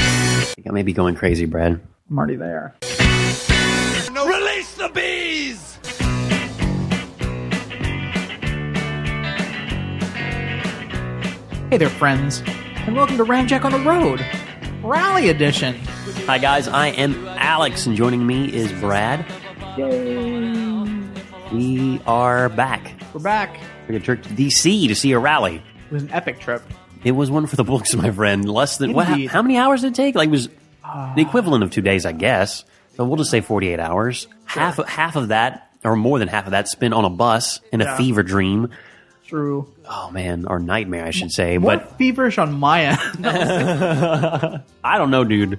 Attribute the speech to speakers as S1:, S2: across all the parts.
S1: I may be going crazy, Brad.
S2: I'm already there.
S3: Release the bees!
S2: Hey there, friends, and welcome to Ramjack on the Road, Rally Edition.
S1: Hi, guys. I am Alex, and joining me is Brad. We are back.
S2: We're back.
S1: We're going to trip to D.C. to see a rally.
S2: It was an epic trip.
S1: It was one for the books, my friend. Less than what, how,
S2: Indeed.
S1: many hours did it take? Like it was the equivalent of two days, I guess. So we'll just say forty-eight hours. Half half of that, or more than half of that, spent on a bus in a
S2: Yeah.
S1: fever dream.
S2: True.
S1: Oh man, or nightmare, I should say.
S2: More
S1: But
S2: feverish on my end.
S1: I don't know, dude.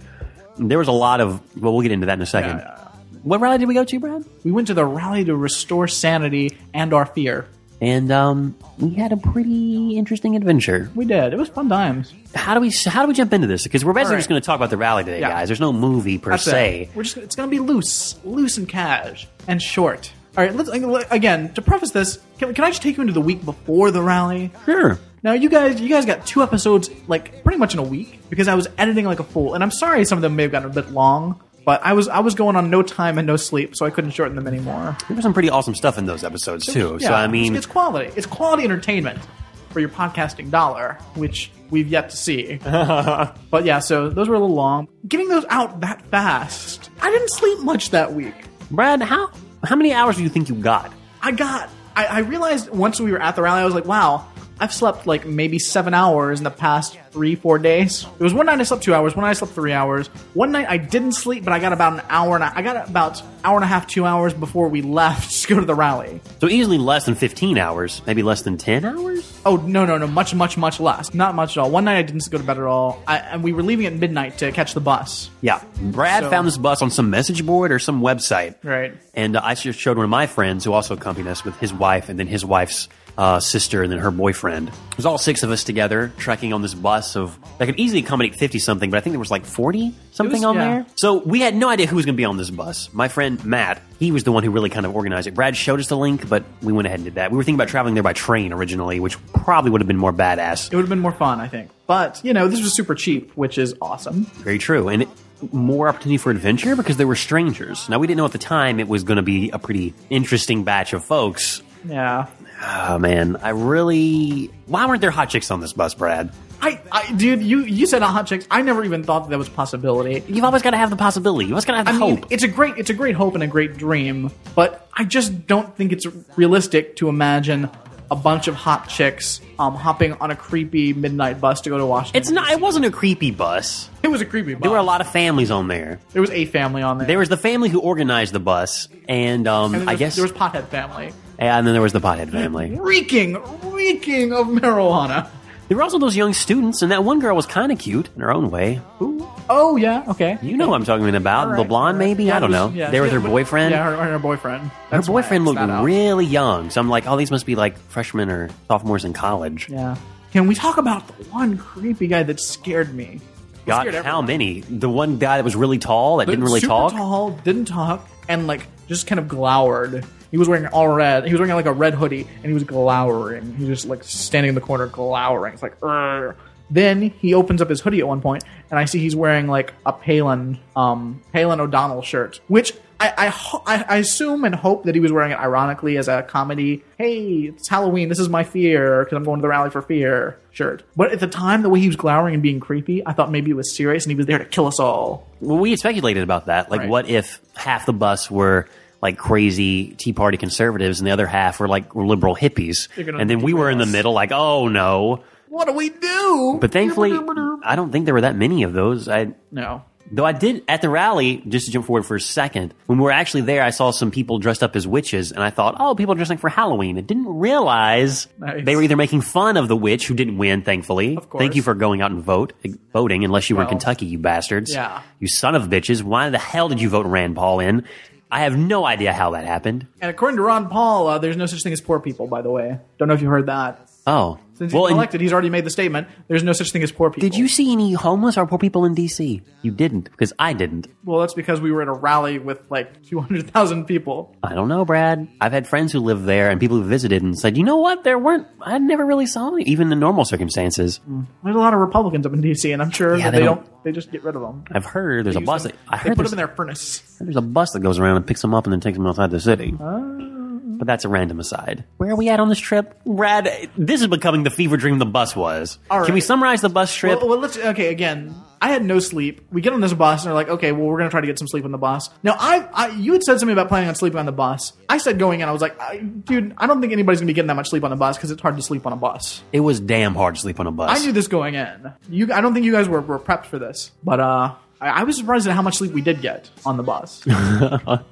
S1: There was a lot of. Well, we'll get into that in a second.
S2: yeah,
S1: What rally did we go to, Brad?
S2: we went to the rally to restore sanity and our fear.
S1: And um, we had a pretty interesting adventure.
S2: We did. It was fun times.
S1: How do we how do we jump into this? Because we're basically
S2: All right.
S1: just going to talk about the rally today,
S2: Yeah.
S1: guys. There's no movie per
S2: That's
S1: se.
S2: it. We're just it's gonna be loose, loose and cash and short. All right, let's again to preface this. Can, can I just take you into the week before the rally?
S1: Sure.
S2: Now you guys, you guys got two episodes like pretty much in a week because I was editing like a fool, and I'm sorry some of them may have gotten a bit long, but I was I was going on no time and no sleep, so I couldn't shorten them anymore.
S1: There was some pretty awesome stuff in those episodes too.
S2: Yeah,
S1: Oh, so I
S2: it's-
S1: mean,
S2: it's, quality. It's quality entertainment for your podcasting dollar, which we've yet to see. but yeah, so those were a little long. Getting those out that fast, I didn't sleep much that week.
S1: Brad, how how many hours do you think you got?
S2: I got. I, I realized once we were at the rally, I was like, wow, I've slept like maybe seven hours in the past three, four days. It was one night I slept two hours, one night I slept three hours, one night I didn't sleep, but I got about an hour and a, I got about hour and a half, two hours before we left to go to the rally.
S1: So easily less than fifteen hours, maybe less than ten hours.
S2: Oh no, no, no, much, much, much less. Not much at all. One night I didn't go to bed at all, I, and we were leaving at midnight to catch the bus.
S1: Yeah, Brad
S2: So-
S1: found this bus on some message board or some website,
S2: Right.
S1: And uh, I just showed one of my friends who also accompanied us with his wife, and then his wife's uh, sister, and then her boyfriend. It was all six of us together trekking on this bus of that could easily accommodate fifty something, but I think there was like forty something
S2: was-
S1: on
S2: yeah.
S1: there. So we had no idea who was going to be on this bus. My friend Matt, he was the one who really kind of organized it. Brad showed us the link, but we went ahead and did that. We were thinking about traveling there by train originally, which probably would have been more badass.
S2: It would have been more fun, I think. But you know, this was super cheap, which is awesome.
S1: Very true. And more opportunity for adventure because there were strangers. Now, we didn't know at the time it was going to be a pretty interesting batch of folks.
S2: Yeah.
S1: Oh, man. I really. Why weren't there hot chicks on this bus, Brad?
S2: I, I, dude, you you said hot chicks. I never even thought that, that was a possibility.
S1: You've always got to have the possibility. You've always got to have the
S2: I
S1: hope.
S2: mean, it's a great it's a great hope and a great dream, but I just don't think it's realistic to imagine a bunch of hot chicks um, hopping on a creepy midnight bus to go to Washington.
S1: it's not. It wasn't a creepy bus.
S2: It was a creepy bus.
S1: There were a lot of families on there.
S2: There was a family on there.
S1: There was the family who organized the bus, and um,
S2: And then
S1: I
S2: there was-
S1: guess,
S2: there was pothead family
S1: and then there was the pothead family.
S2: reeking reeking of marijuana.
S1: there were also those young students, and that one girl was kind of cute in her own way.
S2: Oh yeah, okay.
S1: You know what I'm talking about?
S2: All
S1: The
S2: right.
S1: blonde, maybe?
S2: Yeah,
S1: I don't
S2: it
S1: know.
S2: was- yeah,
S1: there with
S2: she-
S1: her boyfriend.
S2: Yeah, her, her and her boyfriend.
S1: Her
S2: That's why
S1: boyfriend
S2: it's
S1: looked
S2: not out.
S1: really young, so I'm like, oh, these must be like freshmen or sophomores in college.
S2: Yeah. Can we talk about the one creepy guy that scared me?
S1: God,
S2: scared
S1: how
S2: everyone.
S1: many? The one guy that was really tall that didn't really
S2: super
S1: talk.
S2: Tall, didn't talk, and like just kind of glowered. He was wearing all red. He was wearing like a red hoodie, and he was glowering. He was just like standing in the corner glowering. It's like, "Urgh." then he opens up his hoodie at one point, and I see he's wearing like a Palin, um, Palin O'Donnell shirt, which. I, I, ho- I I assume and hope that he was wearing it ironically as a comedy. Hey, it's Halloween. This is my fear because I'm going to the rally for fear shirt. But at the time, the way he was glowering and being creepy, I thought maybe it was serious and he was there to kill us all.
S1: Well, we had speculated about that. Like,
S2: Right.
S1: what if half the bus were like crazy Tea Party conservatives and the other half were like liberal hippies?
S2: You're gonna
S1: And then we were in the
S2: us.
S1: middle, like, oh no.
S2: What do we do?
S1: But thankfully, I don't think there were that many of those. I
S2: no.
S1: Though I did at the rally, just to jump forward for a second, when we were actually there, I saw some people dressed up as witches, and I thought, oh, people dressing for Halloween. I didn't realize
S2: Nice.
S1: they were either making fun of the witch who didn't win, thankfully.
S2: Of course.
S1: Thank you for going out and vote voting, unless you were in
S2: Well,
S1: Kentucky, you bastards.
S2: yeah.
S1: You son of bitches. Why the hell did you vote Rand Paul in? I have no idea how that happened.
S2: And according to Ron Paul, uh, there's no such thing as poor people, by the way. Don't know if you heard that.
S1: Oh,
S2: Since he's
S1: Well,
S2: been
S1: and-
S2: elected, he's already made the statement. There's no such thing as poor people.
S1: Did you see any homeless or poor people in D.C.? You didn't, because I didn't.
S2: Well, that's because we were at a rally with like 200,000 people.
S1: I don't know, Brad. I've had friends who lived there and people who visited and said, you know what? There weren't, I never really saw any, even in normal circumstances.
S2: There's a lot of Republicans up in D.C., and I'm sure
S1: Yeah,
S2: that
S1: they
S2: they
S1: don't-
S2: don't, They just get rid of them.
S1: I've heard there's a bus
S2: They
S1: that, I heard
S2: put
S1: there's,
S2: them in Oh. their furnace.
S1: there's a bus that goes around and picks them up and then takes them outside the city. But that's a random aside. Where are we at on this trip? Brad, this is becoming the fever dream the bus was.
S2: All
S1: Can we
S2: right.
S1: summarize the bus trip?
S2: Well, well, let's okay. Again, I had no sleep. We get on this bus, and they're like, "Okay, well, we're gonna try to get some sleep on the bus." Now, I, I you had said something about planning on sleeping on the bus. I said going in. I was like, I, "Dude, I don't think anybody's gonna be getting that much sleep on the bus because it's hard to sleep on a bus."
S1: it was damn hard to sleep on a bus.
S2: I knew this going in. You, I don't think you guys were, were prepped for this, but uh, I, I was surprised at how much sleep we did get on the bus.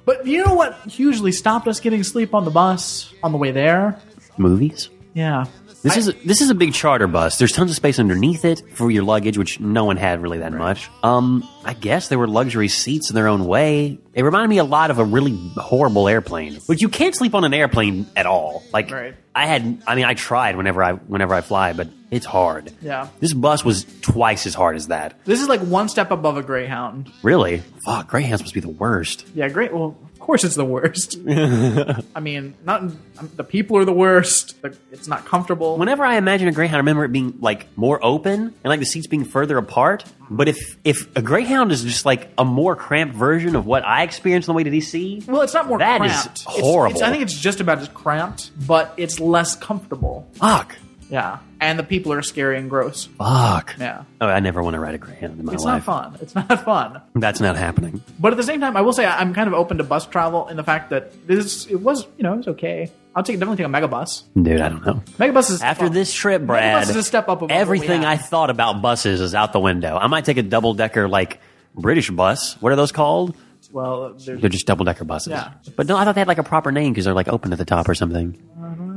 S2: but you know what hugely stopped us getting sleep on the bus on the way there?
S1: Movies?
S2: Yeah,
S1: This
S2: I-
S1: is a, this is a big charter bus. There's tons of space underneath it for your luggage, which no one had really that much. Um, I guess there were luxury seats in their own way. It reminded me a lot of a really horrible airplane, which you can't sleep on an airplane at all. Like
S2: Right.
S1: I had, I mean, I tried whenever I whenever I fly, but it's hard.
S2: Yeah.
S1: this bus was twice as hard as that.
S2: this is like one step above a Greyhound.
S1: Really, fuck, Greyhounds must be the worst.
S2: Yeah, great. Well, of course it's the worst. I mean, not um, the people are the worst. The- It's not comfortable.
S1: Whenever I imagine a Greyhound, I remember it being like more open and like the seats being further apart. But if if a Greyhound is just like a more cramped version of what I experienced on the way to DC,
S2: well, it's not more
S1: that is
S2: cramped. It's-
S1: horrible.
S2: It's, I think it's just about as cramped, but it's less comfortable.
S1: fuck,
S2: Yeah, and the people are scary and gross.
S1: fuck.
S2: Yeah.
S1: Oh, I never want to ride a Greyhound in my
S2: It's
S1: life.
S2: not fun. It's not fun.
S1: That's not happening.
S2: But at the same time, I will say I- I'm kind of open to bus travel in the fact that this it was you know it was okay. I'll take definitely take a megabus.
S1: Dude, I don't know.
S2: Megabus is
S1: After
S2: fun.
S1: this trip,
S2: Megabus
S1: Brad,
S2: is a step up. Above
S1: everything I thought about buses is out the window. I might take a double decker like British bus. What are those called?
S2: well, there's,
S1: They're just double decker buses.
S2: Yeah.
S1: But no, I thought they had like a proper name because they're like open at the top or something.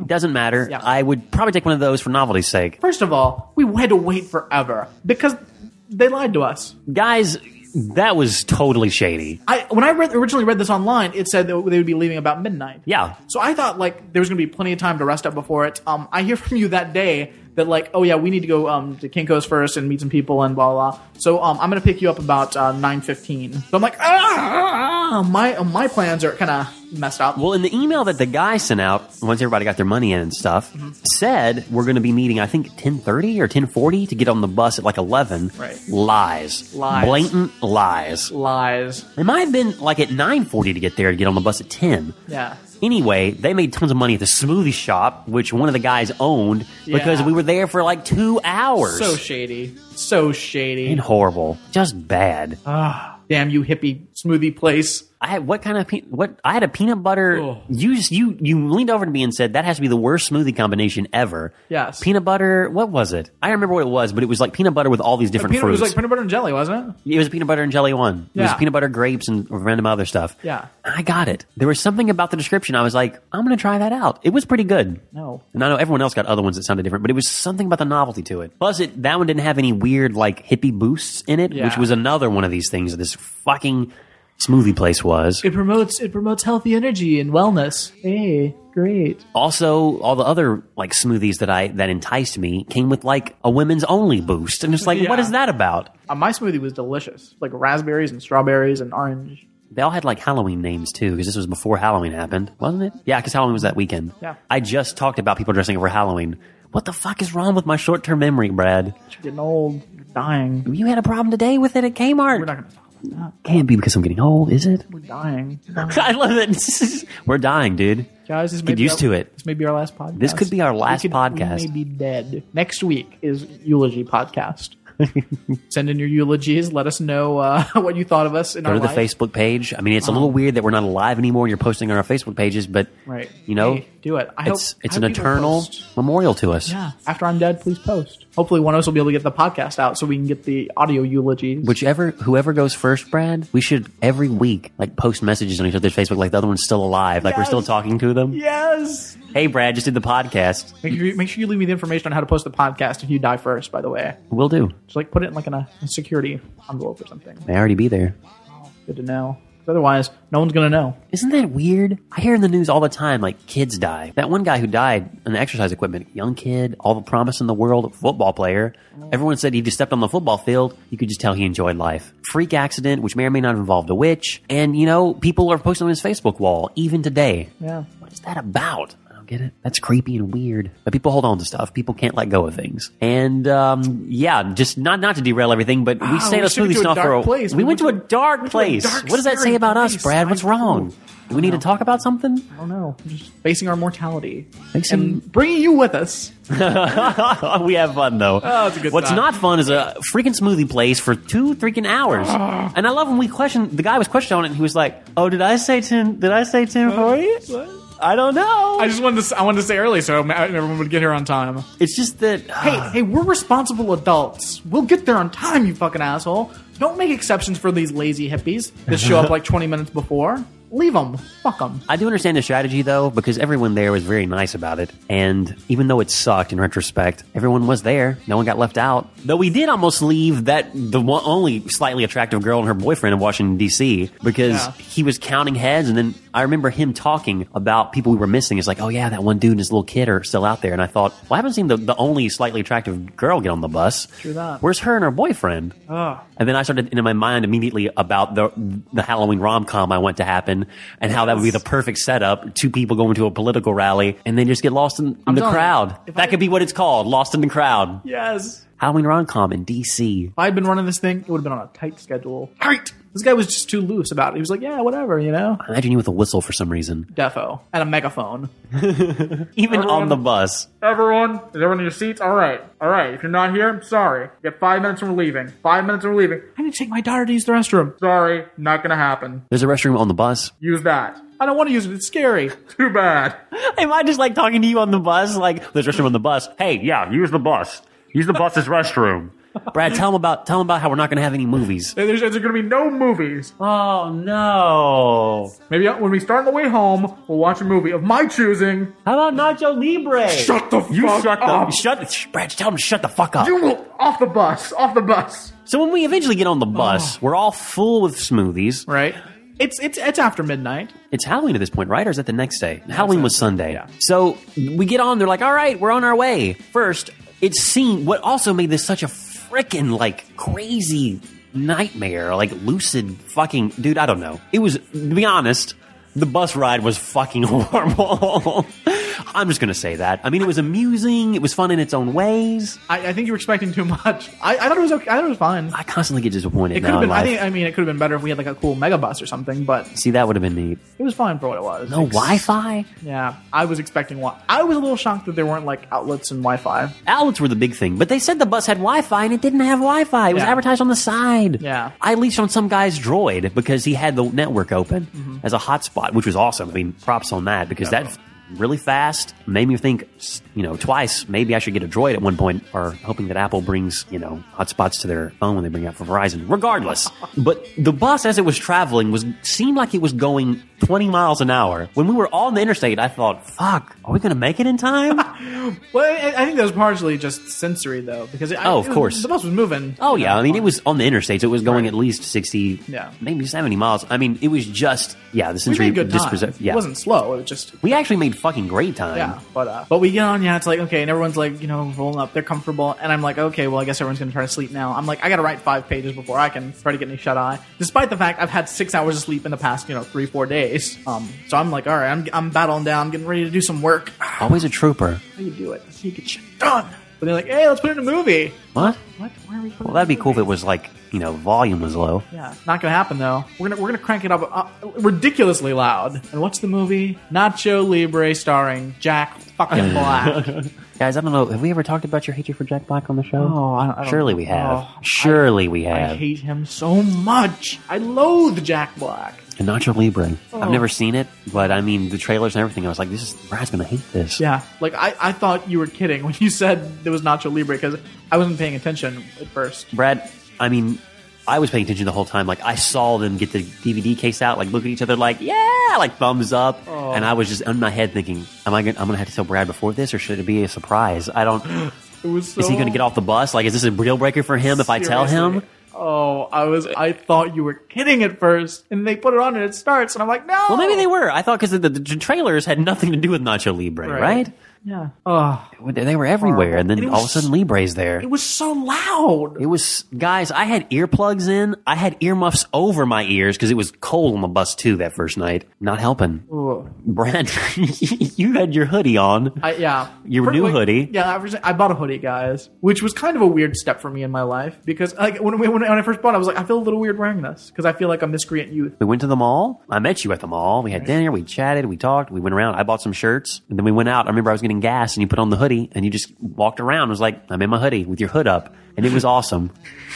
S1: It doesn't matter.
S2: Mm-hmm. Yeah.
S1: I would probably take one of those for novelty's sake.
S2: First of all, we had to wait forever because they lied to us.
S1: Guys, that was totally shady.
S2: I when I read, originally read this online, it said that they would be leaving about midnight.
S1: Yeah.
S2: So I thought like there was going to be plenty of time to rest up before it. Um, I hear from you that day that like, oh yeah, we need to go um to Kinko's first and meet some people and blah blah. blah. So um, I'm going to pick you up about uh, nine fifteen. So I'm like, ah, my my plans are kind of messed up.
S1: Well, in the email that the guy sent out, once everybody got their money in and stuff,
S2: Mm-hmm.
S1: said we're going to be meeting, I think, 10.30 or 10.40 to get on the bus at like 11.
S2: Right.
S1: Lies.
S2: Lies.
S1: Blatant lies.
S2: Lies.
S1: It might have been like at 9.40 to get there to get on the bus at 10.
S2: Yeah.
S1: Anyway, they made tons of money at the smoothie shop, which one of the guys owned because
S2: Yeah.
S1: we were there for like two hours.
S2: So shady. So shady.
S1: And horrible, just bad.
S2: Uh-huh. Damn you hippie smoothie place.
S1: I had what kind of pe- what? I had a peanut butter.
S2: Ugh.
S1: You just- you you leaned over to me and said that has to be the worst smoothie combination ever.
S2: Yes.
S1: peanut butter. What was it? I don't remember what it was, but it was like peanut butter with all these different
S2: Peanut, it
S1: fruits.
S2: was like peanut butter and jelly, wasn't it?
S1: It was peanut butter and jelly one. It was
S2: Yeah.
S1: peanut butter grapes and random other stuff.
S2: Yeah.
S1: I got it. There was something about the description. I was like, I'm going to try that out. It was pretty good.
S2: No.
S1: And I know everyone else got other ones that sounded different, but it was something about the novelty to it. Plus, it that one didn't have any weird like hippie boosts in it,
S2: Yeah.
S1: which was another one of these things that this fucking smoothie place was.
S2: It promotes it promotes healthy energy and wellness. Hey, great.
S1: also, all the other like smoothies that I that enticed me came with like a women's only boost, and it's like, what
S2: Yeah.
S1: is that about?
S2: Uh, my smoothie was delicious, like raspberries and strawberries and orange.
S1: They all had like Halloween names too, because this was before Halloween happened, wasn't it? Yeah, because Halloween was that weekend.
S2: Yeah.
S1: I just talked about people dressing up for Halloween. What the fuck is wrong with my short term memory, Brad?
S2: You're getting old, you're dying.
S1: You had a problem today with it at
S2: We're
S1: Kmart.
S2: not gonna talk about that.
S1: Can't be because I'm getting old, is it?
S2: We're dying,
S1: I love it. We're dying, dude.
S2: guys. This may
S1: Get
S2: be
S1: used
S2: our-
S1: to it.
S2: This may be our last podcast.
S1: This could be our last
S2: we
S1: podcast.
S2: We may be dead. Next week is eulogy podcast. Send in your eulogies. Let us know uh, what you thought of us in
S1: Go
S2: our
S1: to the
S2: life.
S1: Facebook page. I mean, it's a
S2: Uh-huh.
S1: little weird that we're not alive anymore and you're posting on our Facebook pages, but
S2: Right.
S1: you know,
S2: Hey, do it. I
S1: it's
S2: hope,
S1: it's
S2: I
S1: an
S2: hope people
S1: eternal
S2: post.
S1: memorial to us,
S2: Yeah. After I'm dead, please post. Hopefully, one of us will be able to get the podcast out so we can get the audio eulogies.
S1: Whichever whoever goes first, Brad, we should every week like post messages on each other's Facebook like the other one's still alive, like we're
S2: Yes.
S1: still talking to them.
S2: yes.
S1: Hey, Brad, just did the podcast.
S2: Make sure, you, make sure you leave me the information on how to post the podcast if you die first. By the way,
S1: We'll do.
S2: just like put it in like in a, a security envelope or something.
S1: May already be there.
S2: Good to know. Otherwise, no one's gonna know.
S1: Isn't that weird? I hear in the news all the time, like kids die. That one guy who died in the exercise equipment, young kid, all the promise in the world, football player. Everyone said he just stepped on the football field. You could just tell he enjoyed life. Freak accident, which may or may not have involved a witch. And you know, people are posting on his Facebook wall even today.
S2: Yeah.
S1: What is that about? I don't Get it? That's creepy and weird. But people hold on to stuff. People can't let go of things. And um, yeah, just not not to derail everything, but we
S2: Ah,
S1: stayed
S2: we
S1: on
S2: took it
S1: smoothie
S2: to a
S1: snuff
S2: dark
S1: for a
S2: place.
S1: We, went, to a dark
S2: went to a
S1: place.
S2: dark,
S1: what does that say
S2: scary
S1: about us,
S2: place.
S1: Brad? What's
S2: I-
S1: wrong? Do we need to talk about something?
S2: I don't know. Just facing our mortality
S1: Makes you-
S2: and bringing you with us.
S1: we have fun though.
S2: Oh, it's a Oh, good
S1: What's
S2: time.
S1: not fun is a freaking smoothie place for two freaking hours.
S2: Ah.
S1: and I love when we question. The guy was questioned on it, and he was like, "Oh, did I say ten? Did I say ten forty? I don't know.
S2: Uh. I just wanted to. I wanted to say early so everyone would get here on time.
S1: it's just that
S2: Hey, hey, we're responsible adults. We'll get there on time, you fucking asshole. Don't make exceptions for these lazy hippies that show up like 20 minutes before. Leave them. Fuck them.
S1: I do understand the strategy though, because everyone there was very nice about it. And even though it sucked in retrospect, everyone was there. No one got left out. Though we did almost leave that the one, only slightly attractive girl and her boyfriend in Washington D.C. because
S2: Yeah.
S1: he was counting heads, and then I remember him talking about people we were missing. It's like, oh yeah, that one dude and his little kid are still out there. And I thought, well, I haven't seen the, the only slightly attractive girl get on the bus.
S2: True that. Oh,
S1: Where's her and her boyfriend? And then I started in my mind immediately about the the Halloween rom com I want to happen and how that would be the perfect setup. Two people going to a political rally and then just get lost in, in the
S2: telling you,
S1: crowd.
S2: if
S1: that
S2: I-
S1: could be what it's called, lost in the crowd.
S2: Yes.
S1: Halloween rom com in DC.
S2: If I had been running this thing, it would have been on a tight schedule. Tight. This guy was just too loose about it. He was like, yeah, whatever, you know?
S1: Imagine you with a whistle for some reason,
S2: Defo. And a megaphone.
S1: even
S2: Everyone-
S1: on the bus.
S2: Everyone, is everyone in your seats? All right, all right. If you're not here, I'm sorry. You get five minutes from leaving. Five minutes from leaving. I need to take my daughter to use the restroom. Sorry, not gonna happen.
S1: There's a restroom on the bus.
S2: Use that. I don't want to use it. It's scary. Too bad.
S1: Am I just like talking to you on the bus? Like there's a restroom on the bus. Hey, yeah, use the bus. Use the bus's restroom. Brad, tell him about tell him about how we're not going to have any movies.
S2: There's, there's gonna be no movies.
S1: Oh no.
S2: Maybe when we start on the way home, we'll watch a movie of my choosing.
S1: How about Nacho Libre?
S2: Shut the
S1: you
S2: fuck
S1: shut
S2: up.
S1: The, shut, shh, Brad, tell him to shut the fuck up.
S2: You will off the bus. Off the bus.
S1: so when we eventually get on the bus, we're all full with smoothies.
S2: Oh. Right. It's it's it's after midnight.
S1: It's Halloween at this point, right? Or is that the next day? Halloween was Sunday.
S2: yeah.
S1: So we get on. They're like, all right, we're on our way. First, it's seen. What also made this such a freaking like crazy nightmare, like lucid fucking dude. I don't know. It was to be honest. The bus ride was fucking horrible. I'm just gonna say that. I mean, it was amusing. It was fun in its own ways.
S2: I, I think you were expecting too much. I, I thought it was okay. I thought it was fine.
S1: I constantly get disappointed
S2: It could
S1: now
S2: have
S1: in
S2: been.
S1: life.
S2: I think. I mean, it could have been better if we had like a cool mega bus or something. But
S1: See, that would have been neat.
S2: it was fine for what it was.
S1: No
S2: Ex-
S1: Wi-Fi.
S2: Yeah, I was expecting one. I was a little shocked that there weren't like outlets and Wi-Fi.
S1: Outlets were the big thing, but they said the bus had Wi-Fi and it didn't have Wi-Fi. It was
S2: Yeah.
S1: advertised on the side.
S2: Yeah.
S1: I leased on some guy's Droid because he had the network open
S2: Mm-hmm.
S1: as a hotspot, which was awesome. I mean, props on that because that really fast made me think, s- you know, twice. Maybe I should get a Droid at one point, or hoping that Apple brings you know hotspots to their phone when they bring out for Verizon. Regardless, but the bus as it was traveling was seemed like it was going 20 miles an hour. When we were all on the interstate, I thought, "Fuck, are we going to make it in time?"
S2: Well, I, I think that was partially just sensory though, because it, I-
S1: Oh, of
S2: it was-
S1: course.
S2: the bus was moving.
S1: Oh
S2: you
S1: yeah,
S2: know,
S1: I mean it
S2: fine.
S1: was on the interstates. It was going at least sixty,
S2: Yeah.
S1: maybe seventy miles. I mean it was just yeah, the
S2: We
S1: century
S2: made good time.
S1: dispres- yeah.
S2: It wasn't slow. It was just
S1: we actually made fucking great time.
S2: yeah. But uh, but we get on. Yeah, it's like okay, and everyone's like you know rolling up. They're comfortable, and I'm like okay, well I guess everyone's gonna try to sleep now. I'm like I gotta write five pages before I can try to get any shut eye, despite the fact I've had six hours of sleep in the past you know three four days. Um, so I'm like all right, I'm I'm battling down. I'm getting ready to do some work.
S1: Always a trooper.
S2: how you do it. That's how you get shit done. But they're like, hey, let's put it in a movie.
S1: What?
S2: What? Where are we putting
S1: Well, that'd be cool if it was like you know volume was low.
S2: Yeah, not gonna happen though. We're gonna we're gonna crank it up uh, ridiculously loud. And what's the movie? Nacho Libre, starring Jack fucking Black.
S1: Guys, Oh, I don't know. Have we ever talked about your hatred for Jack Black on the show?
S2: Oh, I don't- I don't-
S1: surely we have.
S2: Oh, I-
S1: surely we have.
S2: I hate him so much. I loathe Jack Black.
S1: And Nacho Libre. I've
S2: Oh.
S1: never seen it, but I mean the trailers and everything. I was like, this is Brad's gonna hate this.
S2: Yeah, like I, I thought you were kidding when you said there was Nacho Libre because I wasn't paying attention at first.
S1: Brad, I mean, I was paying attention the whole time. Like, I saw them get the DVD case out, like, look at each other, like, yeah, like, thumbs up.
S2: Oh.
S1: And I was just in my head thinking, am I gonna, I'm going to have to tell Brad before this, or should it be a surprise? I don't.
S2: It was so
S1: Is he going to get off the bus? Like, is this a deal breaker for him if I tell him?
S2: Seriously. Oh, I was. I thought you were kidding at first, and they put it on and it starts, and I'm like, no.
S1: Well, maybe they were. I thought because the, the trailers had nothing to do with Nacho Libre,
S2: Right.
S1: right?
S2: Yeah. Oh,
S1: They they were everywhere, and then
S2: And it
S1: all of a
S2: was-
S1: sudden Libre's there.
S2: it was so loud.
S1: It was guys. I had earplugs in. I had earmuffs over my ears because it was cold on the bus too that first night. Not helping. Brad, you had your hoodie on.
S2: I, yeah.
S1: Your
S2: Pretty
S1: new
S2: much-
S1: hoodie.
S2: Yeah, I, was- I bought a hoodie, guys, which was kind of a weird step for me in my life because like when, when, when I first bought it, I was like, I feel a little weird wearing this because I feel like a miscreant youth.
S1: We went to the mall. I met you at the mall. We had dinner. We chatted. We talked. We went around. I bought some shirts, and then we went out. I remember I was getting gas, and you put on the hoodie, and you just walked around. It was like I'm in my hoodie with your hood up, and it was awesome.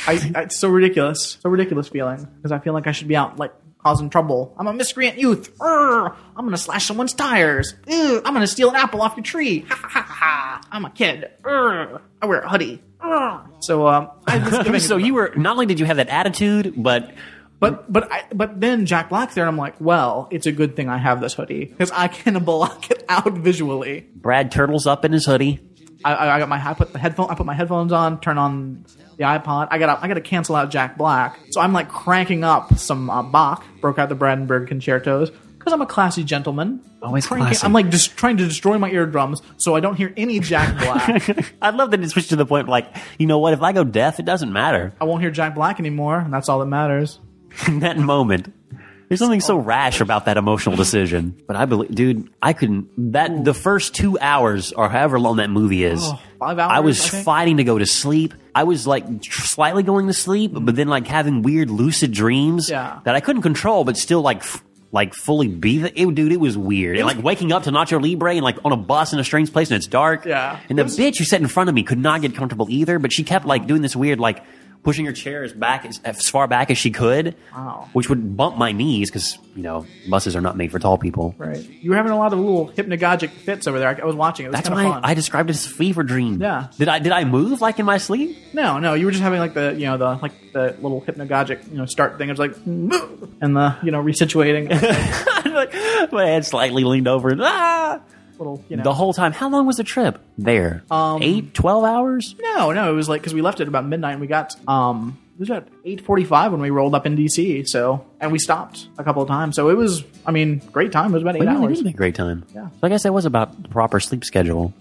S2: I, I, it's so ridiculous. So ridiculous feeling because I feel like I should be out like causing trouble. I'm a miscreant youth. Urgh, I'm gonna slash someone's tires. Ew, I'm gonna steal an apple off your tree. Ha ha ha ha. I'm a kid. Urgh, I wear a hoodie. Urgh. So um, I just giving
S1: so you were not only did you have that attitude, but
S2: But but I, but then Jack Black's there, and I'm like, well, it's a good thing I have this hoodie because I can block it out visually.
S1: Brad turtles up in his hoodie.
S2: I, I I got my I put the headphone I put my headphones on, turn on the iPod. I got I got to cancel out Jack Black, so I'm like cranking up some uh, Bach. Broke out the Brandenburg concertos because I'm a classy gentleman.
S1: Always
S2: Cranking-
S1: classy.
S2: I'm like just trying to destroy my eardrums so I don't hear any Jack Black.
S1: I'd love that it switched to the point like, you know what? If I go deaf, it doesn't matter.
S2: I won't hear Jack Black anymore, and that's all that matters.
S1: in that moment. There's something so rash about that emotional decision. But I believe, dude, I couldn't. That the first two hours or however long that movie is,
S2: Oh, five
S1: I
S2: hours,
S1: was
S2: I think.
S1: fighting to go to sleep. I was like tr- slightly going to sleep, but then like having weird lucid dreams
S2: Mm-hmm. Yeah.
S1: that I couldn't control, but still like. F- like fully be the it, dude. It was weird. And like waking up to Nacho Libre and like on a bus in a strange place and it's dark.
S2: Yeah.
S1: And the
S2: It was-
S1: bitch who sat in front of me could not get comfortable either, but she kept like doing this weird like pushing her chair as back as, as far back as she could.
S2: Wow.
S1: Which would bump my knees because you know buses are not made for tall people.
S2: Right? You were having a lot of little hypnagogic fits over there. I, I was watching. It was
S1: That's
S2: kind
S1: why
S2: of fun.
S1: I described it as a fever dream.
S2: Yeah.
S1: Did I did I move like in my sleep?
S2: No, no, you were just having like the you know the like the little hypnagogic you know start thing. It was like "Moo," and the you know resituating
S1: Like, my head slightly leaned over. And, ah!
S2: little you know.
S1: The whole time. How long was the trip? There. Um, Eight, 12 hours.
S2: no, no, it was like because we left at about midnight and we got um it was at eight forty five when we rolled up in DC. So and we stopped a couple of times. So it was I mean great time. It was about eight
S1: It really
S2: hours.
S1: did make a great time.
S2: Yeah. Mm-hmm.
S1: So I guess that was about the proper sleep schedule.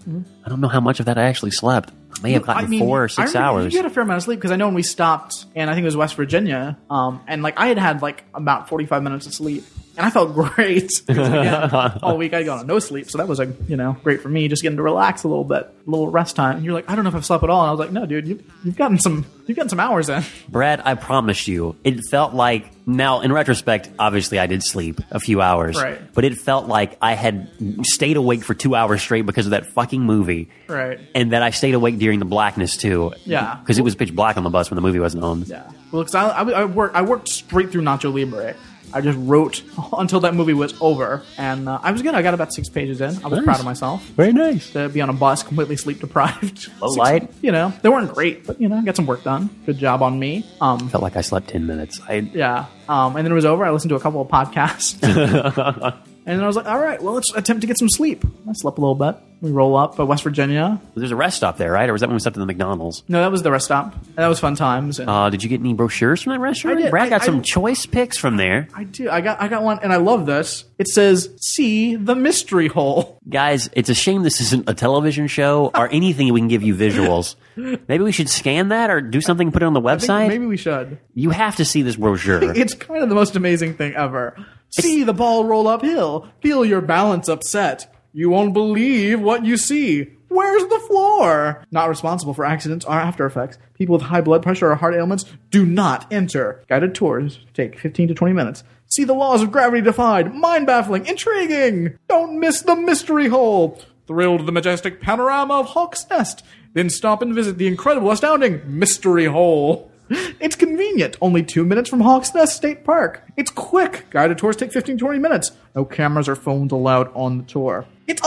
S1: I don't know how much of that I actually slept. I may have gotten
S2: I mean,
S1: four or
S2: I
S1: six
S2: remember
S1: hours.
S2: You had a fair amount of sleep because I know when we stopped, and I think it was West Virginia, um, and like I had had like about forty five minutes of sleep, and I felt great. 'Cause, again, all week I'd gone on no sleep, so that was like you know great for me, just getting to relax a little bit, a little rest time. And you're like, I don't know if I've slept at all, and I was like, No, dude, you've you've gotten some you've gotten some hours in.
S1: Brad, I promise you, it felt like now in retrospect, obviously I did sleep a few hours,
S2: Right.
S1: but it felt like I had stayed awake for two hours straight because of that fucking movie,
S2: Right.
S1: and that I stayed awake during the blackness too,
S2: Yeah.
S1: because it was pitch black on the bus when the movie wasn't on.
S2: Yeah. Well, because I, I, I worked I worked straight through Nacho Libre. I just wrote until that movie was over, and uh, I was good. I got about six pages in. I was
S1: Nice.
S2: proud of myself.
S1: Very nice.
S2: to be on a bus completely sleep deprived.
S1: Low light.
S2: You know, they weren't great, but you know, I got some work done. Good job on me. Um,
S1: Felt like I slept ten minutes. I
S2: yeah. Um, and then it was over. I listened to a couple of podcasts. and then I was like, all right, well, let's attempt to get some sleep. I slept a little bit. We roll up at West Virginia.
S1: there's a rest stop there, right? Or was that when we slept in the McDonald's?
S2: No, that was the rest stop. And that was fun times. And
S1: Uh, did you get any brochures from that restaurant?
S2: I did.
S1: Brad
S2: I-
S1: got
S2: I-
S1: some choice picks from there.
S2: I do. I got I got one, and I love this. It says, "See the mystery hole."
S1: Guys, it's a shame this isn't a television show or anything we can give you visuals. Maybe we should scan that or do something, put it on the
S2: I think
S1: website.
S2: maybe we should.
S1: You have to see this brochure.
S2: It's kind of the most amazing thing ever. See the ball roll uphill. Feel your balance upset. You won't believe what you see. Where's the floor? Not responsible for accidents or after effects. People with high blood pressure or heart ailments do not enter. Guided tours take 15 to 20 minutes. See the laws of gravity defied. Mind baffling. Intriguing. Don't miss the mystery hole. Thrilled to the majestic panorama of Hawk's Nest. Then stop and visit the incredible, astounding mystery hole. It's convenient, only two minutes from Hawks Nest State Park. It's quick, guided tours take 15 20 minutes. No cameras or phones allowed on the tour. It's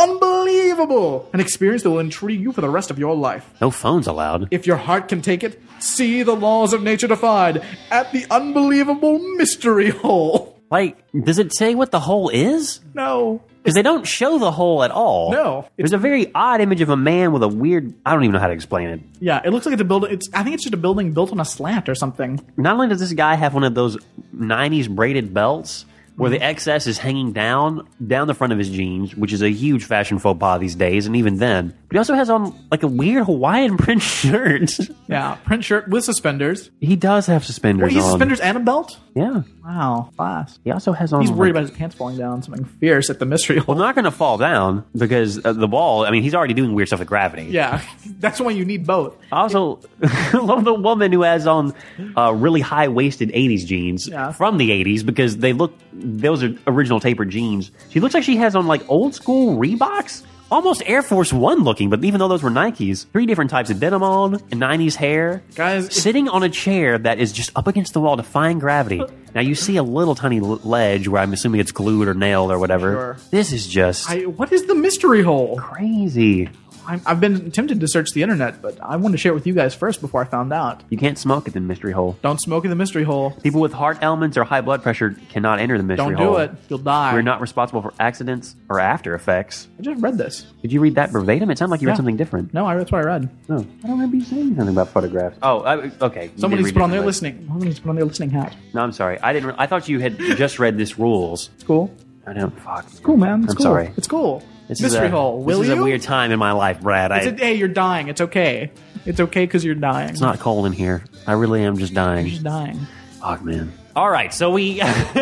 S2: unbelievable! An experience that will intrigue you for the rest of your life.
S1: no phones allowed.
S2: If your heart can take it, see the laws of nature defied at the unbelievable mystery hole.
S1: Like, does it say what the hole is?
S2: No,
S1: because they don't show the hole at all.
S2: No.
S1: there's a very odd image of a man with a weird. I don't even know how to explain it.
S2: Yeah, it looks like it's a building. It's I think it's just a building built on a slant or something.
S1: Not only does this guy have one of those '90s braided belts where the excess is hanging down down the front of his jeans, which is a huge fashion faux pas these days, and even then, but he also has on like a weird Hawaiian print shirt.
S2: Yeah, print shirt with suspenders.
S1: he does have suspenders
S2: He's
S1: on.
S2: suspenders and a belt.
S1: Yeah,
S2: Wow, class.
S1: he also has on.
S2: He's worried
S1: like-
S2: about his pants falling down. Something fierce at the mystery hole.
S1: Well, not going to fall down because uh, the ball. I mean, he's already doing weird stuff with gravity.
S2: Yeah, that's why you need both.
S1: I also love the woman who has on uh, really high waisted 80s jeans
S2: Yeah.
S1: from the 80s because they look, those are original tapered jeans. She looks like she has on like old school Reeboks, almost Air Force One looking, but even though those were Nikes, three different types of denim on, 90s hair.
S2: Guys, if-
S1: sitting on a chair that is just up against the wall, defying gravity. Now you see a little tiny l- ledge where I'm assuming it's glued or nailed or whatever.
S2: Sure.
S1: This is just
S2: I, what is the mystery hole?
S1: crazy.
S2: I'm, I've been tempted to search the internet, but I wanted to share it with you guys first before I found out.
S1: You can't smoke at the mystery hole.
S2: Don't smoke in the mystery hole.
S1: People with heart ailments or high blood pressure cannot enter the mystery
S2: Don't
S1: hole.
S2: do it. You'll die.
S1: We're not responsible for accidents or after effects.
S2: I just read this.
S1: Did you read that verbatim? It sounded like you
S2: Yeah.
S1: read something different.
S2: No, I, that's what I read.
S1: No. I don't remember you saying anything about photographs. Oh, I, okay. You did
S2: Someone needs to
S1: read
S2: put on their
S1: differently.
S2: listening. Someone needs to put on their listening hat.
S1: No, I'm sorry. I didn't. Re- I thought you had just read this rules.
S2: It's cool.
S1: I don't. Fuck. It's
S2: Cool, man. It's
S1: I'm
S2: cool.
S1: sorry.
S2: It's cool.
S1: This is
S2: mystery
S1: a-
S2: hole. Will
S1: this
S2: you?
S1: is a weird time in my life, Brad. I,
S2: It's a,
S1: it's
S2: hey, you're dying. It's okay. It's okay because you're dying. It's
S1: not cold in here. I really am just dying.
S2: Just dying.
S1: Fuck, man. All right. So we.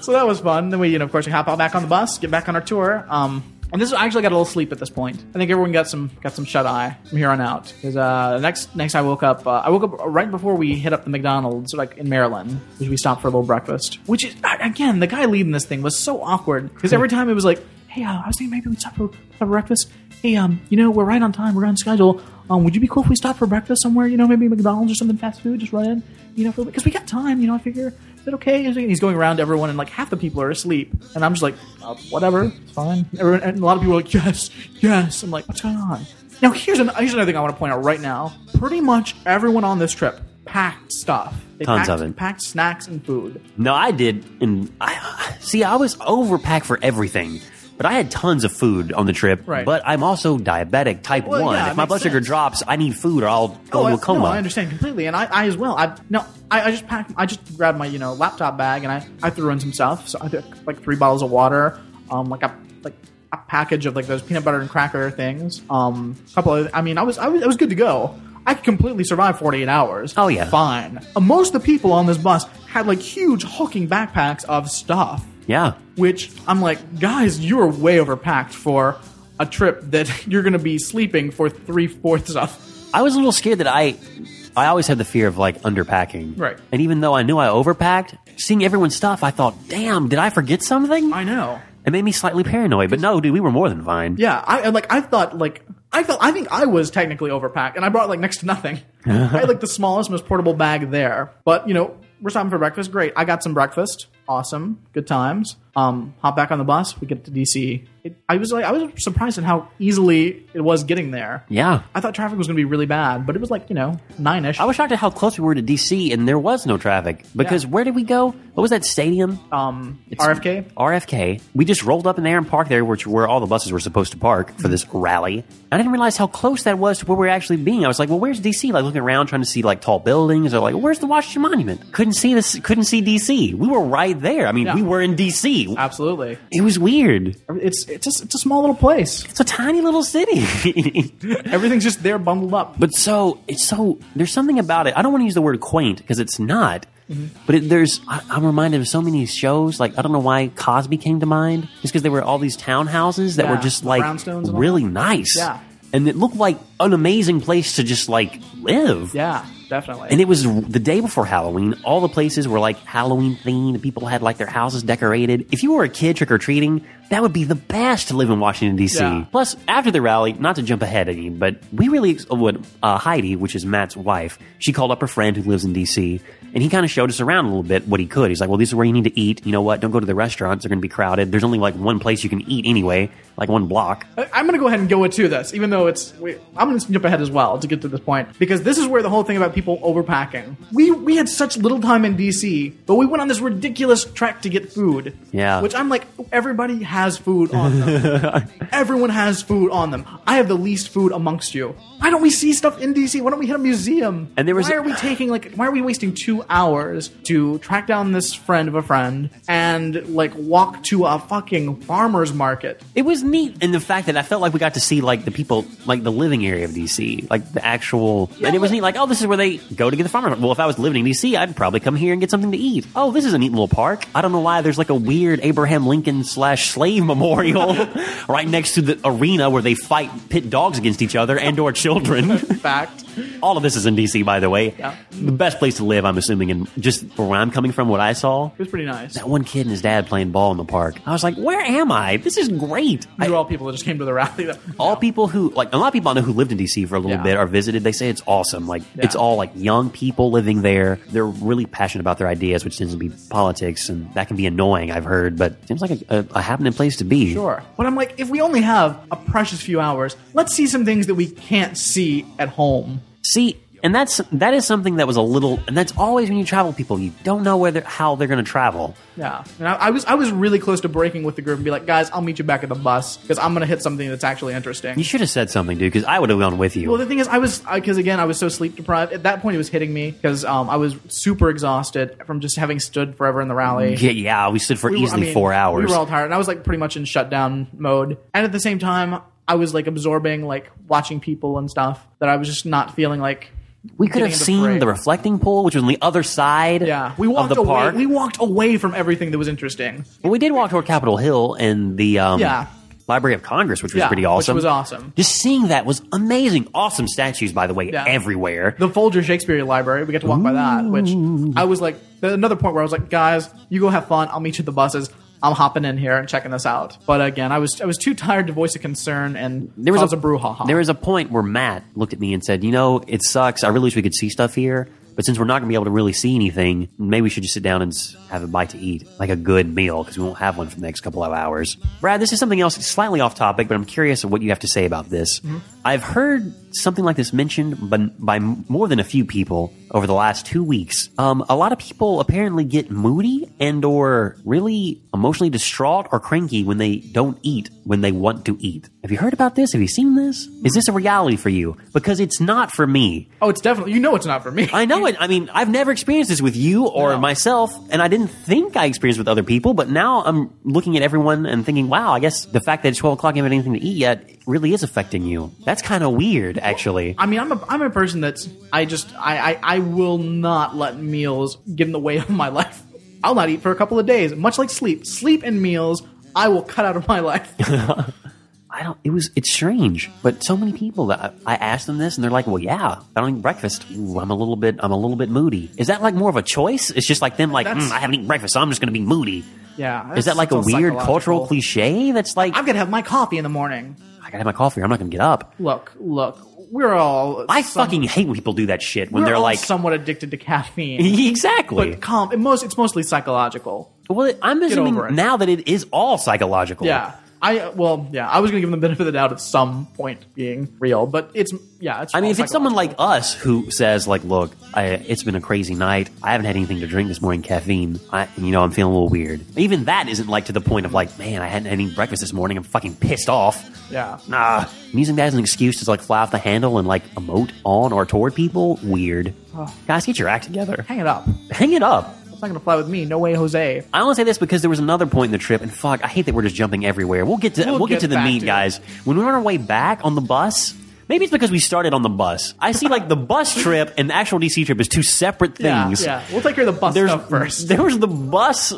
S2: So that was fun. Then we, you know, of course, we hop out back on the bus, get back on our tour. Um, and this I actually got a little sleep at this point. I think everyone got some got some shut eye from here on out. Because uh, next next I woke up, uh, I woke up right before we hit up the McDonald's, like in Maryland, which we stopped for a little breakfast. Which is I- again, the guy leading this thing was so awkward because every time it was like, "Hey, uh, I was thinking maybe we'd stop for, for breakfast." Hey, um, you know, we're right on time. We're on schedule. Um, would you be cool if we stopped for breakfast somewhere? You know, maybe McDonald's or something fast food. Just run in, you know, because we got time. You know, I figure is it okay? Is it- And he's going around to everyone, and like half the people are asleep. And I'm just like, uh, whatever, it's fine. Everyone, and a lot of people are like, yes, yes. I'm like, what's going on? Now, here's, an, here's another thing I want to point out right now. Pretty much everyone on this trip packed stuff. They
S1: Tons
S2: packed,
S1: of it.
S2: Packed snacks and food.
S1: No, I did, and I see. I was overpacked for everything, but I had tons of food on the trip.
S2: Right.
S1: But I'm also diabetic, type
S2: Well,
S1: one.
S2: yeah,
S1: if
S2: it
S1: my
S2: makes
S1: blood sugar
S2: sense.
S1: drops, I need food, or I'll go
S2: Oh, I-
S1: into a coma.
S2: No, I understand completely, and I, I as well. I no, I, I just packed. I just grabbed my you know laptop bag and I, I threw in some stuff. So I took like three bottles of water, um, like a like a package of like those peanut butter and cracker things. Um, a couple of. I mean, I was I was, I was good to go. I could completely survive 48 hours.
S1: Oh, yeah.
S2: Fine. Uh, Most of the people on this bus had like huge hulking backpacks of stuff
S1: yeah,
S2: which I'm like, guys, you are way overpacked for a trip that you're going to be sleeping for three fourths of.
S1: I was a little scared that I. I always had the fear of like underpacking.
S2: Right.
S1: And even though I knew I overpacked, seeing everyone's stuff, I thought, "Damn, did I forget something?"
S2: I know.
S1: It made me slightly paranoid. But no, dude, we were more than fine.
S2: Yeah, I and, like. I thought like I felt. I think I was technically overpacked, and I brought like next to nothing. I had like the smallest, most portable bag there. But you know, we're stopping for breakfast. Great, I got some breakfast. Awesome, good times. Um, hop back on the bus. We get to DC. It, I was like, I was surprised at how easily it was getting there.
S1: Yeah.
S2: I thought traffic was going to be really bad, but it was like you know nine ish.
S1: I was shocked at how close we were to DC, and there was no traffic. Because
S2: Yeah.
S1: where did we go? What was that stadium?
S2: um, RFK.
S1: RFK. We just rolled up in there and parked there, which where all the buses were supposed to park for this rally. I didn't realize how close that was to where we were actually being. I was like, "Well, where's DC?" Like looking around, trying to see like tall buildings, or like, "Where's the Washington Monument?" Couldn't see this. Couldn't see DC. We were right there. I mean,
S2: Yeah. Uh,
S1: we were in DC.
S2: Absolutely.
S1: It was weird.
S2: It's it's just, it's a small little place.
S1: It's a tiny little city.
S2: Everything's just there bundled up.
S1: But so it's so there's something about it. I don't want to use the word quaint because it's not.
S2: Mm-hmm.
S1: But it, there's I, I'm reminded of so many shows. Like I don't know why Cosby came to mind. Just because there were all these townhouses that
S2: Yeah,
S1: were just
S2: the
S1: like
S2: brownstones and all
S1: really nice.
S2: Yeah.
S1: And it looked like an amazing place to just like live.
S2: Yeah, definitely.
S1: And it was the day before Halloween. All the places were like Halloween themed. People had like their houses decorated. If you were a kid trick or treating, that would be the best to live in Washington D.C.
S2: Yeah.
S1: Plus, after the rally, not to jump ahead any, but we really would. Uh, Heidi, which is Matt's wife, she called up her friend who lives in D.C. and he kind of showed us around a little bit what he could. He's like, "Well, these are where you need to eat. You know what? Don't go to the restaurants; they're going to be crowded. There's only like one place you can eat anyway, like one block."
S2: I- I'm going to go ahead and go into this, even though it's. We, I'm going to jump ahead as well to get to this point because this is where the whole thing about people overpacking. We we had such little time in DC, but we went on this ridiculous trek to get food.
S1: Yeah.
S2: which I'm like, everybody has food on them. Everyone has food on them. I have the least food amongst you. Why don't we see stuff in DC? Why don't we hit a museum?
S1: And there was-
S2: why are we taking like why are we wasting two hours to track down this friend of a friend and like walk to a fucking farmer's market?
S1: It was neat in the fact that I felt like we got to see like the people, like the living area of DC, like the actual. and it was neat. Like, oh, this is where they go to get the farmers. Well, if I was living in DC, I'd probably come here and get something to eat. Oh, this is a neat little park. I don't know why there's like a weird Abraham Lincoln slash slave memorial right next to the arena where they fight pit dogs against each other and or children.
S2: Fact.
S1: All of this is in DC, by the way.
S2: Yeah.
S1: The best place to live, I'm assuming, and just from where I'm coming from, what I saw.
S2: It was pretty nice.
S1: That one kid and his dad playing ball in the park. I was like, "Where am I? This is great." I-
S2: These are all people that just came to the rally. That,
S1: all people who like a lot of people I know who lived in DC for a little
S2: Yeah.
S1: bit or visited, they say it's awesome. Like
S2: Yeah.
S1: it's all like young people living there. They're really passionate about their ideas, which tends to be politics, and that can be annoying. I've heard, but seems like a, a, a happening place to be.
S2: Sure. But I'm like, if we only have a precious few hours, let's see some things that we can't see at home.
S1: See, and that's that is something that was a little, and that's always when you travel, people you don't know whether how they're going to travel.
S2: Yeah. And I, I was I was really close to breaking with the group and be like, guys, I'll meet you back at the bus because I'm gonna hit something that's actually interesting.
S1: You should have said something, dude, because I would have gone with you.
S2: Well, the thing is, I was because again, I was so sleep deprived. At that point, it was hitting me because um, I was super exhausted from just having stood forever in the rally.
S1: yeah, yeah, we stood for
S2: We were- I
S1: easily
S2: mean,
S1: four hours.
S2: We were all tired, and I was like pretty much in shutdown mode. And at the same time, I was like absorbing, like watching people and stuff that I was just not feeling like.
S1: We could
S2: getting
S1: have
S2: into
S1: seen
S2: parade.
S1: the reflecting pool, which was on the other side
S2: Yeah, we
S1: of
S2: walked
S1: the
S2: away.
S1: park.
S2: We walked away from everything that was interesting.
S1: Well, we did walk toward Capitol Hill and the um,
S2: Yeah.
S1: Library of Congress, which was
S2: Yeah,
S1: pretty
S2: which
S1: awesome.
S2: was awesome.
S1: Just seeing that was amazing. Awesome statues, by the way,
S2: Yeah.
S1: everywhere.
S2: The Folger Shakespeare Library. We got to walk by that, which I was like another point where I was like, guys, you go have fun. I'll meet you at the buses. I'm hopping in here and checking this out. But again, I was I was too tired to voice a concern, and
S1: There was
S2: cause
S1: a,
S2: a, brouhaha.
S1: There was a point where Matt looked at me and said, "You know, it sucks. I really wish we could see stuff here, but since we're not going to be able to really see anything, maybe we should just sit down and s- have a bite to eat, like a good meal, because we won't have one for the next couple of hours." Brad, this is something else it's slightly off topic, but I'm curious of what you have to say about this. I've heard something like this mentioned, but by m- more than a few people over the last two weeks. Um, a lot of people apparently get moody and or really emotionally distraught or cranky when they don't eat when they want to eat. Have you heard about this? Have you seen this? Is this a reality for you? Because it's not for me.
S2: oh, it's definitely you know it's not for me.
S1: I know it. I mean, I've never experienced this with you or
S2: No.
S1: myself, and I didn't think I experienced with other people. But now I'm looking at everyone and thinking, "Wow, I guess the fact that it's twelve o'clock and you haven't had anything to eat yet really is affecting you." That's kind of weird, actually.
S2: I mean, I'm a I'm a person that's I just I, I I will not let meals get in the way of my life. I'll not eat for a couple of days, much like sleep. Sleep and meals, I will cut out of my life.
S1: I don't. It was. It's strange, but so many people that I, I asked them this, and they're like, "Well, yeah, I don't eat breakfast. Ooh, I'm a little bit. I'm a little bit moody. Is that like more of a choice? It's just like them, like
S2: That's-
S1: "Mm, I haven't eaten breakfast, so I'm just going to be moody.
S2: Yeah,
S1: Is that
S2: that's-
S1: like a
S2: that's all
S1: weird cultural
S2: psychological.
S1: cliche? That's like
S2: I'm gonna have my coffee in the morning.
S1: I gotta have my coffee. or I'm not going to get up.
S2: Look, look, we're all
S1: I
S2: some-
S1: fucking hate when people do that shit when
S2: we're
S1: they're
S2: all
S1: like,
S2: somewhat addicted to caffeine.
S1: exactly.
S2: But calm, it most it's mostly psychological.
S1: well, I'm
S2: over it.
S1: assuming now that it is all psychological.
S2: Yeah. I uh, well, yeah, I was gonna give them the benefit of the doubt at some point being real, but it's yeah, it's.
S1: I mean,
S2: all
S1: if it's someone
S2: psychological.
S1: like us who says, like, look, I, it's been a crazy night. I haven't had anything to drink this morning, caffeine. I, you know, I'm feeling a little weird. Even that isn't like to the point of like, man, I hadn't had any breakfast this morning. I'm fucking pissed off.
S2: yeah,
S1: Nah. I'm using that as an excuse to like fly off the handle and like emote on or toward people. Weird. Guys, get your act together.
S2: hang it up.
S1: Hang it up.
S2: It's not gonna fly with me. No way, Jose.
S1: I only say this because there was another point in the trip, and fuck, I hate that we're just jumping everywhere. We'll get to we'll,
S2: We'll
S1: get,
S2: get
S1: to the
S2: back
S1: meat,
S2: to it.
S1: guys. When we're on our way back on the bus, maybe it's because we started on the bus. I see like the bus trip and the actual DC trip is two separate
S2: Yeah,
S1: things.
S2: Yeah, we'll take care of the bus
S1: There's
S2: stuff first.
S1: there was the bus.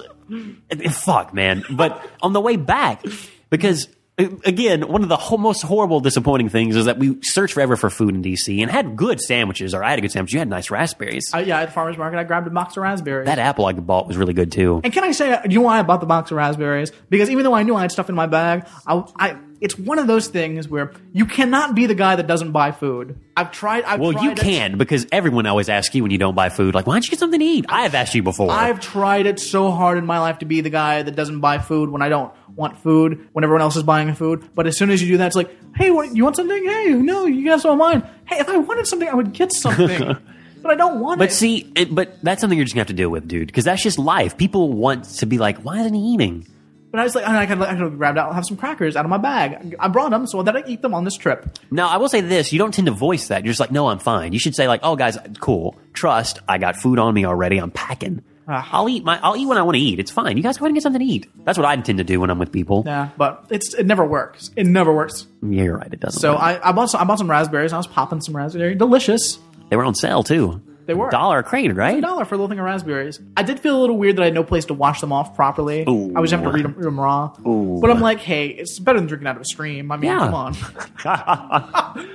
S1: eh, Fuck, man. But on the way back, because eh, again, one of the ho- most horrible, disappointing things is that we searched forever for food in DC and had good sandwiches. Or I had a good sandwich. You had nice raspberries.
S2: I, yeah, at the farmer's market, I grabbed a box of raspberries.
S1: that apple I bought was really good too.
S2: and can I say, do you know why I bought the box of raspberries? Because even though I knew I had stuff in my bag, I, I it's one of those things where you cannot be the guy that doesn't buy food. I've tried. I've
S1: Well,
S2: tried
S1: you
S2: it.
S1: can because everyone always asks you when you don't buy food, like, why don't you get something to eat? I have asked you before.
S2: I've tried it so hard in my life to be the guy that doesn't buy food when I don't want food, when everyone else is buying food. But as soon as you do that, it's like, hey, what, you want something? Hey, no, you got some of mine. Hey, if I wanted something, I would get something. but I don't want
S1: but
S2: it.
S1: see, it, but that's something you're just gonna have to deal with, dude, because that's just life. People want to be like, why isn't he eating?
S2: But I was like, "Oh, I could, I could grab out, have some crackers out of my bag. I brought them so that I eat them on this trip.
S1: Now, I will say this: you don't tend to voice that. You're just like, "No, I'm fine." You should say like, "Oh, guys, cool. Trust. I got food on me already. I'm packing.
S2: Ah.
S1: I'll eat my. I'll eat when I want to eat. It's fine. You guys go ahead and get something to eat. That's what I intend to do when I'm with people.
S2: Yeah, but it's it never works. It never works.
S1: Yeah, you're right. It doesn't.
S2: So
S1: work.
S2: I, I bought some, I bought some raspberries. and I was popping some raspberry, delicious.
S1: they were on sale too.
S2: They were.
S1: dollar a crate, right?
S2: dollar for a little thing of raspberries. I did feel a little weird that I had no place to wash them off properly.
S1: Ooh.
S2: I was having to read them, raw.
S1: Ooh.
S2: But I'm like, hey, it's better than drinking out of a stream. I mean,
S1: Yeah.
S2: come on.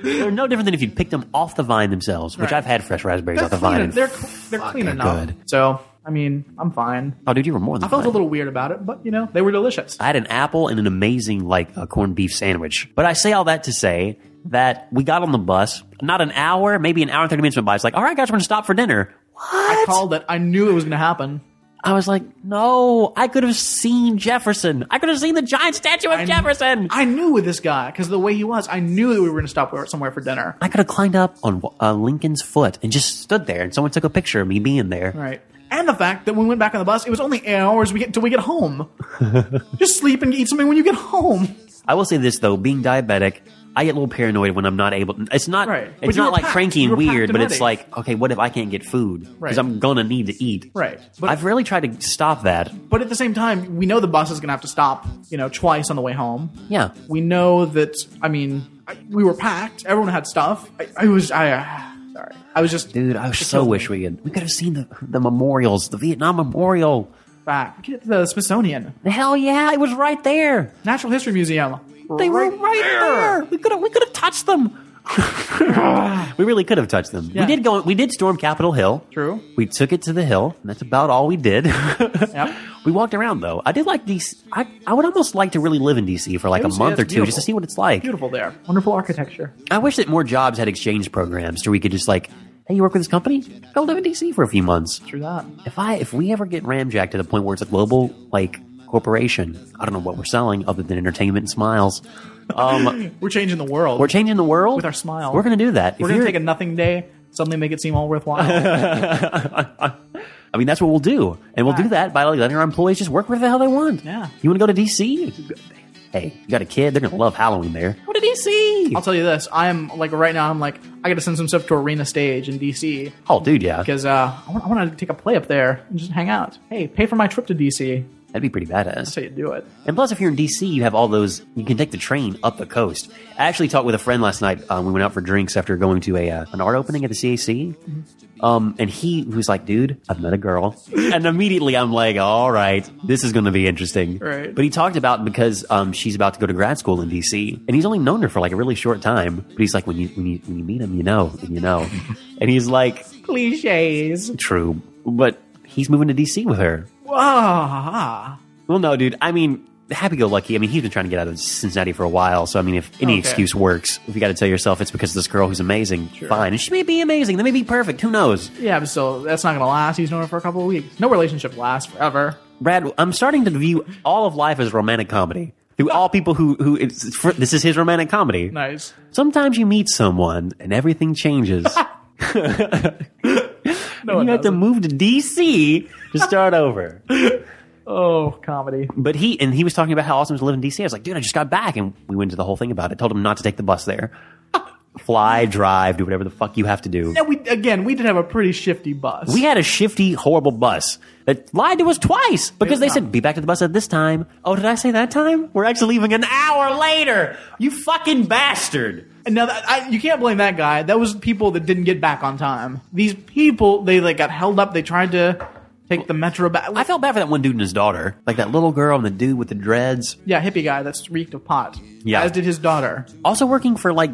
S1: They're no different than if you picked them off the vine themselves, which
S2: Right.
S1: I've had fresh raspberries
S2: They're
S1: off the
S2: clean,
S1: vine.
S2: en-
S1: and-
S2: they're, they're clean enough.
S1: good.
S2: So, I mean, I'm fine.
S1: oh, dude, you were more than
S2: I felt
S1: fine.
S2: a little weird about it, but, you know, they were delicious.
S1: I had an apple and an amazing like a corned beef sandwich. But I say all that to say that we got on the bus, not an hour, maybe an hour and thirty minutes went by. It's like, all right, guys, we're gonna stop for dinner.
S2: I called it. I knew it was going to happen.
S1: I was like, no, I could have seen Jefferson. I could have seen the giant statue of
S2: I-
S1: Jefferson. I,
S2: I knew with this guy, because the way he was, I knew that we were going to stop somewhere for dinner.
S1: could have climbed up on uh, Lincoln's foot and just stood there, and someone took a picture of me being there.
S2: Right. And the fact that when we went back on the bus, it was only eight hours we get till we get home. Just sleep and eat something when you get home.
S1: I will say this though, being diabetic, I get a little paranoid when I'm not able. It's not.
S2: Right. But
S1: It's
S2: you were
S1: not like
S2: packed.
S1: cranky
S2: You
S1: and
S2: were packed
S1: weird,
S2: and
S1: but it's
S2: ready.
S1: like, okay, what if I can't get food? Because
S2: Right.
S1: I'm gonna need to eat.
S2: Right.
S1: But
S2: But-
S1: I've really tried to stop that.
S2: But at the same time, we know the bus is going to have to stop, you know, twice on the way home.
S1: Yeah.
S2: We know that. I mean, I, we were packed. Everyone had stuff. I, I was. I uh, sorry. I was just
S1: Dude, I so
S2: killed
S1: wish we had. We could have seen the, the memorials, the Vietnam Memorial.
S2: back. Get to the Smithsonian
S1: Hell yeah, it was right there.
S2: Natural History Museum.
S1: They were right there. We could have we could have touched them. we really could have touched them.
S2: Yeah.
S1: We did go. We did storm Capitol Hill.
S2: True.
S1: We took it to the hill. And that's about all we did.
S2: Yep.
S1: We walked around though. I did like DC. I, I would almost like to really live in DC for like
S2: It was-
S1: a month
S2: yeah,
S1: or
S2: it's
S1: two just to
S2: beautiful.
S1: see what it's like.
S2: Beautiful there. Wonderful architecture.
S1: I wish that more jobs had exchange programs where we could just like, hey, you work with this company, go live in DC for a few months.
S2: Through that.
S1: If I if we ever get ramjacked to the point where it's a global like corporation, I don't know what we're selling other than entertainment and smiles. Um,
S2: We're changing the world.
S1: we're changing the world
S2: With our smile.
S1: We're gonna do that.
S2: We're
S1: If
S2: gonna
S1: you're-
S2: take a nothing day. Suddenly make it seem all worthwhile.
S1: I mean, that's what we'll do, and we'll do
S2: Right.
S1: that by like, letting our employees just work wherever the hell they want.
S2: Yeah.
S1: You want to go to DC? Hey, you got a kid? They're gonna love Halloween there. Go to DC.
S2: I'll tell you this. I'm like right now. I'm like I got to send some stuff to Arena Stage in DC
S1: Oh, dude, yeah,
S2: because uh, I want, I want to take a play up there and just hang out. Hey, pay for my trip to DC.
S1: that'd be pretty
S2: That's
S1: badass.
S2: how you do it.
S1: And plus, if you're in DC, you have all those. You can take the train up the coast. I actually talked with a friend last night. Um, we went out for drinks after going to a uh, an art opening at the CAC. Um, and he was like, "Dude, I've met a girl," and immediately I'm like, "All right, this is going to be interesting."
S2: Right.
S1: But he talked about because um, she's about to go to grad school in DC, and he's only known her for like a really short time. But he's like, "When you when you, when you meet him, you know, and you know," and he's like,
S2: cliches.
S1: "True," but he's moving to DC with her.
S2: Wow.
S1: Well, no, dude. I mean, happy go lucky. I mean, he's been trying to get out of Cincinnati for a while. So, I mean, if any
S2: Okay.
S1: excuse works, if you got to tell yourself it's because of this girl who's amazing, fine. And she may be amazing. They may be perfect. Who knows?
S2: Yeah, but still, that's not going to last. He's known her for a couple of weeks. No relationship lasts forever.
S1: Brad, I'm starting to view all of life as romantic comedy. Through all people who, who it's, for, this is his romantic comedy.
S2: Nice.
S1: Sometimes you meet someone and everything changes.
S2: No,
S1: you
S2: it
S1: have to
S2: doesn't.
S1: move to DC to start over.
S2: Oh, comedy.
S1: But he and he was talking about how awesome it was to live in DC. I was like, dude, I just got back, and we went into the whole thing about it. Told him not to take the bus there, fly, drive, do whatever the fuck you have to do.
S2: Yeah, we again, we did have a pretty shifty bus.
S1: We had a shifty, horrible bus that lied to us twice because
S2: was
S1: they
S2: not.
S1: said be back to the bus at this time. Oh, did I say that time? We're actually leaving an hour later. You fucking bastard.
S2: And now that, I, you can't blame that guy. That was people that didn't get back on time. These people, they like got held up. They tried to take the metro back.
S1: I felt bad for that one dude and his daughter, like that little girl and the dude with the dreads.
S2: yeah, hippie guy that's reeked of pot.
S1: Yeah.
S2: as did his daughter.
S1: also working for like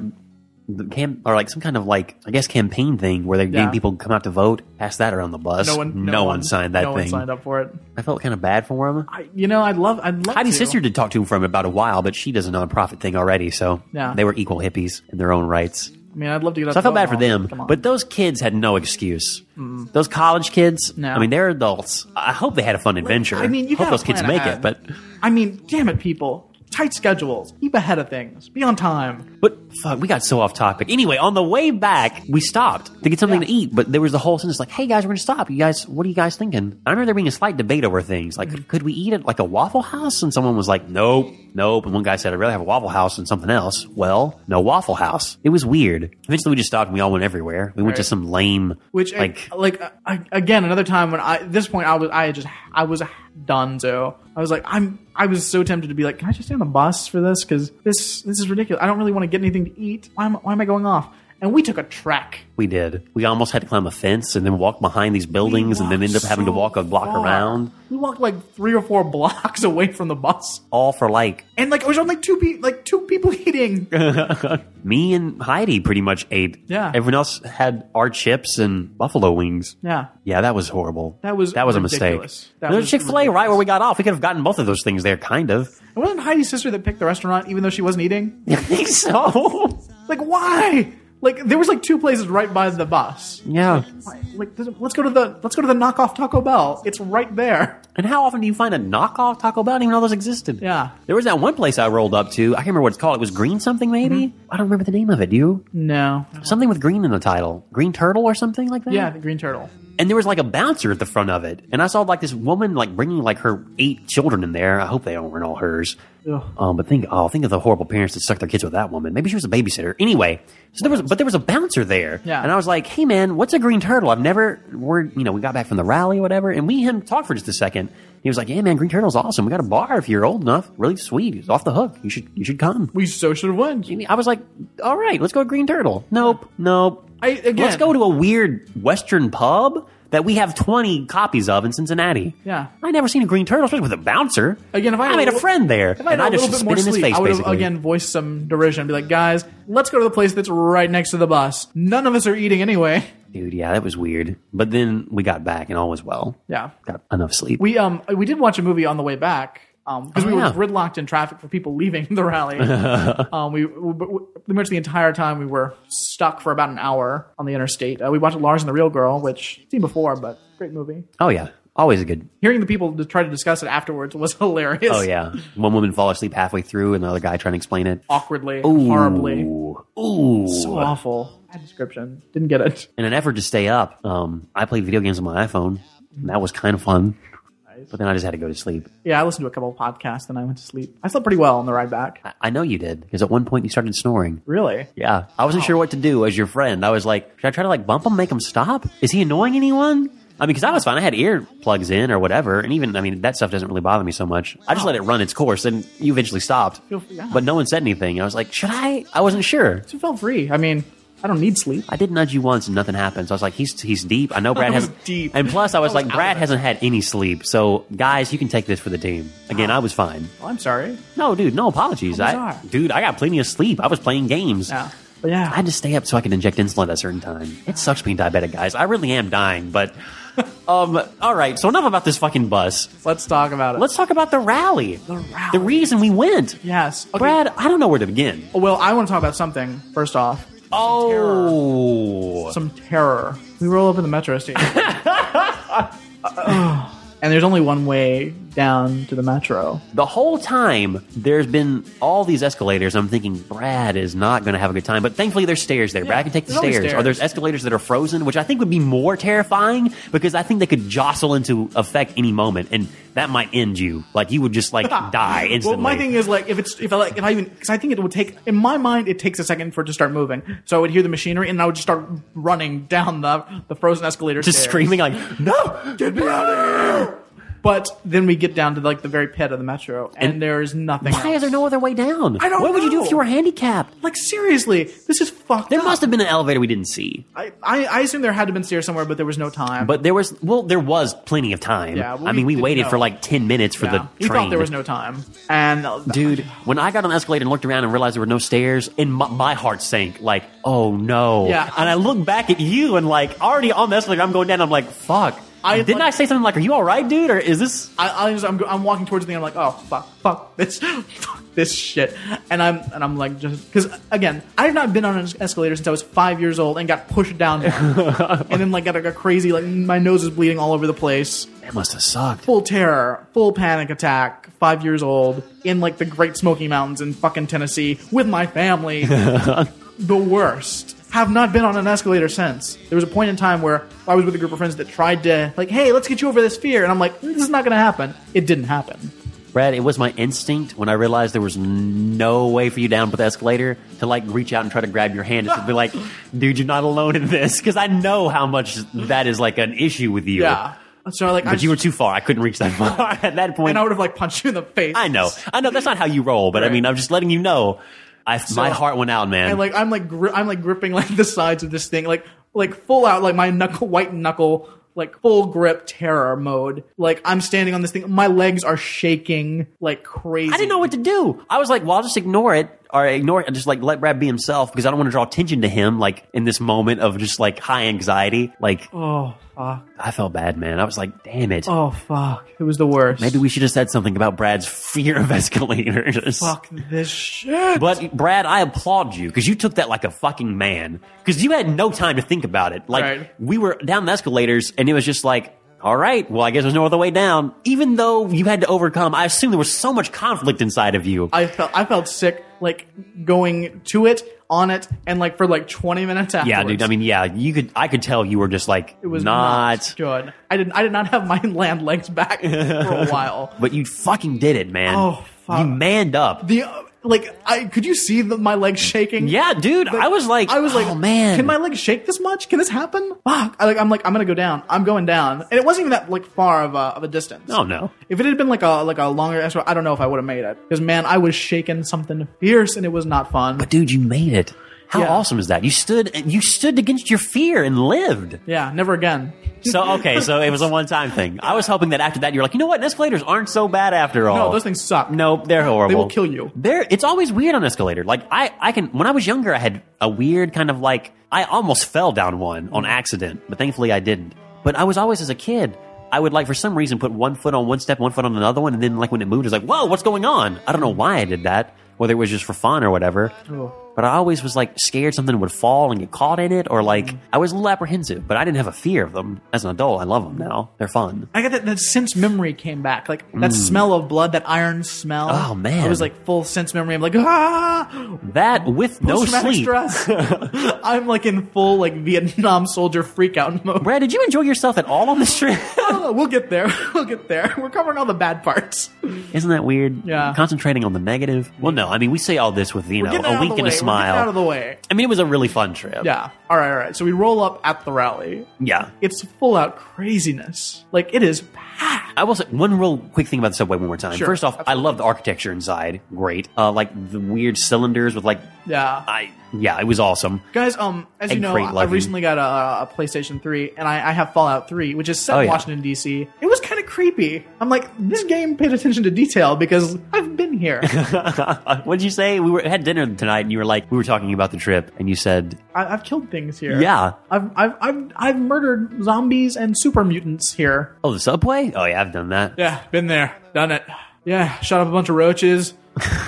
S1: the cam or like some kind of like I guess campaign thing where they're getting
S2: Yeah.
S1: people to come out to vote. Pass that around the bus.
S2: No one, no,
S1: one, signed that
S2: no
S1: thing.
S2: one signed up for it.
S1: I felt kind of bad for him.
S2: I, you know, I'd love, I'd love.
S1: Heidi's
S2: to.
S1: sister did talk to him for him about a while, but she does a nonprofit thing already, so
S2: Yeah.
S1: they were equal hippies in their own rights.
S2: I mean, I'd love to get. out
S1: So I
S2: to
S1: felt bad for
S2: Omaha.
S1: them,
S2: Come on.
S1: but those kids had no excuse. Those college kids,
S2: No.
S1: I mean, they're adults. I hope they had a fun adventure.
S2: I mean, you
S1: hope
S2: gotta
S1: those kids
S2: plan
S1: make
S2: ahead.
S1: it, but
S2: I mean, damn it, people. Tight schedules. Keep ahead of things. Be on time.
S1: But Fuck, we got so off topic. Anyway, on the way back, we stopped to get something to eat, but there was the whole sentence like, hey guys, we're going to stop. You guys, what are you guys thinking? I remember there being a slight debate over things. Like,
S2: Mm-hmm.
S1: could we eat at like a Waffle House? And someone was like, nope, nope. And one guy said, I'd rather have a Waffle House than something else. Well, no Waffle House. It was weird. Eventually we just stopped and we all went everywhere. We went to
S2: Right.
S1: some lame,
S2: Which
S1: like,
S2: like like uh, I, again another time when I at this point I was I just I was done so I was like I'm I was so tempted to be like can I just stay on the bus for this because this this is ridiculous I don't really want to get anything to eat why am why am I going off and we took a trek
S1: we did. We almost had to climb a fence and then walk behind these buildings and then end up having to
S2: so
S1: walk a block
S2: far.
S1: around,
S2: we walked like three or four blocks away from the bus
S1: all for like
S2: and like it was only two people like two people eating
S1: me and Heidi pretty much ate.
S2: Yeah.
S1: Everyone else had our chips and buffalo wings.
S2: yeah
S1: Yeah, that was horrible.
S2: That was
S1: that was a
S2: ridiculous.
S1: mistake.
S2: That
S1: There's
S2: was
S1: Chick Fil A
S2: ridiculous.
S1: right where we got off. We could have gotten both of those things there, kind of.
S2: it wasn't Heidi's sister that picked the restaurant even though she wasn't eating
S1: I think so.
S2: like why like there was like two places right by the bus
S1: yeah.
S2: Like, this- let's go to the let's go to the knockoff Taco Bell. It's right there.
S1: And how often do you find a knockoff Taco Bell? I didn't even know those existed.
S2: Yeah.
S1: There was that one place I rolled up to. I can't remember what it's called. It was Green something, maybe. I don't remember the name of it. Do you?
S2: Mm-hmm. No.
S1: Something with green in the title. Green turtle or something like that.
S2: Yeah, the green turtle.
S1: and there was like a bouncer at the front of it and i saw like this woman like bringing like her eight children in there i hope they weren't all hers
S2: Ugh.
S1: um, but think oh think of the horrible parents that stuck their kids with that woman maybe she was a babysitter anyway so there was but there was a bouncer there
S2: Yeah.
S1: and i was like hey man what's a green turtle i've never we're you know we got back from the rally or whatever and we and him talked for just a second he was like yeah man green turtle's awesome we got a bar if you're old enough really sweet it's off the hook you should you should come
S2: We so should have won.
S1: I was like, all right, let's go to Green Turtle. Nope, nope.
S2: I- again-
S1: let's go to a weird Western pub that we have 20 copies of in Cincinnati.
S2: Yeah.
S1: I never seen a Green Turtle, especially with a bouncer.
S2: Again, if I had a
S1: made a
S2: little-
S1: friend there,
S2: If I had
S1: and
S2: a
S1: I just
S2: little bit more
S1: spit in his
S2: sleep,
S1: face,
S2: I would have
S1: basically.
S2: again voiced some derision. Be like, guys, let's go to the place that's right next to the bus. None of us are eating anyway.
S1: Dude, yeah, that was weird. But then we got back, and all was well.
S2: Yeah.
S1: Got enough sleep.
S2: We um we did watch a movie on the way back. Um, because
S1: Oh,
S2: we were
S1: yeah.
S2: gridlocked in traffic for people leaving the rally. um, we, we, we pretty much the entire time we were stuck for about an hour on the interstate. Uh, we watched Lars and the Real Girl, which I've seen before, but great movie.
S1: oh, yeah. Always a good.
S2: hearing the people to try to discuss it afterwards was hilarious.
S1: Oh, yeah. One woman fall asleep halfway through, and the other guy trying to explain it.
S2: Awkwardly,
S1: Ooh.
S2: horribly.
S1: Ooh.
S2: So awful. Bad description. Didn't get it.
S1: in an effort to stay up, um, I played video games on my iPhone. And that was kind of fun. But then I just had to go to sleep.
S2: Yeah, I listened to a couple of podcasts and I went to sleep. I slept pretty well on the ride back.
S1: I, I know you did because at one point you started snoring.
S2: Really?
S1: Yeah, I wasn't sure what to do as your friend. I was like, should I try to like bump him, make him stop? Is he annoying anyone? I mean, because I was fine. I had earplugs in or whatever, and even I mean that stuff doesn't really bother me so much. I just let it run its course, and you eventually stopped.
S2: Feel free- yeah.
S1: But no one said anything. I was like, should I? I wasn't sure.
S2: So it felt free. I mean, I don't need sleep.
S1: I did nudge you once and nothing happened. So I was like, he's he's deep. I know Brad
S2: That was
S1: has
S2: deep.
S1: And plus, I was,
S2: That was
S1: like, Brad
S2: out.
S1: hasn't had any sleep. So guys, you can take this for the team. Again, I was fine.
S2: Well, Oh, I'm sorry.
S1: No, dude, no apologies. I,
S2: bizarre.
S1: dude, I got plenty of sleep. I was playing games.
S2: Yeah. But yeah.
S1: I had to stay up so I could inject insulin at a certain time. It sucks being diabetic, guys. I really am dying. But um, all right. So enough about this fucking bus.
S2: Let's talk about it.
S1: Let's talk about the rally. The
S2: rally.
S1: reason we went.
S2: Yes. Okay.
S1: Brad, I don't know where to begin.
S2: Oh, Well, I want to talk about something first off.
S1: Oh,
S2: Some terror. We roll up in the metro station. and there's only one way down to the metro.
S1: the whole time there's been all these escalators. I'm thinking Brad is not going to have a good time, but thankfully there's stairs there. Brad can take the
S2: there's always
S1: stairs. or
S2: stairs.
S1: there's escalators that are frozen, which I think would be more terrifying because I think they could jostle into effect any moment, and that might end you. Like you would just like die instantly.
S2: Well, my thing is like if it's if I like if I even because I think it would take in my mind it takes a second for it to start moving. So I would hear the machinery and I would just start running down the the frozen escalator.
S1: just
S2: stairs.
S1: screaming like, "No, get me out of here!"
S2: But then we get down to like the very pit of the metro, and,
S1: And
S2: there is nothing.
S1: Why is
S2: else.
S1: there no other way down?
S2: I don't
S1: What would you do
S2: know.
S1: if you were handicapped?
S2: Like seriously, this is fucked.
S1: There
S2: up.
S1: must have been an elevator we didn't see.
S2: I, I I assume there had to have been stairs somewhere, but there was no time.
S1: But there was well, there was plenty of time.
S2: Yeah, well,
S1: I
S2: we
S1: mean, we
S2: didn't
S1: waited
S2: know.
S1: for like ten minutes for
S2: yeah.
S1: the
S2: we
S1: train.
S2: thought there was no time, and
S1: Dude, when I got on the escalator and looked around and realized there were no stairs, and my, my heart sank. Like, oh no.
S2: Yeah.
S1: And I look back at you and like already on the escalator, I'm going down. I'm like, fuck.
S2: I
S1: Didn't I say something like, "Are you all right, dude?" Or is this?
S2: I, I just, I'm, I'm walking towards the thing. I'm like, oh fuck, fuck this, fuck this shit. And I'm and I'm like, just because again, I have not been on an escalator since I was five years old and got pushed down, one. and then like got like a crazy like my nose is bleeding all over the place.
S1: It must have sucked.
S2: Full terror, full panic attack. Five years old in like the Great Smoky Mountains in fucking Tennessee with my family. the worst. Have not been on an escalator since. There was a point in time where I was with a group of friends that tried to like, hey, let's get you over this fear, and I'm like, this is not going to happen. It didn't happen.
S1: Brad, it was my instinct when I realized there was no way for you down with the escalator to like reach out and try to grab your hand and be like, dude, you're not alone in this. Cause I know how much that is like an issue with you.
S2: Yeah. So like, I
S1: But you were
S2: just-
S1: too far. I couldn't reach that far at that point.
S2: and I would have like punched you in the face.
S1: I know. I know that's not how you roll, but I
S2: Right.
S1: mean, I'm just letting you know. I, my heart went out, man.
S2: And like I'm like gri- I'm like gripping like the sides of this thing, like like full out, like my knuckle, white knuckle, like full grip terror mode. Like I'm standing on this thing, my legs are shaking like crazy.
S1: I didn't know what to do. I was like, well, I'll just ignore it or ignore it and just like let Brad be himself because I don't want to draw attention to him like in this moment of just like high anxiety. Like,
S2: Oh fuck!
S1: I felt bad, man. I was like, damn it.
S2: Oh fuck! It was the worst.
S1: Maybe we should have said something about Brad's fear of escalators.
S2: fuck this shit.
S1: But Brad, I applaud you because you took that like a fucking man because you had no time to think about it. Like
S2: Right.
S1: we were down the escalators and it was just like, all right, well, I guess there's no other way down. Even though you had to overcome, I assume there was so much conflict inside of you.
S2: I felt I felt sick, like going to it, on it, and like for like 20 minutes afterwards.
S1: yeah, dude. I mean, yeah, you could. I could tell you were just like
S2: it was
S1: not.
S2: not good. I didn't I did not have my land legs back for a while.
S1: but you fucking did it, man.
S2: Oh, fuck.
S1: You manned up.
S2: the uh, like I could you see the, my legs shaking?
S1: Yeah, dude. I was like,
S2: I was like,
S1: oh man.
S2: can my legs shake this much? Can this happen? Fuck! I, like, I'm like, I'm gonna go down. I'm going down, and it wasn't even that like far of a of a distance.
S1: Oh, no.
S2: If it had been like a like a longer escalator, I don't know if I would have made it because man, I was shaking something fierce, and it was not fun.
S1: But dude, you made it. How
S2: Yeah.
S1: awesome is that? You stood. You stood against your fear and lived.
S2: yeah, never again.
S1: So okay, so it was a one-time thing. I was hoping that after that you're like, you know what, escalators aren't so bad after all.
S2: No, those things suck.
S1: Nope, they're horrible.
S2: They will kill you.
S1: They're it's always weird on escalator. Like I, I can when I was younger, I had a weird kind of like I almost fell down one on accident, but thankfully I didn't. But I was always as a kid. I would like for some reason put one foot on one step, one foot on another one, and then like when it moved, it was like, whoa, what's going on? I don't know why I did that, whether it was just for fun or whatever.
S2: Ugh.
S1: But I always was like scared something would fall and get caught in it, or
S2: Mm-hmm.
S1: like I was a little apprehensive, but I didn't have a fear of them. As an adult, I love them now. They're fun.
S2: I got that, that sense memory came back, like that smell of blood, that iron smell.
S1: Mm. Oh, man.
S2: I was like full sense memory. I'm like, ah,
S1: That with no
S2: Post-traumatic
S1: sleep.
S2: stress. I'm like in full like Vietnam soldier freak out mode.
S1: Brad, did you enjoy yourself at all on this trip?
S2: Oh, we'll get there. We'll get there. We're covering all the bad parts.
S1: Isn't that weird?
S2: Yeah.
S1: Concentrating on the negative. Well, no. I mean, we say all this with you know
S2: Get that
S1: a
S2: out of the
S1: wink and
S2: way.
S1: a
S2: We're getting out of
S1: smile.
S2: the way.
S1: I mean, it was a really fun trip.
S2: Yeah. All right. All right. So we roll up at the rally.
S1: Yeah.
S2: It's full out craziness. Like it is packed.
S1: I will say one real quick thing about the subway one more time.
S2: Sure.
S1: First off, I love the architecture inside. Great. Uh, like the weird cylinders with like,
S2: Yeah.
S1: I yeah, it was awesome.
S2: Guys, um, as you
S1: And
S2: know,
S1: great
S2: I- I
S1: luggage.
S2: recently got a, a PlayStation 3, and I, I have Fallout 3, which is set
S1: Oh,
S2: in
S1: yeah.
S2: Washington D.C. It was kind of creepy. I'm like, this game paid attention to detail because I've been here.
S1: What'd you say? We were had dinner tonight, and you were like, we were talking about the trip, and you said,
S2: I, I've killed things here.
S1: yeah,
S2: I've, I've, I've, I've murdered zombies and super mutants here.
S1: oh, the subway. Oh yeah, I've done that.
S2: Yeah, been there, done it. Yeah, shot up a bunch of roaches,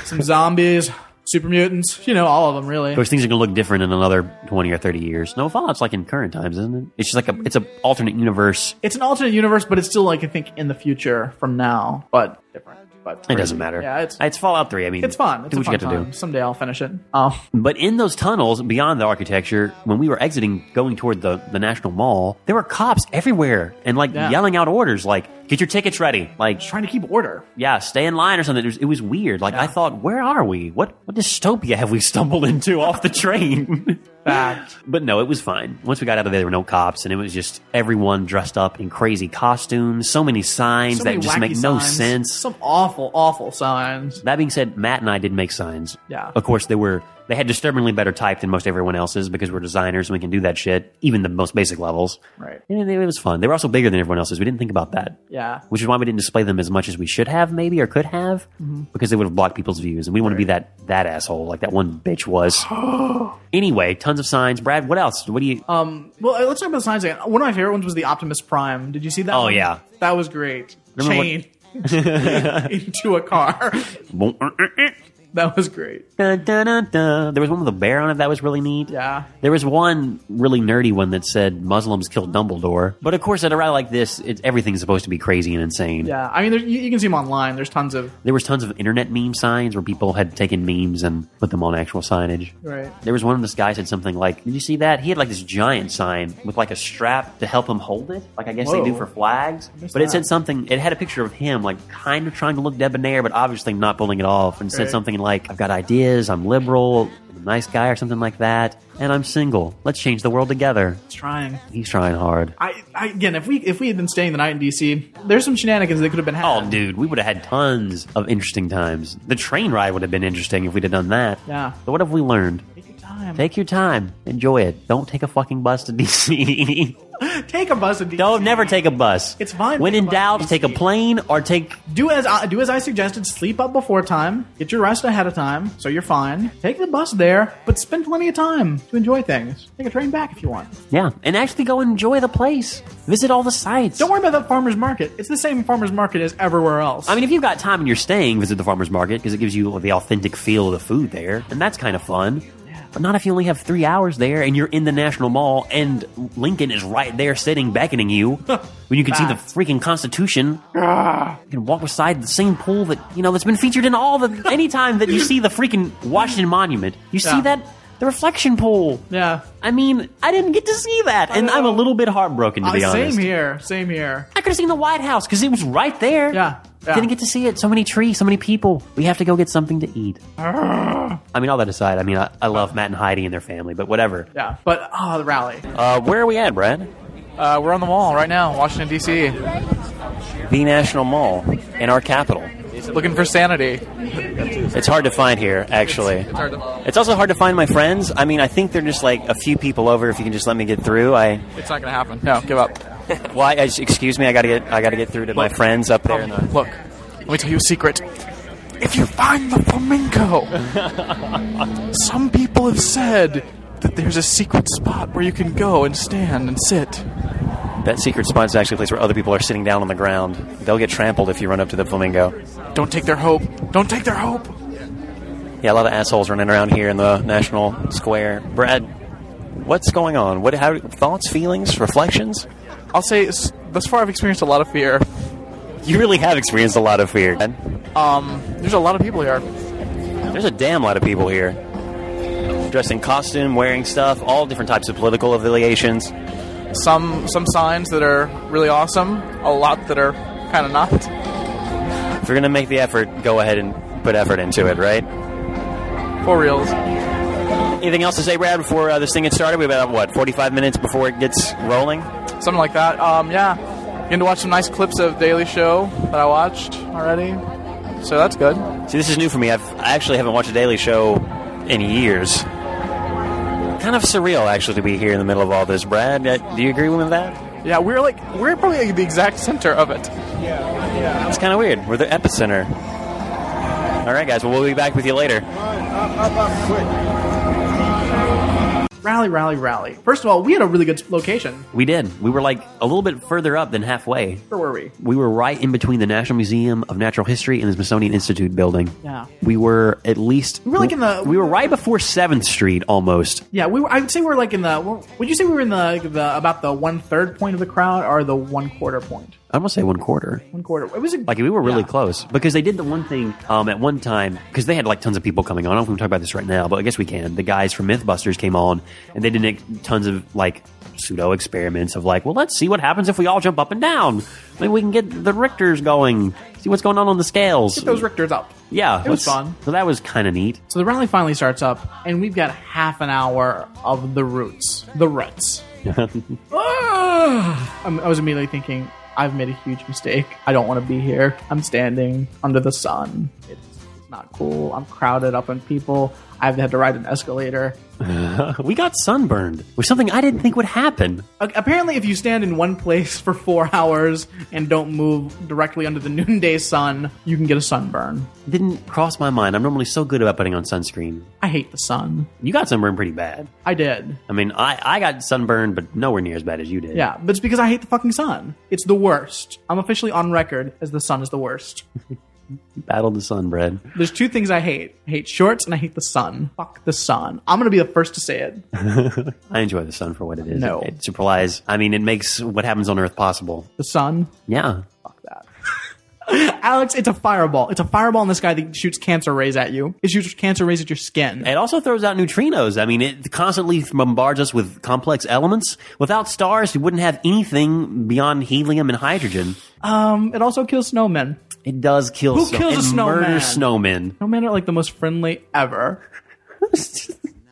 S2: some zombies, super mutants, you know, all of them really.
S1: Those things are gonna look different in another twenty or thirty years. No, Fallout's like in current times, isn't it? It's just like a it's a alternate universe.
S2: It's an alternate universe, but it's still like I think in the future from now, but different. But
S1: It doesn't matter.
S2: Yeah, it's
S1: it's Fallout Three. I mean,
S2: it's fun. It's
S1: do
S2: a
S1: what
S2: fun
S1: you got
S2: time.
S1: to do.
S2: Someday I'll finish it. Oh,
S1: But in those tunnels, beyond the architecture, when we were exiting, going toward the the National Mall, there were cops everywhere and like
S2: Yeah.
S1: yelling out orders, like "Get your tickets ready!" Like,
S2: trying to keep order.
S1: yeah, stay in line or something. It was, it was weird. Like, I thought, where are we? What what dystopia have we stumbled into off the train?
S2: Fact.
S1: But no, it was fine. Once we got out of there, there were no cops, and it was just everyone dressed up in crazy costumes. So many signs
S2: So
S1: that
S2: many
S1: just
S2: wacky
S1: make no
S2: signs.
S1: sense.
S2: Some awful, awful signs.
S1: that being said, Matt and I did make signs.
S2: Yeah.
S1: Of course, there were They had disturbingly better type than most everyone else's because we're designers and we can do that shit, even the most basic levels.
S2: Right.
S1: And it was fun. They were also bigger than everyone else's. We didn't think about that.
S2: Yeah.
S1: Which is why we didn't display them as much as we should have, maybe, or could have,
S2: Mm-hmm.
S1: because they would have blocked people's views. And we want to be that, that asshole, like that one bitch was. anyway, tons of signs. Brad, what else? What do you.
S2: Well, uh, let's talk about the science again. One of my favorite ones was the Optimus Prime. Did you see that?
S1: Oh,
S2: one?
S1: yeah.
S2: that was great.
S1: Remember
S2: Chain into a car. That was great.
S1: Dun, dun, dun, dun. There was one with a bear on it that was really neat.
S2: Yeah.
S1: There was one really nerdy one that said Muslims killed Dumbledore. But of course, at a rally like this, it, everything's supposed to be crazy and insane.
S2: Yeah, I mean, there, you, you can see them online. There's tons of
S1: There was tons of internet meme signs where people had taken memes and put them on actual signage.
S2: right.
S1: There was one of this guy said something like, "Did you see that? He had like this giant sign with like a strap to help him hold it, like I guess they do
S2: Whoa.
S1: for flags." But
S2: missed
S1: it said
S2: that.
S1: something. It had a picture of him, like kind of trying to look debonair, but obviously not pulling it off, and said
S2: Right.
S1: something like, "I've got ideas. I'm liberal, I'm a nice guy, or something like that, and I'm single. Let's change the world together."
S2: It's trying.
S1: He's trying hard.
S2: I, I again, if we if we had been staying the night in DC, there's some shenanigans that could have been
S1: Oh,
S2: happening.
S1: dude, we would have had tons of interesting times. The train ride would have been interesting if we'd have done that.
S2: Yeah.
S1: But what have we learned?
S2: Take your time.
S1: Take your time. Enjoy it. Don't take a fucking bus to DC.
S2: Take a bus to DC.
S1: Don't never take a bus.
S2: It's fine.
S1: When
S2: Take a
S1: in
S2: bus.
S1: doubt, take a plane or take.
S2: Do as I, do as I suggested. Sleep up before time. Get your rest ahead of time, so you're fine. Take the bus there, but spend plenty of time to enjoy things. Take a train back if you want.
S1: Yeah, and actually go enjoy the place. Visit all the sites.
S2: Don't worry about that farmers market. It's the same farmers market as everywhere else.
S1: I mean, if you've got time and you're staying, visit the farmer's market because it gives you the authentic feel of the food there, and that's kind of fun. But not if you only have three hours there and you're in the National Mall and Lincoln is right there sitting, beckoning you when you can see the
S2: Facts. Ah.
S1: freaking Constitution. You can walk beside the same pool that, you know, that's been featured in all the. Anytime that you see the freaking Washington Monument, you see
S2: Yeah.
S1: that. The reflection pool.
S2: yeah.
S1: I mean, I didn't get to see that, and I'm a little bit heartbroken to
S2: Uh,
S1: be honest.
S2: same here. Same here.
S1: I could have seen the White House because it was right there.
S2: Yeah, yeah.
S1: Didn't get to see it. So many trees, so many people. We have to go get something to eat. I mean, all that aside, I mean, I, I love Matt and Heidi and their family, but whatever.
S2: Yeah. But ah, the rally.
S1: Uh, where are we at, Brad?
S4: Uh, we're on the mall right now, Washington D.C.
S1: The National Mall in our capital.
S4: Looking for sanity.
S1: It's hard to find here, actually.
S4: It's hard to.
S1: It's also hard to find my friends. I mean, I think they're just like a few people over. If you can just let me get through, I
S4: It's not gonna happen. No, give up.
S1: why? I, excuse me, I gotta get I gotta get through to my friends up there. In
S2: Oh.
S1: the,
S4: Look, let me tell you a secret. If you find the flamingo, some people have said that there's a secret spot where you can go and stand and sit.
S1: that secret spot is actually a place where other people are sitting down on the ground. They'll get trampled if you run up to the flamingo.
S4: Don't take their hope. Don't take their hope.
S1: Yeah, a lot of assholes running around here in the National Square. Brad, what's going on? What? How? Thoughts, feelings, reflections?
S4: I'll say s- thus far I've experienced a lot of fear.
S1: You really have experienced a lot of fear. Brad.
S4: Um, there's a lot of people here.
S1: There's a damn lot of people here, dressed in costume, wearing stuff, all different types of political affiliations.
S4: Some some signs that are really awesome. A lot that are kind of not.
S1: If you're gonna make the effort, go ahead and put effort into it. Right?
S4: For reals.
S1: Anything else to say, Brad? Before uh, this thing gets started, we have about what 45 minutes before it gets rolling.
S4: something like that. Um, yeah, getting to watch some nice clips of Daily Show that I watched already, so that's good.
S1: See, this is new for me. I've, I actually haven't watched a Daily Show in years. Kind of surreal, actually, to be here in the middle of all this. Brad, uh, do you agree with that?
S4: Yeah, we're like we're probably the exact center of it.
S1: It's kind of weird. We're the epicenter. All right, guys. Well, we'll be back with you later.
S2: Rally, rally, rally. First of all, we had a really good location.
S1: We did. We were like a little bit further up than halfway.
S2: Where were we?
S1: We were right in between the National Museum of Natural History and the Smithsonian Institute building.
S2: Yeah.
S1: We were at least. We
S2: were like in the-
S1: We were right before 7th Street almost.
S2: Yeah, we were, I would say we were like in the. Would you say we were in the the about the one third point of the crowd or the one quarter point?
S1: I'm going to say one quarter.
S2: One quarter. It was a,
S1: Like we were really
S2: Yeah.
S1: close because they did the one thing um, at one time because they had like tons of people coming on. I don't know if we can talk about this right now, but I guess we can. The guys from MythBusters came on and they did like, tons of like pseudo experiments of like, well, let's see what happens if we all jump up and down. Maybe we can get the Richters going. See what's going on on the scales.
S2: Get those Richters up.
S1: yeah,
S2: it was
S1: let's-
S2: fun.
S1: So that was kind of neat.
S2: So the rally finally starts up, and we've got half an hour of the roots, the ruts. Ah! I'm- I was immediately thinking, I've made a huge mistake. I don't want to be here. I'm standing under the sun. It's not cool. I'm crowded up on people. I've had to ride an escalator.
S1: We got sunburned, which is something I didn't think would happen.
S2: A- Apparently, if you stand in one place for four hours and don't move directly under the noonday sun, you can get a sunburn.
S1: Didn't cross my mind. I'm normally so good about putting on sunscreen.
S2: I hate the sun.
S1: You got sunburned pretty bad.
S2: I did.
S1: I mean, I, I got sunburned, but nowhere near as bad as you did.
S2: Yeah, but it's because I hate the fucking sun. It's the worst. I'm officially on record as the sun is the worst.
S1: Battled the sun, Brad.
S2: There's two things I hate. I hate shorts and I hate the sun. Fuck the sun. I'm gonna be the first to say it.
S1: I enjoy the sun for what it is.
S2: No.
S1: It, it supplies, I mean, it makes what happens on Earth possible.
S2: The sun.
S1: Yeah.
S2: Fuck that. Alex, it's a fireball. It's a fireball in the sky that shoots cancer rays at you. It shoots cancer rays at your skin.
S1: It also throws out neutrinos. I mean, it constantly bombards us with complex elements. Without stars, we wouldn't have anything beyond helium and hydrogen.
S2: Um, it also kills snowmen.
S1: It does kill
S2: Who
S1: snow-
S2: kills a
S1: it
S2: snowman?
S1: murders snowmen.
S2: Snowmen are like the most friendly ever.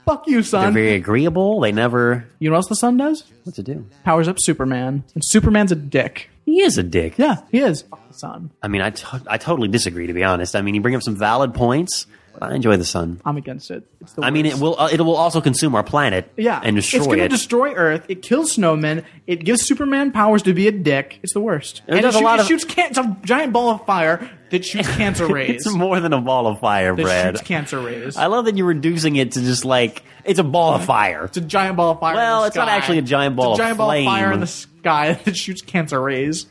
S2: Fuck you,
S1: They're
S2: son.
S1: very agreeable. They never.
S2: you know what else the sun does?
S1: What's it do?
S2: Powers up Superman. And Superman's a dick.
S1: He is a dick.
S2: Yeah, he is. Fuck the sun.
S1: I mean, I, to- I totally disagree, to be honest. I mean, you bring up some valid points, but I enjoy the sun.
S2: I'm against it. It's the
S1: I mean, it
S2: worst.
S1: will uh, it will also consume our planet
S2: Yeah,
S1: and destroy
S2: It's gonna
S1: it.
S2: destroy Earth. It kills snowmen. It gives Superman powers to be a dick. It's the worst.
S1: It
S2: and
S1: does
S2: it
S1: a
S2: shoot-
S1: lot
S2: it
S1: of-
S2: shoots can- it's a giant ball of fire that shoots cancer rays.
S1: it's more than a ball of fire,
S2: that
S1: Brad.
S2: shoots cancer rays.
S1: I love that you're reducing it to just like it's a ball of fire.
S2: it's a giant ball of fire.
S1: Well,
S2: in the
S1: it's not
S2: sky.
S1: actually a giant ball
S2: It's a
S1: of
S2: giant ball
S1: flame.
S2: of fire in the sky that shoots cancer rays.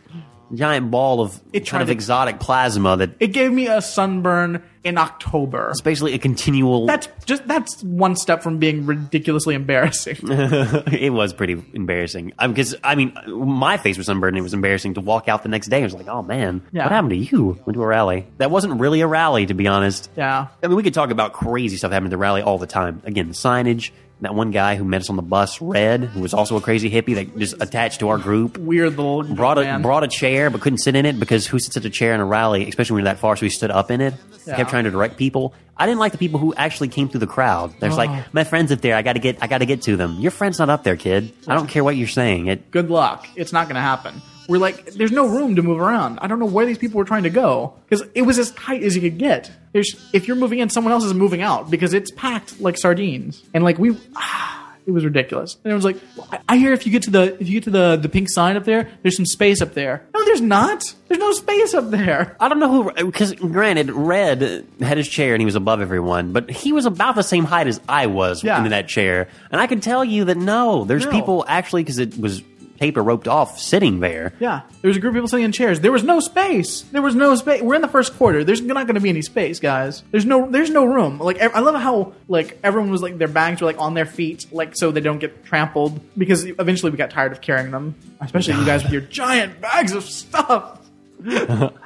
S1: Giant ball of
S2: It
S1: kind
S2: tried
S1: of
S2: to-
S1: exotic plasma that
S2: It gave me a sunburn in October.
S1: it's basically a continual.
S2: That's just that's one step from being ridiculously embarrassing.
S1: it was pretty embarrassing. Because I, mean, my face was sunburned. It was embarrassing to walk out the next day. I was like, oh man,
S2: Yeah.
S1: what happened to you? Went to a rally. That wasn't really a rally, to be honest.
S2: yeah.
S1: I mean, we could talk about crazy stuff happening at the rally all the time. Again, the signage. That one guy who met us on the bus, Red, who was also a crazy hippie that just attached to our group.
S2: Weird little
S1: Brought a
S2: man.
S1: brought a chair, but couldn't sit in it because who sits at a chair in a rally, especially when you're that far? So he stood up in it. He
S2: Yeah.
S1: Kept trying to direct people. I didn't like the people who actually came through the crowd. There's
S2: Oh.
S1: like my friends up there. I got to get I got to get to them. Your friend's not up there, kid. I don't care what you're saying. It
S2: good luck. It's not going to happen. We're like, there's no room to move around. I don't know where these people were trying to go because it was as tight as you could get. There's, if you're moving in, someone else is moving out because it's packed like sardines. And like we, ah, it was ridiculous. And everyone's like, "Well, I, I hear if you get to the if you get to the the pink sign up there, there's some space up there. No, there's not. There's no space up there.
S1: I don't know who, because granted, Red had his chair and he was above everyone, but he was about the same height as I was
S2: Yeah.
S1: in that chair. And I can tell you that no, there's
S2: No.
S1: people actually, because it was paper roped off sitting there.
S2: Yeah, there was a group of people sitting in chairs. There was no space. There was no space. We're in the first quarter. There's not going to be any space, guys. There's no. There's no room. Like ev- I love how like everyone was like their bags were like on their feet, like so they don't get trampled. Because eventually we got tired of carrying them, especially you guys with your giant bags of stuff.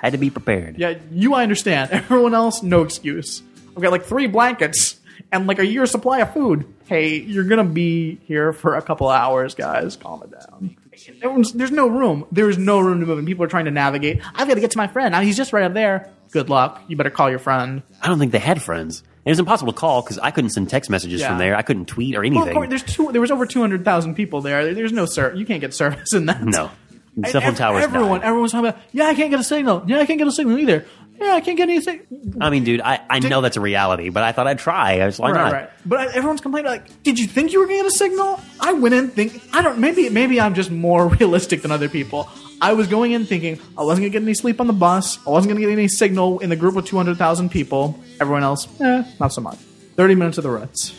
S1: Had to be prepared.
S2: Yeah, you I understand. Everyone else, no excuse. I've got like three blankets and like a year's supply of food. Hey, you're gonna be here for a couple hours, guys. Calm it down. Everyone's, there's no room. There's no room to move, and people are trying to navigate. I've got to get to my friend. Now he's just right up there. Good luck. You better call your friend.
S1: I don't think they had friends. It was impossible to call because I couldn't send text messages
S2: Yeah.
S1: from there. I couldn't tweet or
S2: Well, of
S1: anything.
S2: course, there's two. There was over two hundred thousand people there. There- There's no sir. You can't get service in that.
S1: no.
S2: And
S1: Cell phone
S2: ev-
S1: towers
S2: Everyone,
S1: died.
S2: everyone's talking about. Yeah, I can't get a signal. Yeah, I can't get a signal either. Yeah, I can't get anything.
S1: I mean, dude, I, I know that's a reality, but I thought I'd try. I was why
S2: Right,
S1: not?
S2: right. But I- everyone's complaining like, did you think you were getting a signal? I went in think I don't maybe maybe I'm just more realistic than other people. I was going in thinking I wasn't gonna get any sleep on the bus. I wasn't gonna get any signal in the group of two hundred thousand people. Everyone else, eh, not so much. Thirty minutes of the ruts.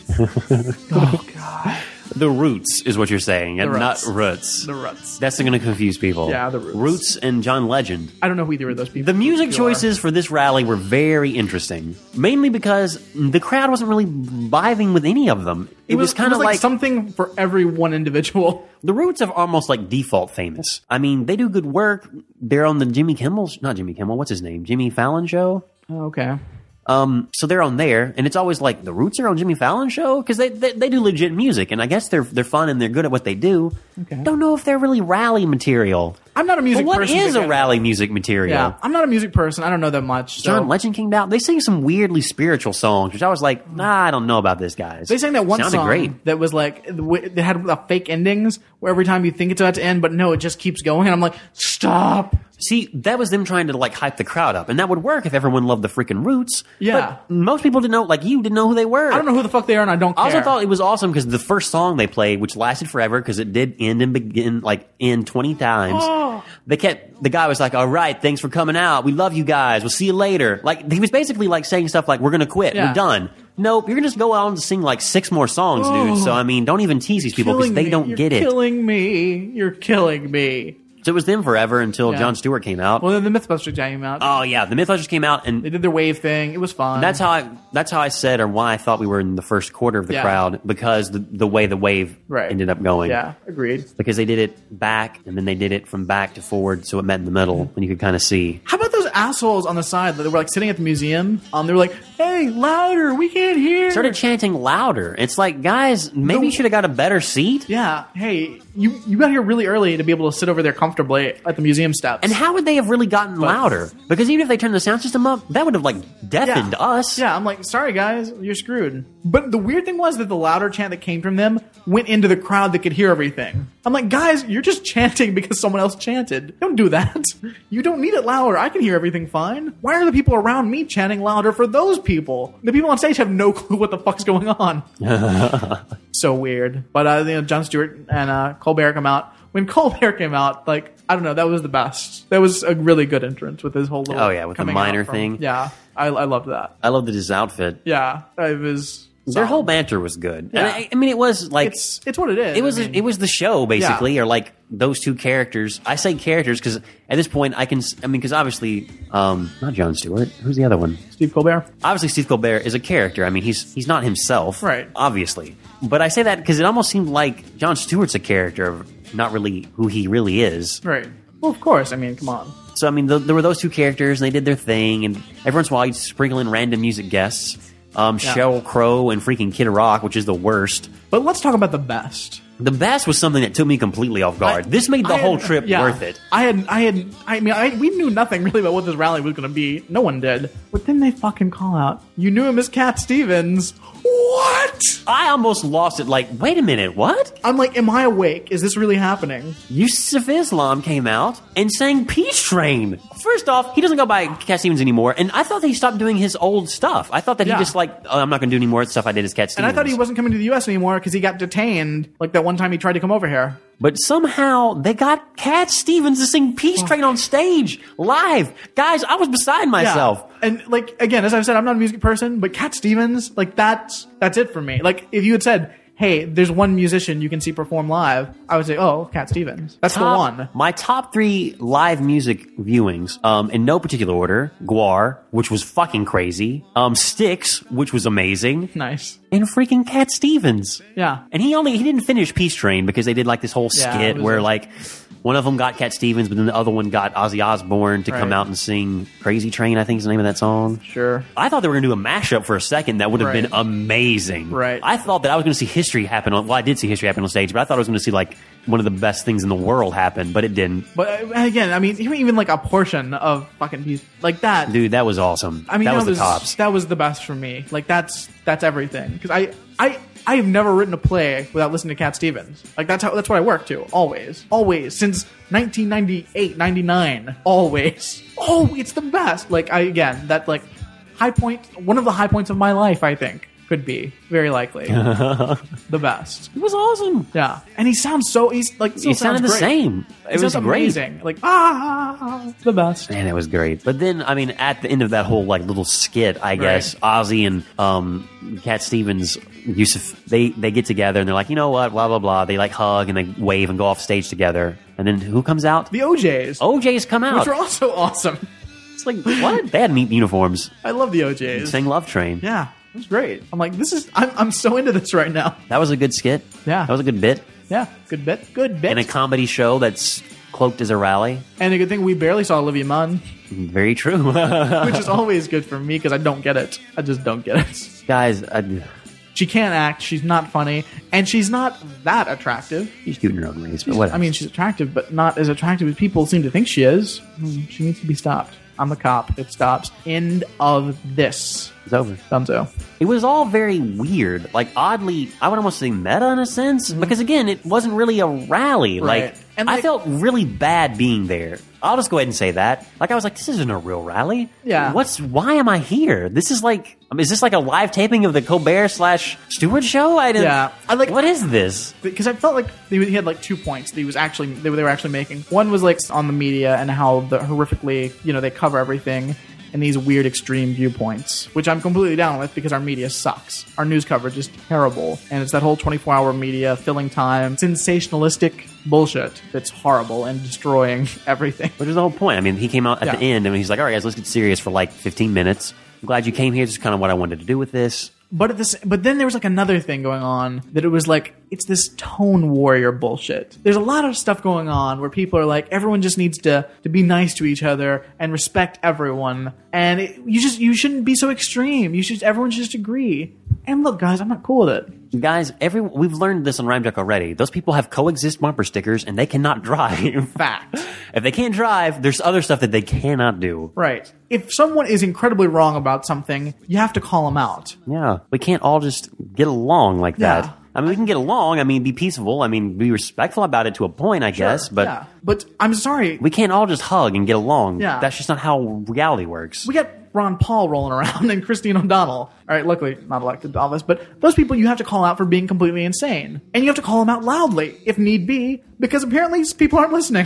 S1: The roots is what you're saying, and
S2: Roots.
S1: not roots.
S2: The Roots.
S1: That's going to confuse people.
S2: Yeah, The Roots.
S1: Roots and John Legend.
S2: I don't know who either of those people.
S1: The music
S2: you are.
S1: choices for this rally were very interesting, mainly because the crowd wasn't really vibing with any of them. It,
S2: It
S1: was, kind of like,
S2: something for every one individual.
S1: the Roots are almost like default famous. I mean, they do good work. They're on the Jimmy Kimmel, sh- not Jimmy Kimmel, what's his name, Jimmy Fallon show.
S2: Oh, okay.
S1: Um, so they're on there, and it's always like the Roots are on Jimmy Fallon show because they, they they do legit music, and I guess they're they're fun and they're good at what they do.
S2: Okay.
S1: Don't know if they're really rally material.
S2: I'm not a music
S1: But what
S2: person.
S1: is
S2: but
S1: a
S2: yeah.
S1: rally music material?
S2: Yeah, I'm not a music person. I don't know that much. so-
S1: John Legend came out. They sing some weirdly spiritual songs, which I was like, nah, I don't know about this, guys.
S2: They sang that one
S1: Sounded
S2: song
S1: great.
S2: that was like that had uh, fake endings where every time you think it's about to end, but no, it just keeps going. And I'm like, stop.
S1: See, that was them trying to like hype the crowd up, and that would work if everyone loved the freaking Roots.
S2: Yeah.
S1: but most people didn't know. Like you didn't know who they were.
S2: I don't know who the fuck they are, and I don't. Care.
S1: I also thought it was awesome because the first song they played, which lasted forever because it did end and begin like end twenty times.
S2: Oh.
S1: They kept the guy was like, "All right, thanks for coming out. We love you guys. We'll see you later." Like he was basically like saying stuff like, "We're gonna quit.
S2: Yeah.
S1: We're done." Nope, you're gonna just go out and sing like six more songs, dude. So I mean, don't even tease these people because
S2: Oh. Killing
S1: they
S2: me.
S1: don't
S2: You're
S1: get it.
S2: Killing me. You're killing me.
S1: so it was them forever until
S2: Yeah.
S1: John Stewart came out.
S2: Well, then the MythBusters came out.
S1: oh yeah, the Mythbusters came out and
S2: they did their wave thing. It was fun.
S1: That's how I. That's how I said, or why I thought we were in the first quarter of the
S2: Yeah.
S1: crowd because the, the way the wave
S2: Right.
S1: ended up going.
S2: yeah, agreed.
S1: Because they did it back, and then they did it from back to forward, so it met in the middle,
S2: Mm-hmm.
S1: and you could kind of see.
S2: How about those assholes on the side that were like sitting at the museum? Um, they were like, "Hey, louder! We can't hear."
S1: Started chanting louder. It's like, guys, maybe
S2: No.
S1: you should have got a better seat.
S2: Yeah. Hey, you you got here really early to be able to sit over there comfortably at the museum steps.
S1: And how would they have really gotten louder? Because even if they turned the sound system up, that would have like deafened us.
S2: Yeah, I'm like, sorry guys, you're screwed. But the weird thing was that the louder chant that came from them went into the crowd that could hear everything. I'm like, guys, you're just chanting because someone else chanted. Don't do that. You don't need it louder. I can hear everything fine. Why are the people around me chanting louder for those people? The people on stage have no clue what the fuck's going on. so weird. But uh, you know, John Stewart and uh, Colbert come out. When Colbert came out, like I don't know, that was the best. That was a really good entrance with his whole. Little
S1: Oh, yeah, with the
S2: coming out
S1: minor
S2: from-
S1: thing.
S2: Yeah, I, I loved that.
S1: I loved his outfit.
S2: Yeah, it was
S1: Their
S2: solid.
S1: whole banter was good. And
S2: Yeah.
S1: I, I mean, it was like
S2: It's it's what it is.
S1: it was
S2: I mean,
S1: it was the show basically, or like those two characters. I say characters because at this point I can s- I mean because obviously um not John Stewart. Who's the other one?
S2: Steve Colbert.
S1: Obviously Steve Colbert is a character. I mean he's he's not himself,
S2: Right.
S1: Obviously, but I say that because it almost seemed like John Stewart's a character, of not really who he really is.
S2: Right. Well, of course. I mean, come on.
S1: So I mean th there were those two characters and they did their thing, and every once in a while you'd sprinkle in random music guests. Um,
S2: Yeah.
S1: Cheryl Crow and freaking Kid Rock, which is the worst.
S2: But let's talk about the best.
S1: The best was something that took me completely off guard.
S2: I-
S1: this made the
S2: I
S1: whole
S2: had-
S1: trip
S2: yeah.
S1: worth it.
S2: I had, I had, I mean, I, we knew nothing really about what this rally was going to be. No one did. But then they fucking call out. You knew him as Cat Stevens. What?
S1: I almost lost it. Like, wait a minute, what?
S2: I'm like, am I awake? Is this really happening?
S1: Yusuf Islam came out and sang Peace Train. First off, he doesn't go by Cat Stevens anymore, and I thought that he stopped doing his old stuff. I thought that
S2: Yeah.
S1: he just like, oh, I'm not going to do any more of the stuff I did as Cat
S2: And
S1: Stevens.
S2: I thought he wasn't coming to the U.S. anymore because he got detained. Like that one time he tried to come over here.
S1: But somehow they got Cat Stevens to sing Peace Train on stage live. Guys, I was beside myself.
S2: Oh. Yeah. And like again, as I've said, I'm not a music person, but Cat Stevens, like that's that's it for me. Like if you had said, "Hey, there's one musician you can see perform live," I would say, "Oh, Cat Stevens. That's
S1: Top-
S2: the one."
S1: My top three live music viewings, um, in no particular order: Guar, which was fucking crazy, um, Styx, which was amazing,
S2: Nice.
S1: and freaking Cat Stevens.
S2: Yeah.
S1: And he only he didn't finish Peace Train because they did like this whole
S2: Yeah, it
S1: skit
S2: was
S1: where
S2: a-
S1: like one of them got Cat Stevens, but then the other one got Ozzy Osbourne to come
S2: Right.
S1: out and sing Crazy Train. I think is the name of that song.
S2: Sure.
S1: I thought they were going to do a mashup for a second that would have been
S2: Right.
S1: amazing.
S2: Right.
S1: I thought that I was going to see history happen. On, well, I did see history happen on stage, but I thought I was going to see like one of the best things in the world happen, but it didn't.
S2: But uh, again, I mean, even even, like a portion of fucking music like that.
S1: Dude, that was awesome.
S2: I mean,
S1: that, was, the tops.
S2: That was the best for me. Like that's that's everything because I I. I have never written a play without listening to Cat Stevens. Like that's how that's what I work to always, always since 1998, 99, always. Oh, it's the best. Like I again that like high point, one of the high points of my life. I think could be very likely the best.
S1: It was awesome.
S2: Yeah, and he sounds so he's like still
S1: It sounded the
S2: sounds great.
S1: same.
S2: He
S1: It was
S2: sounds
S1: great.
S2: amazing. Like ah, the best.
S1: Man, it was great. But then, I mean, at the end of that whole like little skit, I guess Ozzy and um, Cat Stevens, Yusuf, they they get together and they're like, you know what, blah blah blah. They like hug and they wave and go off stage together. And then who comes out?
S2: The OJ's,
S1: OJ's come out.
S2: which are also awesome.
S1: It's like what? they had neat uniforms.
S2: I love the OJ's.
S1: Sang Love Train.
S2: Yeah, it was great. I'm like, this is. I'm, I'm so into this right now.
S1: That was a good skit.
S2: Yeah.
S1: that was a good bit.
S2: Yeah, good bit, good bit,
S1: And
S2: and,
S1: a comedy show that's cloaked as a rally.
S2: a good thing we barely saw Olivia Munn,
S1: Very true.
S2: which is always good for me because I don't get it. I just don't get it.
S1: guys I,
S2: She can't act. She's not funny, and she's not that attractive.
S1: She's cute in her own ways, but whatever.
S2: I mean, she's attractive, but not as attractive as people seem to think she is. Mm, She needs to be stopped. I'm the cop. It stops. End of this.
S1: it's over.
S2: Dunzo.
S1: It was all very weird, like oddly, I would almost say meta in a sense, because again, it wasn't really a rally.
S2: Mm-hmm. Right.
S1: Like,
S2: And,
S1: I
S2: like-
S1: felt really bad being there. I'll just go ahead and say that. Like, I was like, this isn't a real rally.
S2: Yeah.
S1: What's, why am I here? This is like, I mean, is this like a live taping of the Colbert slash Stewart show? I didn't,
S2: Yeah. I like-
S1: what is this?
S2: because I felt like they- he had like two points that he was actually they, were- they were actually making. One was like on the media and how the horrifically you know they cover everything in these weird extreme viewpoints, which I'm completely down with because our media sucks. Our news coverage is terrible, and it's that whole 24 hour media filling time, sensationalistic bullshit that's horrible and destroying everything.
S1: Which is the whole point. I mean, he came out at
S2: Yeah.
S1: the end and he's like, all right, guys, let's get serious for like 15 minutes. I'm glad you came here. This is kind of what I wanted to do with this.
S2: But at this, but then there was like another thing going on that it was like it's this tone warrior bullshit. There's a lot of stuff going on where people are like everyone just needs to to be nice to each other and respect everyone, and it, you just you shouldn't be so extreme. You should everyone should just agree. And look, guys, I'm not cool with it.
S1: Guys, every we've learned this on Rhymecheck already. Those people have coexist bumper stickers and they cannot drive.
S2: Fact.
S1: If they can't drive, there's other stuff that they cannot do.
S2: Right. If someone is incredibly wrong about something, you have to call them out.
S1: Yeah, we can't all just get along like
S2: Yeah.
S1: that. I mean, we can get along. I mean, be peaceful. I mean, be respectful about it to a point, I guess. But
S2: yeah. but I'm sorry,
S1: we can't all just hug and get along.
S2: Yeah.
S1: That's just not how reality works.
S2: we got Ron Paul rolling around and Christine O'Donnell. All right, luckily not elected to office, but those people you have to call out for being completely insane, and you have to call them out loudly if need be, because apparently these people aren't listening.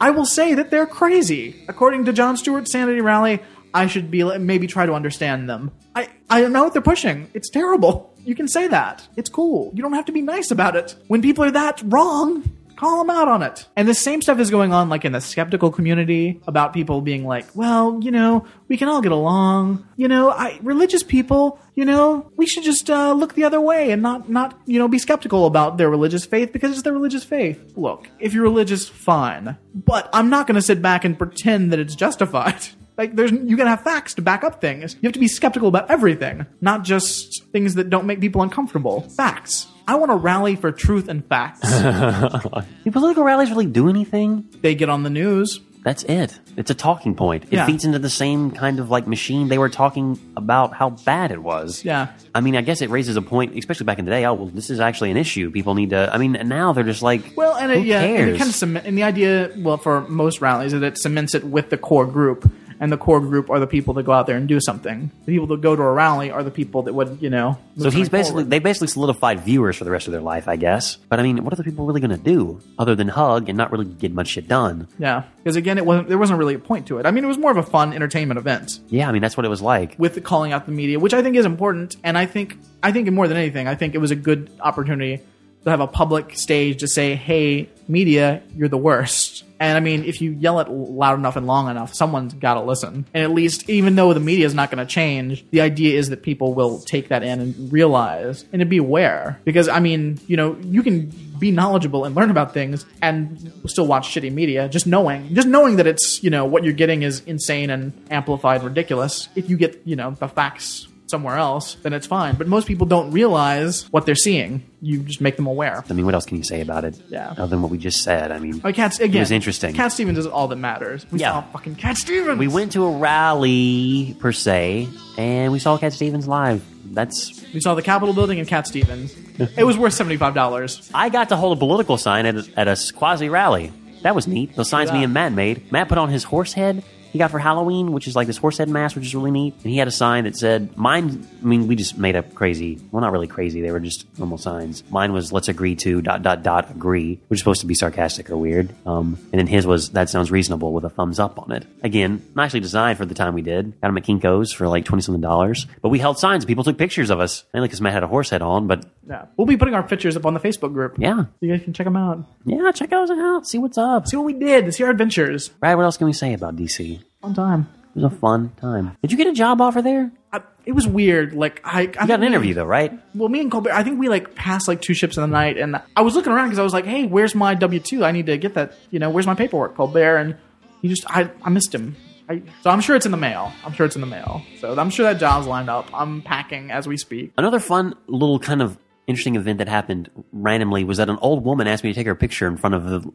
S2: I will say that they're crazy. According to John Stewart's Sanity Rally, I should be maybe try to understand them. I I don't know what they're pushing. It's terrible. You can say that. It's cool. You don't have to be nice about it. When people are that wrong, call them out on it. And the same stuff is going on like in the skeptical community about people being like, well, you know, we can all get along. You know, I religious people, you know, we should just uh, look the other way and not not, you know, be skeptical about their religious faith because it's their religious faith. Look, if you're religious, fine. But I'm not going to sit back and pretend that it's justified. Like there's you gotta have facts to back up things. You have to be skeptical about everything, not just things that don't make people uncomfortable. Facts. I want to rally for truth and facts.
S1: Do political rallies really do anything?
S2: they get on the news.
S1: That's it. It's a talking point. It
S2: Yeah.
S1: feeds into the same kind of like machine they were talking about how bad it was.
S2: Yeah.
S1: I mean, I guess it raises a point, especially back in the day. Oh, well, this is actually an issue. People need to. I mean, and now they're just like,
S2: Well, and
S1: who
S2: it, yeah, and it
S1: cares?
S2: kind of cement, and the idea, well, for most rallies, is that it cements it with the core group, and the core group are the people that go out there and do something. The people that go to a rally are the people that would, you know.
S1: so he's basically they basically solidified viewers for the rest of their life, I guess. But I mean, what are the people really going to do other than hug and not really get much shit done?
S2: yeah, because again, it wasn't there wasn't really a point to it. I mean, it was more of a fun entertainment event.
S1: Yeah, I mean that's what it was like.
S2: with the calling out the media, which I think is important. And I think, I think more than anything, I think it was a good opportunity to have a public stage to say, "Hey, media, you're the worst." And I mean, if you yell it loud enough and long enough, someone's got to listen. And at least, even though the media is not going to change, the idea is that people will take that in and realize and to be aware. Because I mean, you know, you can be knowledgeable and learn about things and still watch shitty media just knowing just knowing that it's you know what you're getting is insane and amplified ridiculous if you get you know the facts somewhere else then it's fine but most people don't realize what they're seeing you just make them aware
S1: I mean, what else can you say about it?
S2: Yeah.
S1: Other than what we just said. I mean,
S2: like Cat, again,
S1: It was interesting.
S2: Cat Stevens is all that matters. We
S1: Yeah.
S2: saw fucking Cat Stevens.
S1: we went to a rally per se, and we saw Cat Stevens live. That's
S2: We saw the Capitol building and Cat Stevens. it was worth seventy five dollars.
S1: I got to hold a political sign at a, at a quasi rally. That was neat. Those signs
S2: Yeah.
S1: me and Matt made. Matt put on his horse head he got for Halloween, which is like this horse head mask, which is really neat. And he had a sign that said, mine, I mean, we just made up crazy, well, not really crazy. They were just normal signs. Mine was, let's agree to dot, dot, dot, agree, which is supposed to be sarcastic or weird. Um, and then his was, that sounds reasonable with a thumbs up on it. Again, nicely designed for the time we did. Got him at Kinko's for like 20 something dollars. But we held signs. People took pictures of us. I think because Matt had a horse head on, but
S2: Yeah, we'll be putting our pictures up on the Facebook group.
S1: yeah.
S2: you guys can check them out.
S1: Yeah, check ours out. See what's up.
S2: See what we did. See our adventures.
S1: Brad, what else can we say about DC? It
S2: Fun time.
S1: was a fun time. Did you get a job offer there?
S2: I, it was weird. Like I, I
S1: You got an interview though, right?
S2: well, me and Colbert, I think we like passed like two ships in the night, and I was looking around because I was like, "Hey, where's my W two? I need to get that. You know, where's my paperwork, Colbert?" And he just, I, I missed him. I, so I'm sure it's in the mail. I'm sure it's in the mail. So I'm sure that job's lined up. I'm packing as we speak.
S1: Another fun little kind of interesting event that happened randomly was that an old woman asked me to take her picture in front of the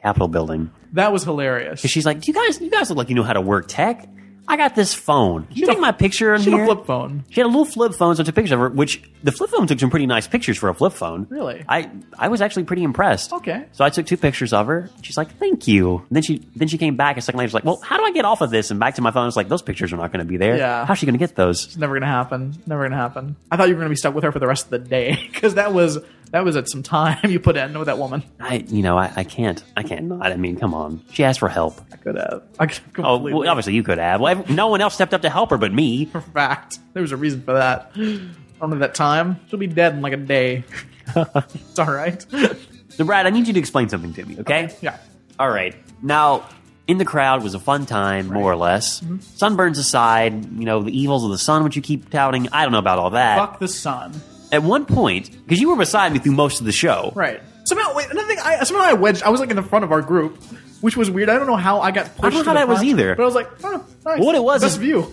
S1: Capitol building.
S2: That was hilarious.
S1: 'Cause she's like, "Do you guys, you guys look like you know how to work tech. I got this phone. Can you take my picture in
S2: She had
S1: here?"
S2: a flip phone.
S1: She had a little flip phone, so I took pictures of her. Which the flip phone took some pretty nice pictures for a flip phone.
S2: Really?
S1: I I was actually pretty impressed.
S2: Okay.
S1: So I took two pictures of her. She's like, "Thank you." And then she then she came back a second later. She's like, "Well, how do I get off of this and back to my phone?" I was like, "Those pictures are not going to be there.
S2: Yeah.
S1: How's she going to get those?"
S2: It's never gonna happen. Never gonna happen. I thought you were gonna be stuck with her for the rest of the day because that was that was at some time you put in with that woman.
S1: I you know I, I can't I can't not. I mean, come on. She asked for help.
S2: I could have. I could have
S1: Oh,
S2: completely.
S1: well, obviously you could have. Well, ev- no one else stepped up to help her but me.
S2: for a fact. There was a reason for that. Under that time, she'll be dead in like a day. it's all right.
S1: So Brad, I need you to explain something to me, okay?
S2: Yeah.
S1: All right. Now, in the crowd was a fun time, more or less.
S2: Mm-hmm.
S1: Sunburns aside, you know, the evils of the sun, which you keep touting. I don't know about all that.
S2: Fuck the sun.
S1: At one point, because you were beside me through most of the show.
S2: Right. Somehow, wait, another thing. I, somehow I wedged. I was like in the front of our group, which was weird. I don't know how I got pushed.
S1: know
S2: to
S1: how
S2: the
S1: that was
S2: front,
S1: either.
S2: But I was like, oh, nice.
S1: What it was
S2: best
S1: is-
S2: view.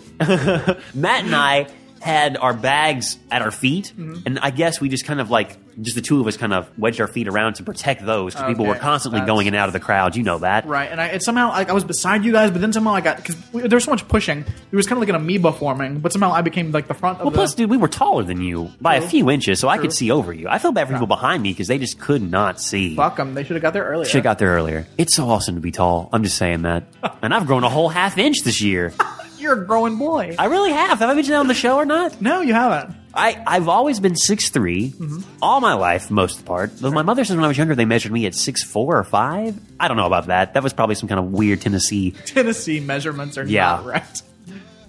S1: Matt and I had our bags at our feet,
S2: Mm-hmm.
S1: and I guess we just kind of like, just the two of us kind of wedged our feet around to protect those, because people were
S2: Okay,
S1: constantly
S2: that's-
S1: going in and out of the crowd. You know that.
S2: Right, and I it somehow like I was beside you guys, but then somehow I got because there was so much pushing. It was kind of like an amoeba forming, but somehow I became like the front of
S1: Well,
S2: the.
S1: plus, dude, we were taller than you by a
S2: True.
S1: few inches, so I
S2: True.
S1: could see over you. I feel bad for people behind me because they just could not see.
S2: fuck them. They should have got there earlier.
S1: Should have got there earlier. It's so awesome to be tall. I'm just saying that. and I've grown a whole half inch this year.
S2: You're a growing boy.
S1: I really have. Have I mentioned that on the show or not?
S2: no, you haven't.
S1: I, I've always been 6'3", all my life, most of the part. Though my mother says when I was younger, they measured me at 6'4 or 5. I don't know about that. That was probably some kind of weird Tennessee.
S2: Tennessee measurements are
S1: Yeah.
S2: not right.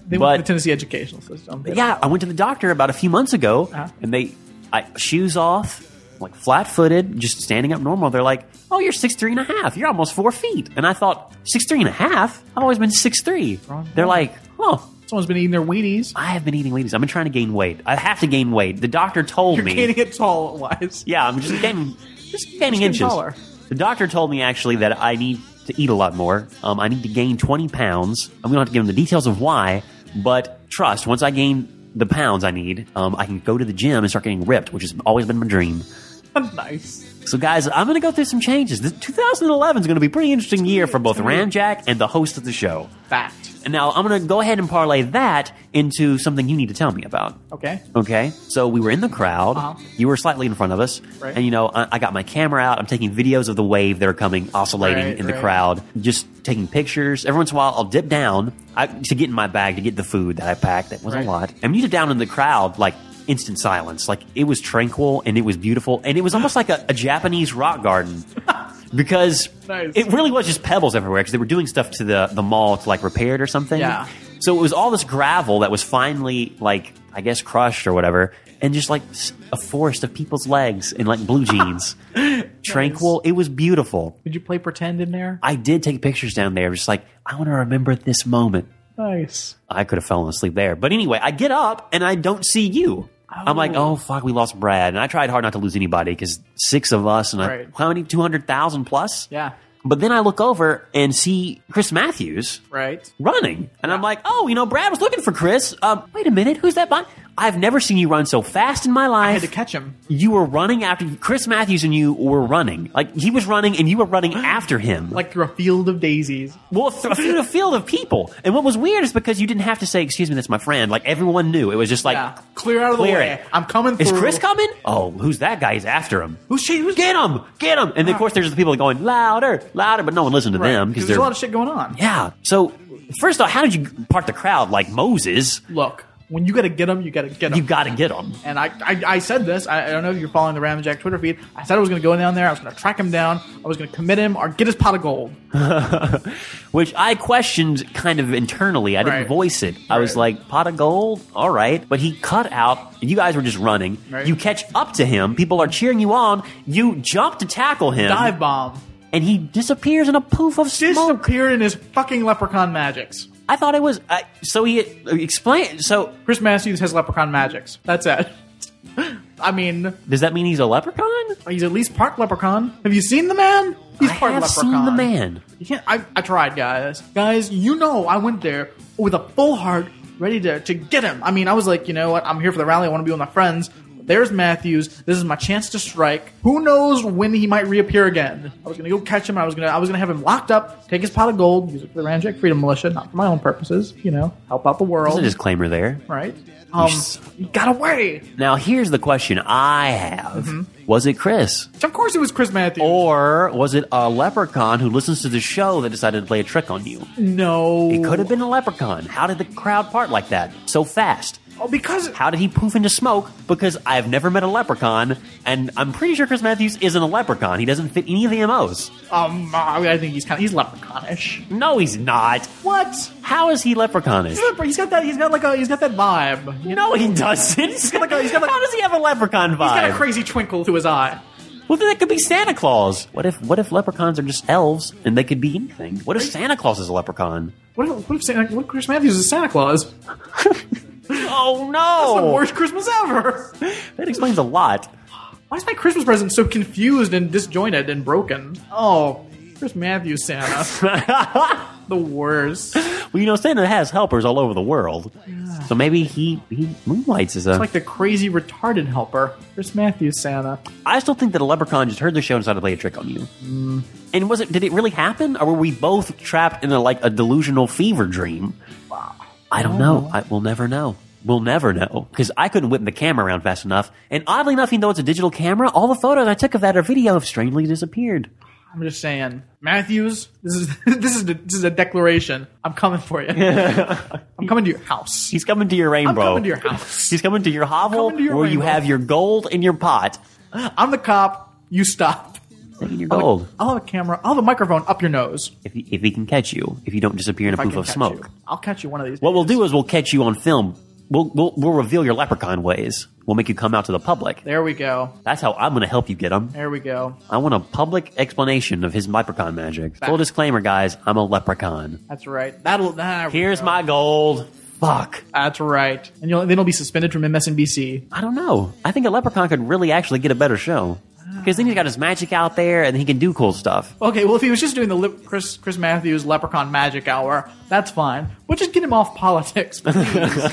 S2: They
S1: But-
S2: went to the Tennessee educational system. They
S1: Yeah, I went to the doctor about a few months ago,
S2: Uh-huh.
S1: and they, I, shoes off, like flat-footed, just standing up normal. They're like, oh, you're 6'3 and a half. You're almost 4 feet. And I thought, 6'3 and a half? I've always been 6'3. They're like, oh,
S2: don't- Someone's been eating their Wheaties.
S1: I have been eating Wheaties. I've been trying to gain weight. I have to gain weight. The doctor told
S2: You're
S1: me.
S2: gaining it tall wise.
S1: yeah, I'm just gaining, just gaining
S2: getting
S1: inches.
S2: taller.
S1: The doctor told me actually that I need to eat a lot more. Um, I need to gain 20 pounds. I'm gonna have to give him the details of why, but trust. Once I gain the pounds I need, um, I can go to the gym and start getting ripped, which has always been my dream.
S2: nice.
S1: So, guys, I'm gonna go through some changes. This 2011 is gonna be a pretty interesting year for both Ramjack and the host of the show.
S2: Fact.
S1: And now I'm gonna go ahead and parlay that into something you need to tell me about.
S2: Okay.
S1: Okay, so we were in the crowd.
S2: Uh-huh.
S1: You were slightly in front of us,
S2: Right.
S1: and you know I, I got my camera out. I'm taking videos of the wave that are coming, oscillating
S2: Right,
S1: in the
S2: right.
S1: crowd, just taking pictures. Every once in a while, I'll dip down I, to get in my bag to get the food that I packed. That was
S2: Right.
S1: a lot. And when you dip down in the crowd, like instant silence. Like it was tranquil and it was beautiful, and it was almost like a, a Japanese rock garden. Because
S2: Nice.
S1: it really was just pebbles everywhere because they were doing stuff to the, the mall to like repair it or something.
S2: Yeah.
S1: So it was all this gravel that was finally like I guess crushed or whatever, and just like s- a forest of people's legs in like blue jeans. Tranquil. It was beautiful.
S2: Did you play pretend in there?
S1: I did take pictures down there, just like I want to remember this moment.
S2: Nice.
S1: I could have fallen asleep there, but anyway, I get up and I don't see you. I'm like, oh fuck, we lost Brad, and I tried hard not to lose anybody because six of us and
S2: Right.
S1: I, how many two hundred thousand plus?
S2: Yeah.
S1: But then I look over and see Chris Matthews
S2: Right.
S1: running. And I'm like, oh, you know, Brad was looking for Chris. Um, wait a minute, who's that behind? I've never seen you run so fast in my
S2: I had
S1: life.
S2: to catch him.
S1: you were running after Chris Matthews and you were running. Like, he was running and you were running after him. Like,
S2: Like through a field of daisies.
S1: well, th- through a field of people. And what was weird is because you didn't have to say, excuse me, that's my friend. Like, everyone knew. It was just like,
S2: Yeah. Clear out of the
S1: Clear
S2: way.
S1: it.
S2: I'm coming through.
S1: is Chris coming? Oh, who's that guy? He's after him.
S2: Who's she? Who's
S1: Get him! Get him! And of course, there's the people going louder, louder, but no one listened to them because
S2: Because
S1: they're
S2: there's a lot of shit going on.
S1: Yeah. So first off, how did you part the crowd like Moses?
S2: Look, when you got to get them, you got to get them.
S1: You got to get them.
S2: And I, I, I said this. I, I don't know if you're following the Ramjack Twitter feed. I said I was going to go down there. I was going to track him down. I was going to commit him or get his pot of gold.
S1: Which I questioned kind of internally. I didn't
S2: Right.
S1: voice it. I was
S2: Right.
S1: like, pot of gold? All right. But he cut out. You guys were just running.
S2: Right.
S1: You catch up to him. People are cheering you on. You jump to tackle him.
S2: Dive bomb.
S1: And he disappears in a poof of smoke.
S2: Disappeared in his fucking leprechaun magics.
S1: I thought it was. I so he explained. So
S2: Chris Matthews has leprechaun magics. That's it. I mean,
S1: Does that mean he's a leprechaun?
S2: he's at least part leprechaun. Have you seen the man? He's
S1: I
S2: part
S1: have
S2: leprechaun.
S1: seen the man.
S2: You can't. I, I tried, guys. Guys, you know I went there with a full heart, ready to, to get him. I mean, I was like, you know what? I'm here for the rally. I want to be with my friends. There's Matthews. This is my chance to strike. Who knows when he might reappear again? I was gonna go catch him. I was gonna I was gonna have him locked up, take his pot of gold, use it for the Ranjak Freedom Militia, not for my own purposes. You know, help out the
S1: There's
S2: world,
S1: a disclaimer there.
S2: right? Um,
S1: s-
S2: he got away.
S1: Now here's the question I have:
S2: Mm-hmm.
S1: Was it Chris,
S2: Of course, it was Chris Matthews.
S1: Oh. or was it a leprechaun who listens to the show that decided to play a trick on you?
S2: no,
S1: It could have been a leprechaun. How did the crowd part like that so fast?
S2: oh, because
S1: How did he poof into smoke? Because I've never met a leprechaun, and I'm pretty sure Chris Matthews isn't a leprechaun. He doesn't fit any of the MOs.
S2: um, I, mean, I think he's kind of he's leprechaunish.
S1: No, he's not.
S2: What?
S1: How is he leprechaunish?
S2: He's got- He's got that. He's got like a. He's got that vibe. You
S1: No,
S2: know,
S1: he doesn't.
S2: like a- he's got like-
S1: How does he have a leprechaun
S2: he's got a
S1: vibe?
S2: crazy twinkle to his eye.
S1: well, then that could be Santa Claus. What if what if leprechauns are just elves and they could be anything? What if Santa Claus is a leprechaun?
S2: What if, what if, Santa, what if Chris Matthews is Santa Claus? It's
S1: Oh
S2: the
S1: no!
S2: worst Christmas ever.
S1: That explains a lot.
S2: Why is my Christmas present so confused and disjointed and broken? Oh, Chris Matthews Santa, the worst. It's
S1: Well, you know, Santa has helpers all over the world, so maybe he he moonlights uh. as a.
S2: like the crazy retarded helper, Chris Matthews Santa.
S1: I still think that a leprechaun just heard the show and decided to play a trick on you.
S2: Mm.
S1: And was it? Did it really happen, or were we both trapped in a like a delusional fever dream? I don't know. I, we'll never know. We'll never know because I couldn't whip the camera around fast enough. And oddly enough, even though it's a digital camera, all the photos I took of that or video have strangely disappeared.
S2: I'm just saying, Matthews. This is this is a, this is a declaration. I'm coming for you. I'm coming to your house.
S1: He's coming to your rainbow.
S2: I'm coming to your house.
S1: He's coming to your hovel
S2: coming to your
S1: where you
S2: rainbow.
S1: have your gold in your pot.
S2: I'm the cop. You stop.
S1: Taking your gold.
S2: I'll have a camera. I'll have a microphone up your nose.
S1: If he, if he can catch you, if you don't disappear in a
S2: I
S1: poof
S2: can
S1: of
S2: catch
S1: smoke.
S2: you. I'll catch you one of these.
S1: What we'll do is we'll catch you on film. We'll, we'll, we'll reveal your leprechaun ways. We'll make you come out to the public.
S2: There we go.
S1: That's how I'm going to help you get him.
S2: There we go.
S1: I want a public explanation of his leprechaun magic. Full disclaimer, guys, I'm a leprechaun.
S2: That's right. That'll. There we
S1: Here's
S2: go.
S1: my gold. Fuck.
S2: That's right. And you'll, then he'll be suspended from MSNBC.
S1: I don't know. I think a leprechaun could really actually get a better show. Because then he's got his magic out there and he can do cool stuff.
S2: Okay. Well, if he was just doing the lip, Chris Chris Matthews Leprechaun Magic Hour, that's fine. But just get him off politics.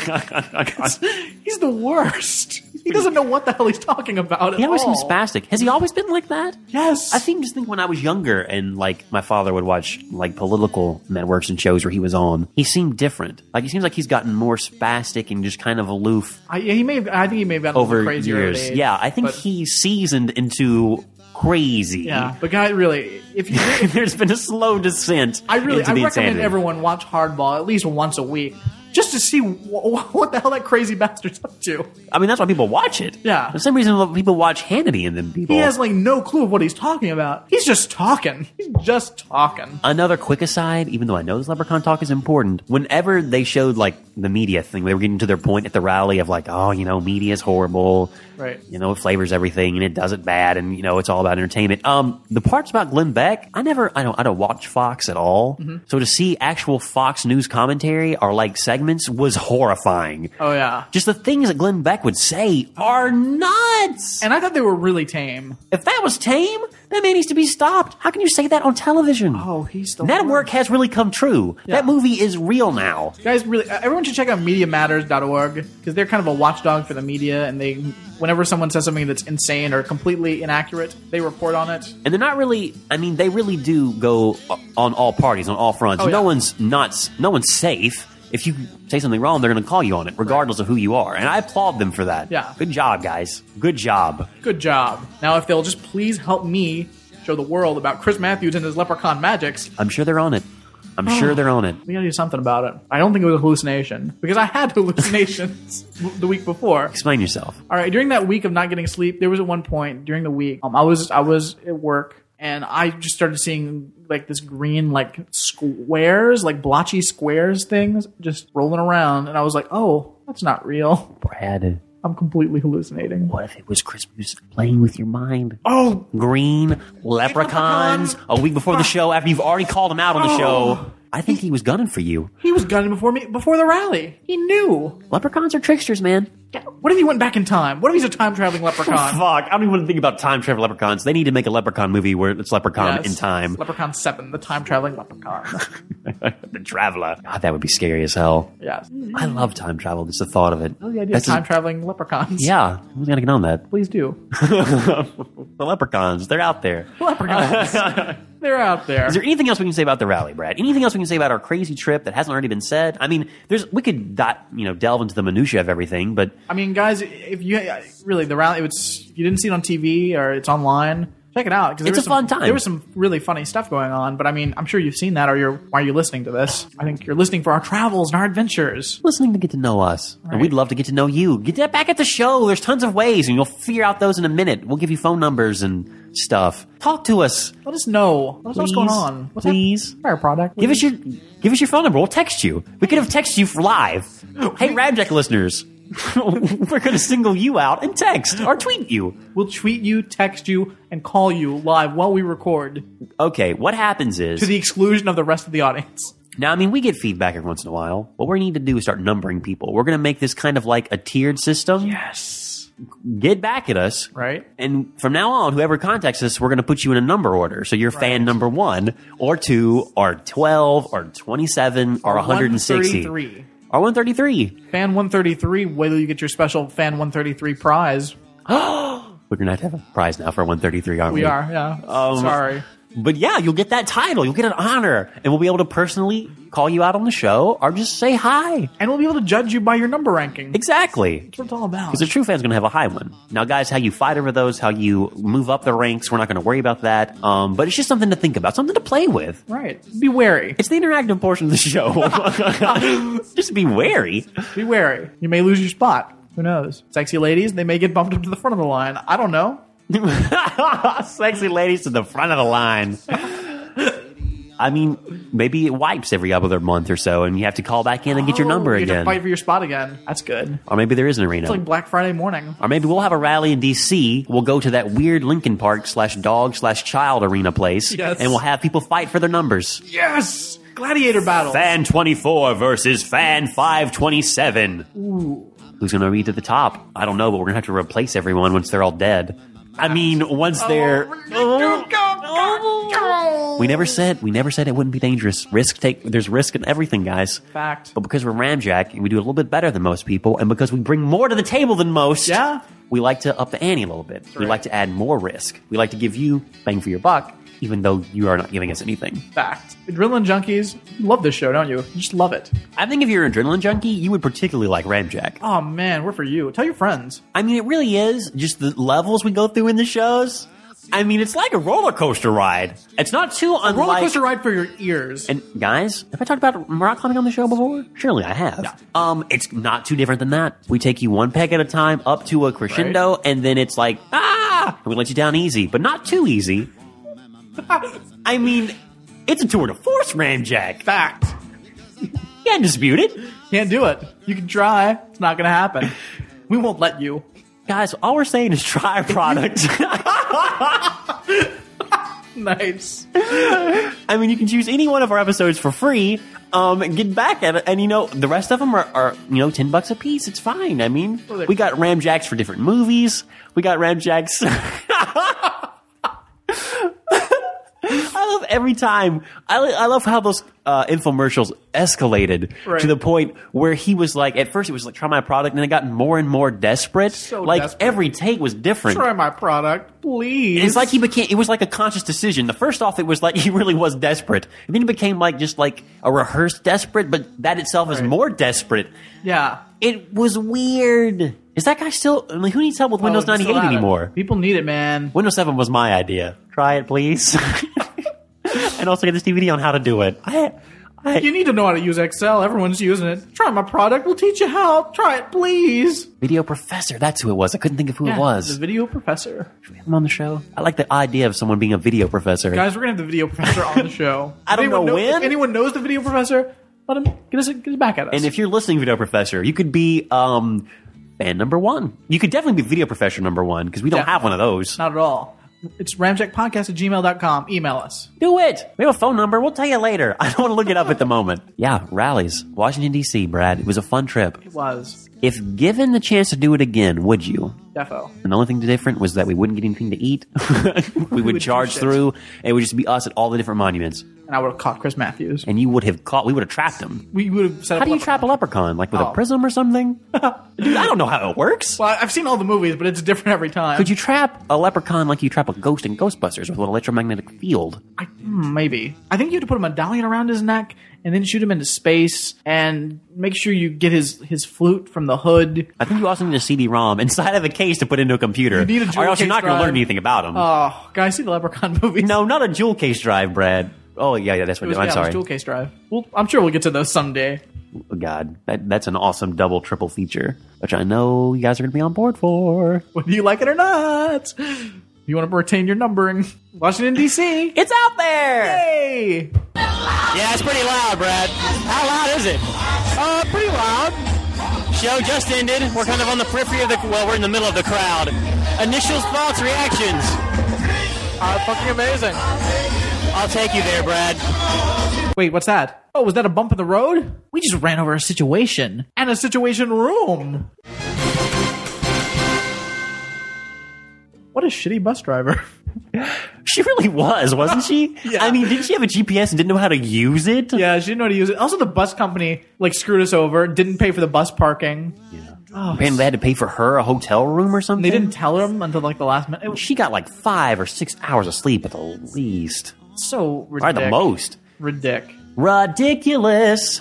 S2: please. he's the worst. He doesn't know what the hell he's talking about. At
S1: He always
S2: all.
S1: seems spastic. Has he always been like that?
S2: Yes.
S1: I think just think when I was younger and like my father would watch like political networks and shows where he was on, he seemed different. Like he seems like he's gotten more spastic and just kind of aloof
S2: I, he may. Have, I think he may have gotten a
S1: over
S2: little crazier at
S1: years.
S2: age,
S1: Yeah, I think
S2: but-
S1: he seasoned into crazy.
S2: Yeah, but guy, really, if you
S1: There's been a slow descent.
S2: I really,
S1: into
S2: I
S1: the
S2: recommend
S1: insanity.
S2: everyone watch Hardball at least once a week, just to see wh- what the hell that crazy bastard's up to.
S1: I mean, that's why people watch it.
S2: Yeah.
S1: For some reason, people watch Hannity and then people.
S2: He has like no clue of what he's talking about. He's just talking. He's just talking.
S1: Another quick aside, even though I know this leprechaun talk is important, whenever they showed like the media thing, they were getting to their point at the rally of like, oh, you know, media is horrible.
S2: Right.
S1: You know, it flavors everything and it does it bad and you know, it's all about entertainment. Um, the parts about Glenn Beck, I never I don't I don't watch Fox at all.
S2: Mm-hmm.
S1: So to see actual Fox News commentary or like segments was horrifying.
S2: Oh yeah.
S1: Just the things that Glenn Beck would say are nuts.
S2: And I thought they were really tame.
S1: if that was tame, that man needs to be stopped. How can you say that on television?
S2: Oh, he's the
S1: Network has really come true. That movie is real now.
S2: Guys, really, uh, everyone should check out MediaMatters.org because they're kind of a watchdog for the media, and they, whenever someone says something that's insane or completely inaccurate, they report on it.
S1: And they're not really, I mean, they really do go o- on all parties, on all fronts.
S2: Oh,
S1: No
S2: yeah.
S1: one's not, s- no one's safe. If you say something wrong, they're going to call you on it, regardless of who you are. And I applaud them for that.
S2: Yeah.
S1: Good job, guys. Good job.
S2: Good job. Now, if they'll just please help me show the world about Chris Matthews and his leprechaun magics,
S1: I'm sure they're on it. I'm sure they're on it.
S2: we gotta do something about it. I don't think it was a hallucination because I had hallucinations the week before.
S1: Explain yourself.
S2: All right, during that week of not getting sleep, there was at one point during the week, um, I was I was at work and I just started seeing like this green like squares, like blotchy squares things just rolling around, and I was like, oh, that's not real.
S1: Brad,
S2: I'm completely hallucinating.
S1: what if it was Chris Music playing with your mind?
S2: Oh, Ah.
S1: Green leprechauns a week before the show after you've already called him out on the
S2: Oh.
S1: show. I think he was gunning for you.
S2: he was gunning before me before the rally. He knew.
S1: Leprechauns are tricksters, man.
S2: What if he went back in time? What if he's a time traveling leprechaun?
S1: Uh, Fuck, I don't even think about time travel leprechauns. They need to make a leprechaun movie where it's leprechaun
S2: Yes.
S1: in time.
S2: Leprechaun Seven, the time traveling leprechaun.
S1: the traveler. God, that would be scary as hell.
S2: yes,
S1: I love time travel. Just the thought of it. Oh, the idea
S2: That's time traveling leprechauns.
S1: yeah, I'm gonna get on that.
S2: please do.
S1: the leprechauns, they're out there.
S2: Leprechauns, they're out there.
S1: Is there anything else we can say about the rally, Brad? Anything else we can say about our crazy trip that hasn't already been said? I mean, there's we could dot, you know delve into the minutia of everything, but
S2: I mean, guys, if you really the rally, it's if you didn't see it on TV or it's online, check it out because
S1: It's a fun time.
S2: There was some really funny stuff going on, but I mean, I'm sure you've seen that, or you're why are you listening to this? I think you're listening for our travels and our adventures.
S1: listening to get to know us, and we'd love to get to know you. Get that back at the show. There's tons of ways, and you'll figure out those in a minute. We'll give you phone numbers and stuff. Talk to us.
S2: Let us know. Let us know what's
S1: Please,
S2: going on. What's
S1: please.
S2: happening? Fire product.
S1: Give us your give us your phone number. We'll text you. We could have texted you for live. Hey, Radjack listeners, we're going to single you out and text or tweet you.
S2: We'll tweet you, text you, and call you live while we record
S1: Okay, what happens is
S2: to the exclusion of the rest of the audience.
S1: now. I mean, we get feedback every once in a while. What we need to do is start numbering people. We're going to make this kind of like a tiered system.
S2: Yes.
S1: Get back at us,
S2: Right.
S1: And from now on, whoever contacts us, we're going to put you in a number order. So you're fan number one, or two, or twelve, or twenty-seven, or one hundred and sixty, or
S2: 133.
S1: one thirty-three.
S2: Fan 133, wait till you get your special Fan 133 prize.
S1: We're going to have to have a prize now for one thirty-three, aren't we?
S2: We are, yeah.
S1: Um,
S2: Sorry.
S1: But yeah, you'll get that title. You'll get an honor. And we'll be able to personally call you out on the show or just say hi.
S2: And we'll be able to judge you by your number ranking. That's
S1: Exactly.
S2: what it's all about.
S1: Because a true fan's going to have a high one. Now, guys, how you fight over those, how you move up the ranks, we're not going to worry about that. Um, but it's just something to think about, something to play with.
S2: Right. Be wary.
S1: It's the interactive portion of the show. just be wary.
S2: Be wary. You may lose your spot. Who knows? Sexy ladies, they may get bumped up to the front of the line. I don't know.
S1: Sexy ladies to the front of the line. I mean, maybe it wipes every other month or so, and you have to call back in and get your
S2: Oh,
S1: number
S2: you have to
S1: again.
S2: Fight for your spot again. That's good.
S1: Or maybe there is an arena.
S2: It's like Black Friday morning.
S1: Or maybe we'll have a rally in DC. We'll go to that weird Lincoln Park slash dog slash child arena place,
S2: Yes.
S1: and we'll have people fight for their numbers.
S2: Yes! Gladiator battle.
S1: Fan twenty four versus Fan five twenty seven. Who's gonna be to the top? I don't know, but we're gonna have to replace everyone once they're all dead. I mean, once they're. We never said we never said it wouldn't be dangerous. Risk take. There's risk in everything, guys.
S2: Fact.
S1: But because we're ramjack and we do a little bit better than most people, and because we bring more to the table than most,
S2: Yeah.
S1: we like to up the ante a little bit. We
S2: right.
S1: like to add more risk. We like to give you bang for your buck, even though you are not giving us anything.
S2: Fact. Adrenaline junkies, you love this show, don't you? You just love it.
S1: I think if you're an adrenaline junkie, you would particularly like ramjack.
S2: Oh man, we're for you. Tell your friends.
S1: I mean, it really is just the levels we go through in the shows. I mean, it's like a roller coaster ride. It's not too unlike.
S2: Roller coaster ride for your ears.
S1: And guys, have I talked about rock climbing on the show before? Surely I have. Um, it's not too different than that. We take you one peg at a time up to a crescendo, and then it's like ah, and we let you down easy, but not too easy. I mean, it's a tour de force, Ramjack.
S2: Fact.
S1: Can't dispute it,
S2: Can't do it. You can try. It's not gonna happen. We won't let you.
S1: guys. All we're saying is try our product.
S2: Nice.
S1: I mean, you can choose any one of our episodes for free. Um, and get back at it, and you know the rest of them are, are you know ten bucks a piece. It's fine. I mean,
S2: Well, they're-
S1: we got ramjacks for different movies. We got ramjacks. I love every time. I, I love how those uh, infomercials escalated
S2: Right.
S1: to the point where he was like, at first it was like try my product, and then it got more and more desperate.
S2: So
S1: like
S2: desperate.
S1: every take was different.
S2: Try my product, please.
S1: It's like he became. It was like a conscious decision. The first off, it was like he really was desperate, and then he became like just like a rehearsed desperate. But that itself is
S2: Right.
S1: more desperate.
S2: Yeah.
S1: It was weird. Is that guy still? I mean, who needs help with
S2: Oh,
S1: Windows
S2: it's
S1: ninety eight
S2: still at it.
S1: anymore?
S2: People need it, man.
S1: Windows seven was my idea. Try it, please. and also get this DVD on how to do it. I, I,
S2: You need to know how to use Excel. Everyone's using it. Try my product. We'll teach you how. Try it, please.
S1: video professor. That's who it was. I couldn't think of who
S2: Yeah,
S1: it was.
S2: the video professor.
S1: Should we have him on the show. I like the idea of someone being a video professor.
S2: Guys, we're gonna have the video professor on the show.
S1: I don't
S2: If anyone
S1: know when.
S2: If anyone knows the video professor, let him get us get us back at us.
S1: And if you're listening, video professor, you could be um, fan number one. You could definitely be video professor number one because we don't
S2: Yeah.
S1: have one of those.
S2: Not at all. It's ramjackpodcast at gmail.com. Email us.
S1: Do it. We have a phone number. We'll tell you later. I don't want to look it up at the moment. Yeah, rallies, Washington D.C. Brad, it was a fun trip.
S2: It was.
S1: If given the chance to do it again, would you?
S2: Defo.
S1: And the only thing different was that we wouldn't get anything to eat. we would
S2: would
S1: charge
S2: shit.
S1: through. It would just be us at all the different monuments,
S2: And I would have caught Chris Matthews.
S1: and you would have caught. We would have trapped him.
S2: We would have set
S1: How
S2: up
S1: do you
S2: leopard-
S1: trap a leprechaun? Like with a
S2: Oh.
S1: prism or something? Dude, I don't know how it works.
S2: Well, I've seen all the movies, but it's different every time.
S1: Could you trap a leprechaun like you trap a ghost in Ghostbusters with an electromagnetic field?
S2: I, hmm, maybe. I think you have to put a medallion around his neck and then shoot him into space and make sure you get his, his flute from the hood.
S1: I think you also need a CD-ROM inside of a case to put into a computer. You
S2: need a
S1: or
S2: jewel
S1: else you're
S2: case
S1: not going to
S2: drive.
S1: learn anything about them.
S2: Oh, guys, see the Leprechaun movies.
S1: no, not a jewel case drive, Brad. Oh yeah, yeah, that's what
S2: It
S1: it
S2: was,
S1: I'm
S2: yeah, It
S1: sorry.
S2: was Jewel Case Drive. Well, I'm sure we'll get to those someday.
S1: Oh, God, that, that's an awesome double, triple feature, which I know you guys are going to be on board for.
S2: Whether you like it or not. You want to retain your numbering. Washington, D.C.
S1: It's out there.
S2: Hey!
S5: Yeah, it's pretty loud, Brad. How loud is it? Uh, pretty loud. Show just ended. We're kind of on the periphery of the. Well, we're in the middle of the crowd. Initials, thoughts, reactions.
S4: Uh, fucking amazing.
S5: I'll take you there, Brad.
S2: Wait, what's that? Oh, was that a bump in the road? We just ran over a situation. And a situation room! What a shitty bus driver.
S1: She really was, wasn't she?
S2: Yeah.
S1: I mean, didn't she have a GPS and didn't know how to use it?
S2: Yeah, she didn't know how to use it. Also, the bus company, like, screwed us over, didn't pay for the bus parking.
S1: Oh, Apparently, they had to pay for her a hotel room or something.
S2: They didn't tell them until, like, the last minute. It was
S1: She got like five or six hours of sleep at the least,
S2: so
S1: or
S2: ridiculous.
S1: the most.
S2: Ridic.
S1: Ridiculous.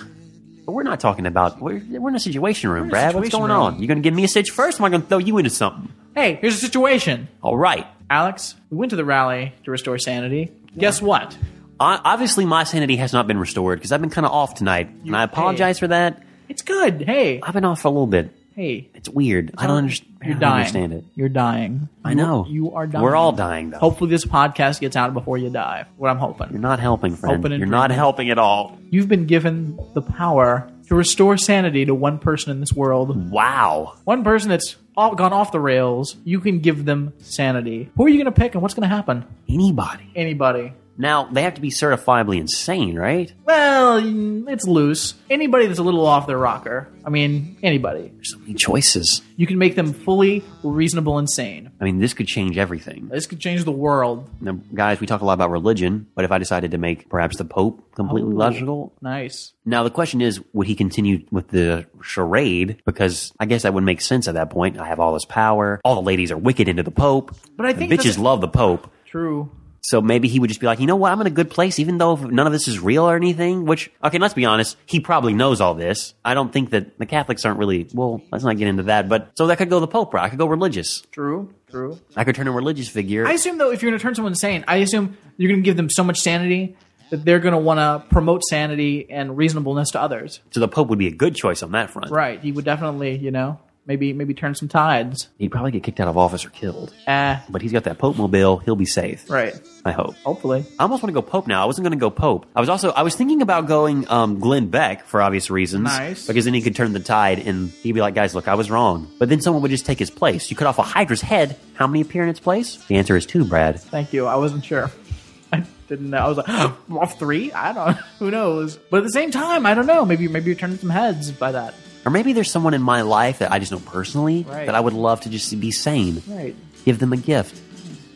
S1: But we're not talking about. We're, we're in a situation room,
S2: a
S1: Brad. What's
S2: situation
S1: going
S2: room.
S1: on? You going to give me a sitch first? Or am I going to throw you into something?
S2: Hey, here's a situation.
S1: All right.
S2: Alex, we went to the rally to restore sanity. Guess what?
S1: O- obviously, my sanity has not been restored because I've been kind of off tonight, and I apologize for that.
S2: It's good. Hey,
S1: I've been off for a little bit.
S2: hey.
S1: It's weird. I don't, underst- I
S2: You're
S1: don't
S2: dying.
S1: understand it.
S2: You're dying.
S1: I know.
S2: You are dying.
S1: We're all dying, though.
S2: Hopefully, this podcast gets out before you die. What I'm
S1: You're
S2: hoping.
S1: not helping, friend.
S2: Open and
S1: You're not
S2: dreaming.
S1: helping at all.
S2: You've been given the power to restore sanity to one person in this world.
S1: Wow.
S2: One person that's all gone off the rails. You can give them sanity. Who are you going to pick, and what's going to happen?
S1: Anybody.
S2: Anybody.
S1: Now, they have to be certifiably insane, right?
S2: Well, mm, it's loose. Anybody that's a little off their rocker. I mean, anybody.
S1: There's so many choices.
S2: You can make them fully reasonable and sane.
S1: I mean, this could change everything.
S2: This could change the world.
S1: Now, guys, we talk a lot about religion, but if I decided to make perhaps the Pope completely
S2: Oh,
S1: logical,
S2: Nice.
S1: Now the question is, would he continue with the charade? Because I guess that would make sense at that point. I have all this power. All the ladies are wicked into the Pope.
S2: But I
S1: The
S2: think
S1: bitches
S2: that's-
S1: love the Pope.
S2: True.
S1: So maybe he would just be like, you know what? I'm in a good place, even though none of this is real or anything. Which, okay, let's be honest, he probably knows all this. I don't think that the Catholics aren't really. Well, let's not get into that. But so that could go the Pope route. I could go religious.
S2: True. True.
S1: I could turn a religious figure.
S2: I assume though, if you're going to turn someone sane, I assume you're going to give them so much sanity that they're going to want to promote sanity and reasonableness to others.
S1: so the Pope would be a good choice on that front.
S2: Right. He would definitely, you know, maybe maybe turn some tides.
S1: He'd probably get kicked out of office or killed.
S2: Eh.
S1: But he's got that Pope mobile. He'll be safe.
S2: Right.
S1: I hope.
S2: Hopefully.
S1: I almost want to go Pope now. I wasn't going to go Pope. I was also I was thinking about going um, Glenn Beck for obvious reasons.
S2: Nice.
S1: Because then he could turn the tide and he'd be like, guys, look, I was wrong. But then someone would just take his place. You cut off a Hydra's head. How many appear in its place? The answer is two, Brad.
S2: Thank you. I wasn't sure. I didn't know. I was like, off three? I don't. Who knows? But at the same time, I don't know. Maybe maybe you're turning some heads by that.
S1: Or maybe there's someone in my life that I just know personally
S2: Right.
S1: that I would love to just be sane.
S2: Right.
S1: Give them a gift.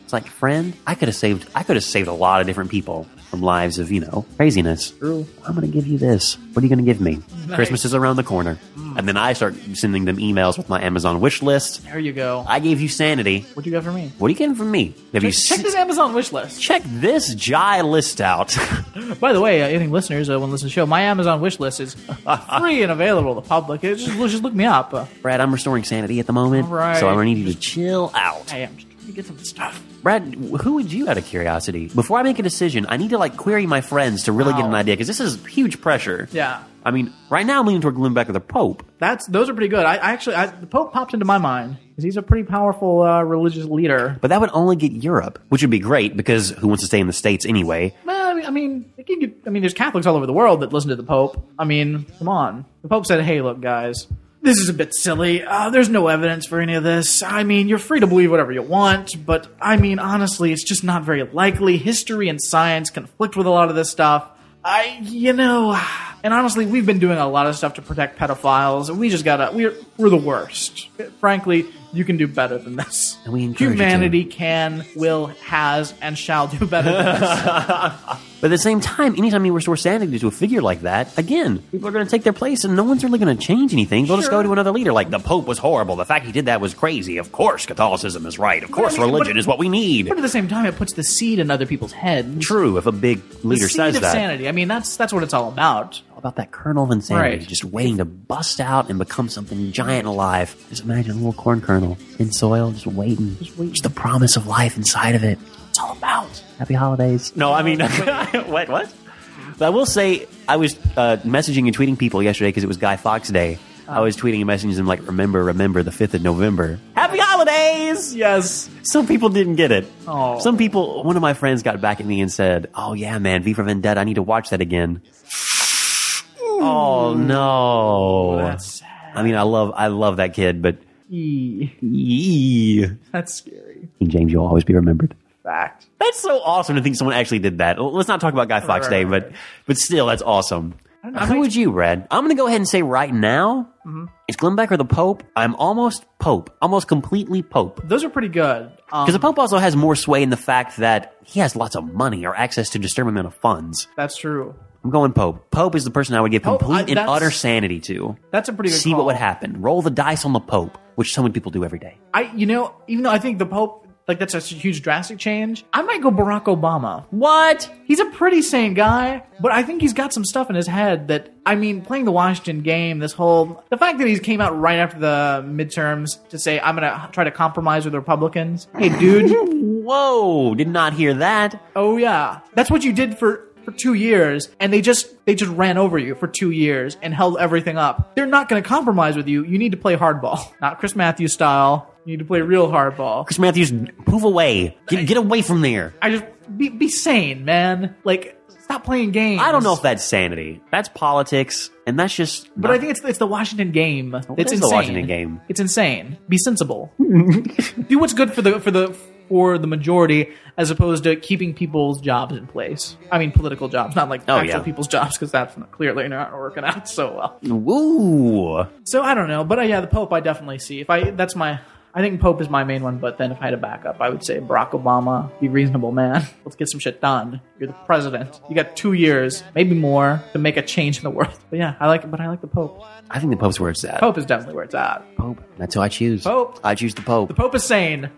S1: It's like, friend, I could have saved I could have saved a lot of different people from lives of, you know, craziness.
S2: True.
S1: I'm going to give you this. What are you going to give me? Christmas is around the corner.
S2: Mm.
S1: And then I start sending them emails with my Amazon wish list.
S2: There you go.
S1: I gave you sanity.
S2: What you got for me?
S1: What are you getting from me? Have you
S2: Check, check
S1: se-
S2: this Amazon wish list.
S1: check this Jai list out?
S2: By the way, uh, any listeners, uh, when listening to the show, my Amazon wish list is free and available to the public. It just, just look me up. Uh,
S1: Brad, I'm restoring sanity at the moment,
S2: All right.
S1: so I need you to chill out.
S2: I am just trying to get some stuff.
S1: Brad, who would you, out of curiosity, before I make a decision, I need to like query my friends to really get an
S2: Wow.
S1: idea because this is huge pressure.
S2: Yeah,
S1: I mean, right now I'm leaning toward Glenn Beck or the Pope.
S2: that's those are pretty good. I, I actually I, the Pope popped into my mind because he's a pretty powerful uh, religious leader.
S1: But that would only get Europe, which would be great because who wants to stay in the States anyway?
S2: Well, I mean, I mean, it can get, I mean, there's Catholics all over the world that listen to the Pope. I mean, come on. The Pope said, "Hey, look, guys." This is a bit silly. Uh, there's no evidence for any of this. I mean, you're free to believe whatever you want, but I mean, honestly, it's just not very likely. History and science conflict with a lot of this stuff. I, you know, And honestly, we've been doing a lot of stuff to protect pedophiles, and we just gotta we're we're the worst. Frankly, you can do better than this.
S1: And we encourage you to.
S2: Humanity can, will, has, and shall do better than this.
S1: But at the same time, anytime you restore sanity to a figure like that, again, people are going to take their place, and no one's really going to change anything. They'll just
S2: Sure.
S1: go to another leader. Like the Pope was horrible. The fact he did that was crazy. Of course, Catholicism is right. Of course,
S2: I mean, but-
S1: religion is what we need.
S2: but at the same time, it puts the seed in other people's heads.
S1: True, if a big
S2: The
S1: leader
S2: seed
S1: says
S2: of
S1: that.
S2: sanity. I mean, that's that's what it's all about.
S1: All About that kernel of insanity,
S2: Right.
S1: just waiting to bust out and become something giant and alive. Just imagine a little corn kernel in soil, just waiting. Just, the promise of life inside of it. It's all about. Happy holidays. No, I mean, what? What? But I will say, I was uh, messaging and tweeting people yesterday because it was Guy Fawkes Day. I was tweeting and messaging them like, "Remember, remember the fifth of November. Happy holidays!"
S2: Yes.
S1: Some people didn't get it.
S2: Oh.
S1: Some people. One of my friends got back at me and said, "Oh yeah, man, V for Vendetta. I need to watch that again." Oh no!
S2: That's sad.
S1: I mean, I love, I love that kid, but
S2: Eee.
S1: yee.
S2: That's scary.
S1: James, you'll always be remembered.
S2: Fact.
S1: That's so awesome to think someone actually did that. L- Let's not talk about Guy Fawkes
S2: Right,
S1: Day,
S2: right,
S1: but but still, that's awesome.
S2: don't know. Mm-hmm.
S1: Who would you, Brad? I'm going to go ahead and say right now, it's Glenn Beck or the Pope. I'm almost Pope, almost completely Pope.
S2: Those are pretty good. Um,
S1: Because the Pope also has more sway in the fact that he has lots of money or access to disturbing amount of funds.
S2: that's true.
S1: I'm going Pope. Pope is the person I would give
S2: Pope,
S1: complete
S2: I-
S1: and
S2: that's-
S1: utter sanity to.
S2: That's a pretty good.
S1: See
S2: call.
S1: what would happen. Roll the dice on the Pope, which so many people do every day.
S2: I, you know, even though I think the Pope, like that's such a huge drastic change, I might go Barack Obama.
S1: What?
S2: He's a pretty sane guy, but I think he's got some stuff in his head that, I mean, playing the Washington game, this whole, the fact that he came out right after the midterms to say, I'm going to try to compromise with the Republicans. Hey, dude.
S1: Whoa! Did not hear that.
S2: oh, yeah. That's what you did for. For two years, and they just they just ran over you for two years and held everything up. They're not going to compromise with you. You need to play hardball, not Chris Matthews style. You need to play real hardball.
S1: Chris Matthews, move away. Get, get away from there.
S2: I just be be sane, man. Like stop playing games.
S1: I don't know if that's sanity. That's politics, and that's just.
S2: but I think it's it's the Washington game. it's
S1: is
S2: insane.
S1: the Washington game?
S2: It's insane. Be sensible. Do what's good for the for the for the majority, as opposed to keeping people's jobs in place. I mean, political jobs, not like
S1: Oh,
S2: actual
S1: yeah.
S2: people's jobs, because that's not, clearly not working out so well.
S1: Woo!
S2: So I don't know, but uh, yeah, the Pope I definitely see. If I that's my. I think Pope is my main one, but then if I had a backup, I would say Barack Obama. Be reasonable, man. Let's get some shit done. You're the president. You got two years, maybe more, to make a change in the world. But yeah, I like it. But I like the Pope.
S1: I think the Pope's where it's at.
S2: Pope is definitely where it's at.
S1: Pope. That's who I choose.
S2: Pope.
S1: I choose the Pope.
S2: The Pope is sane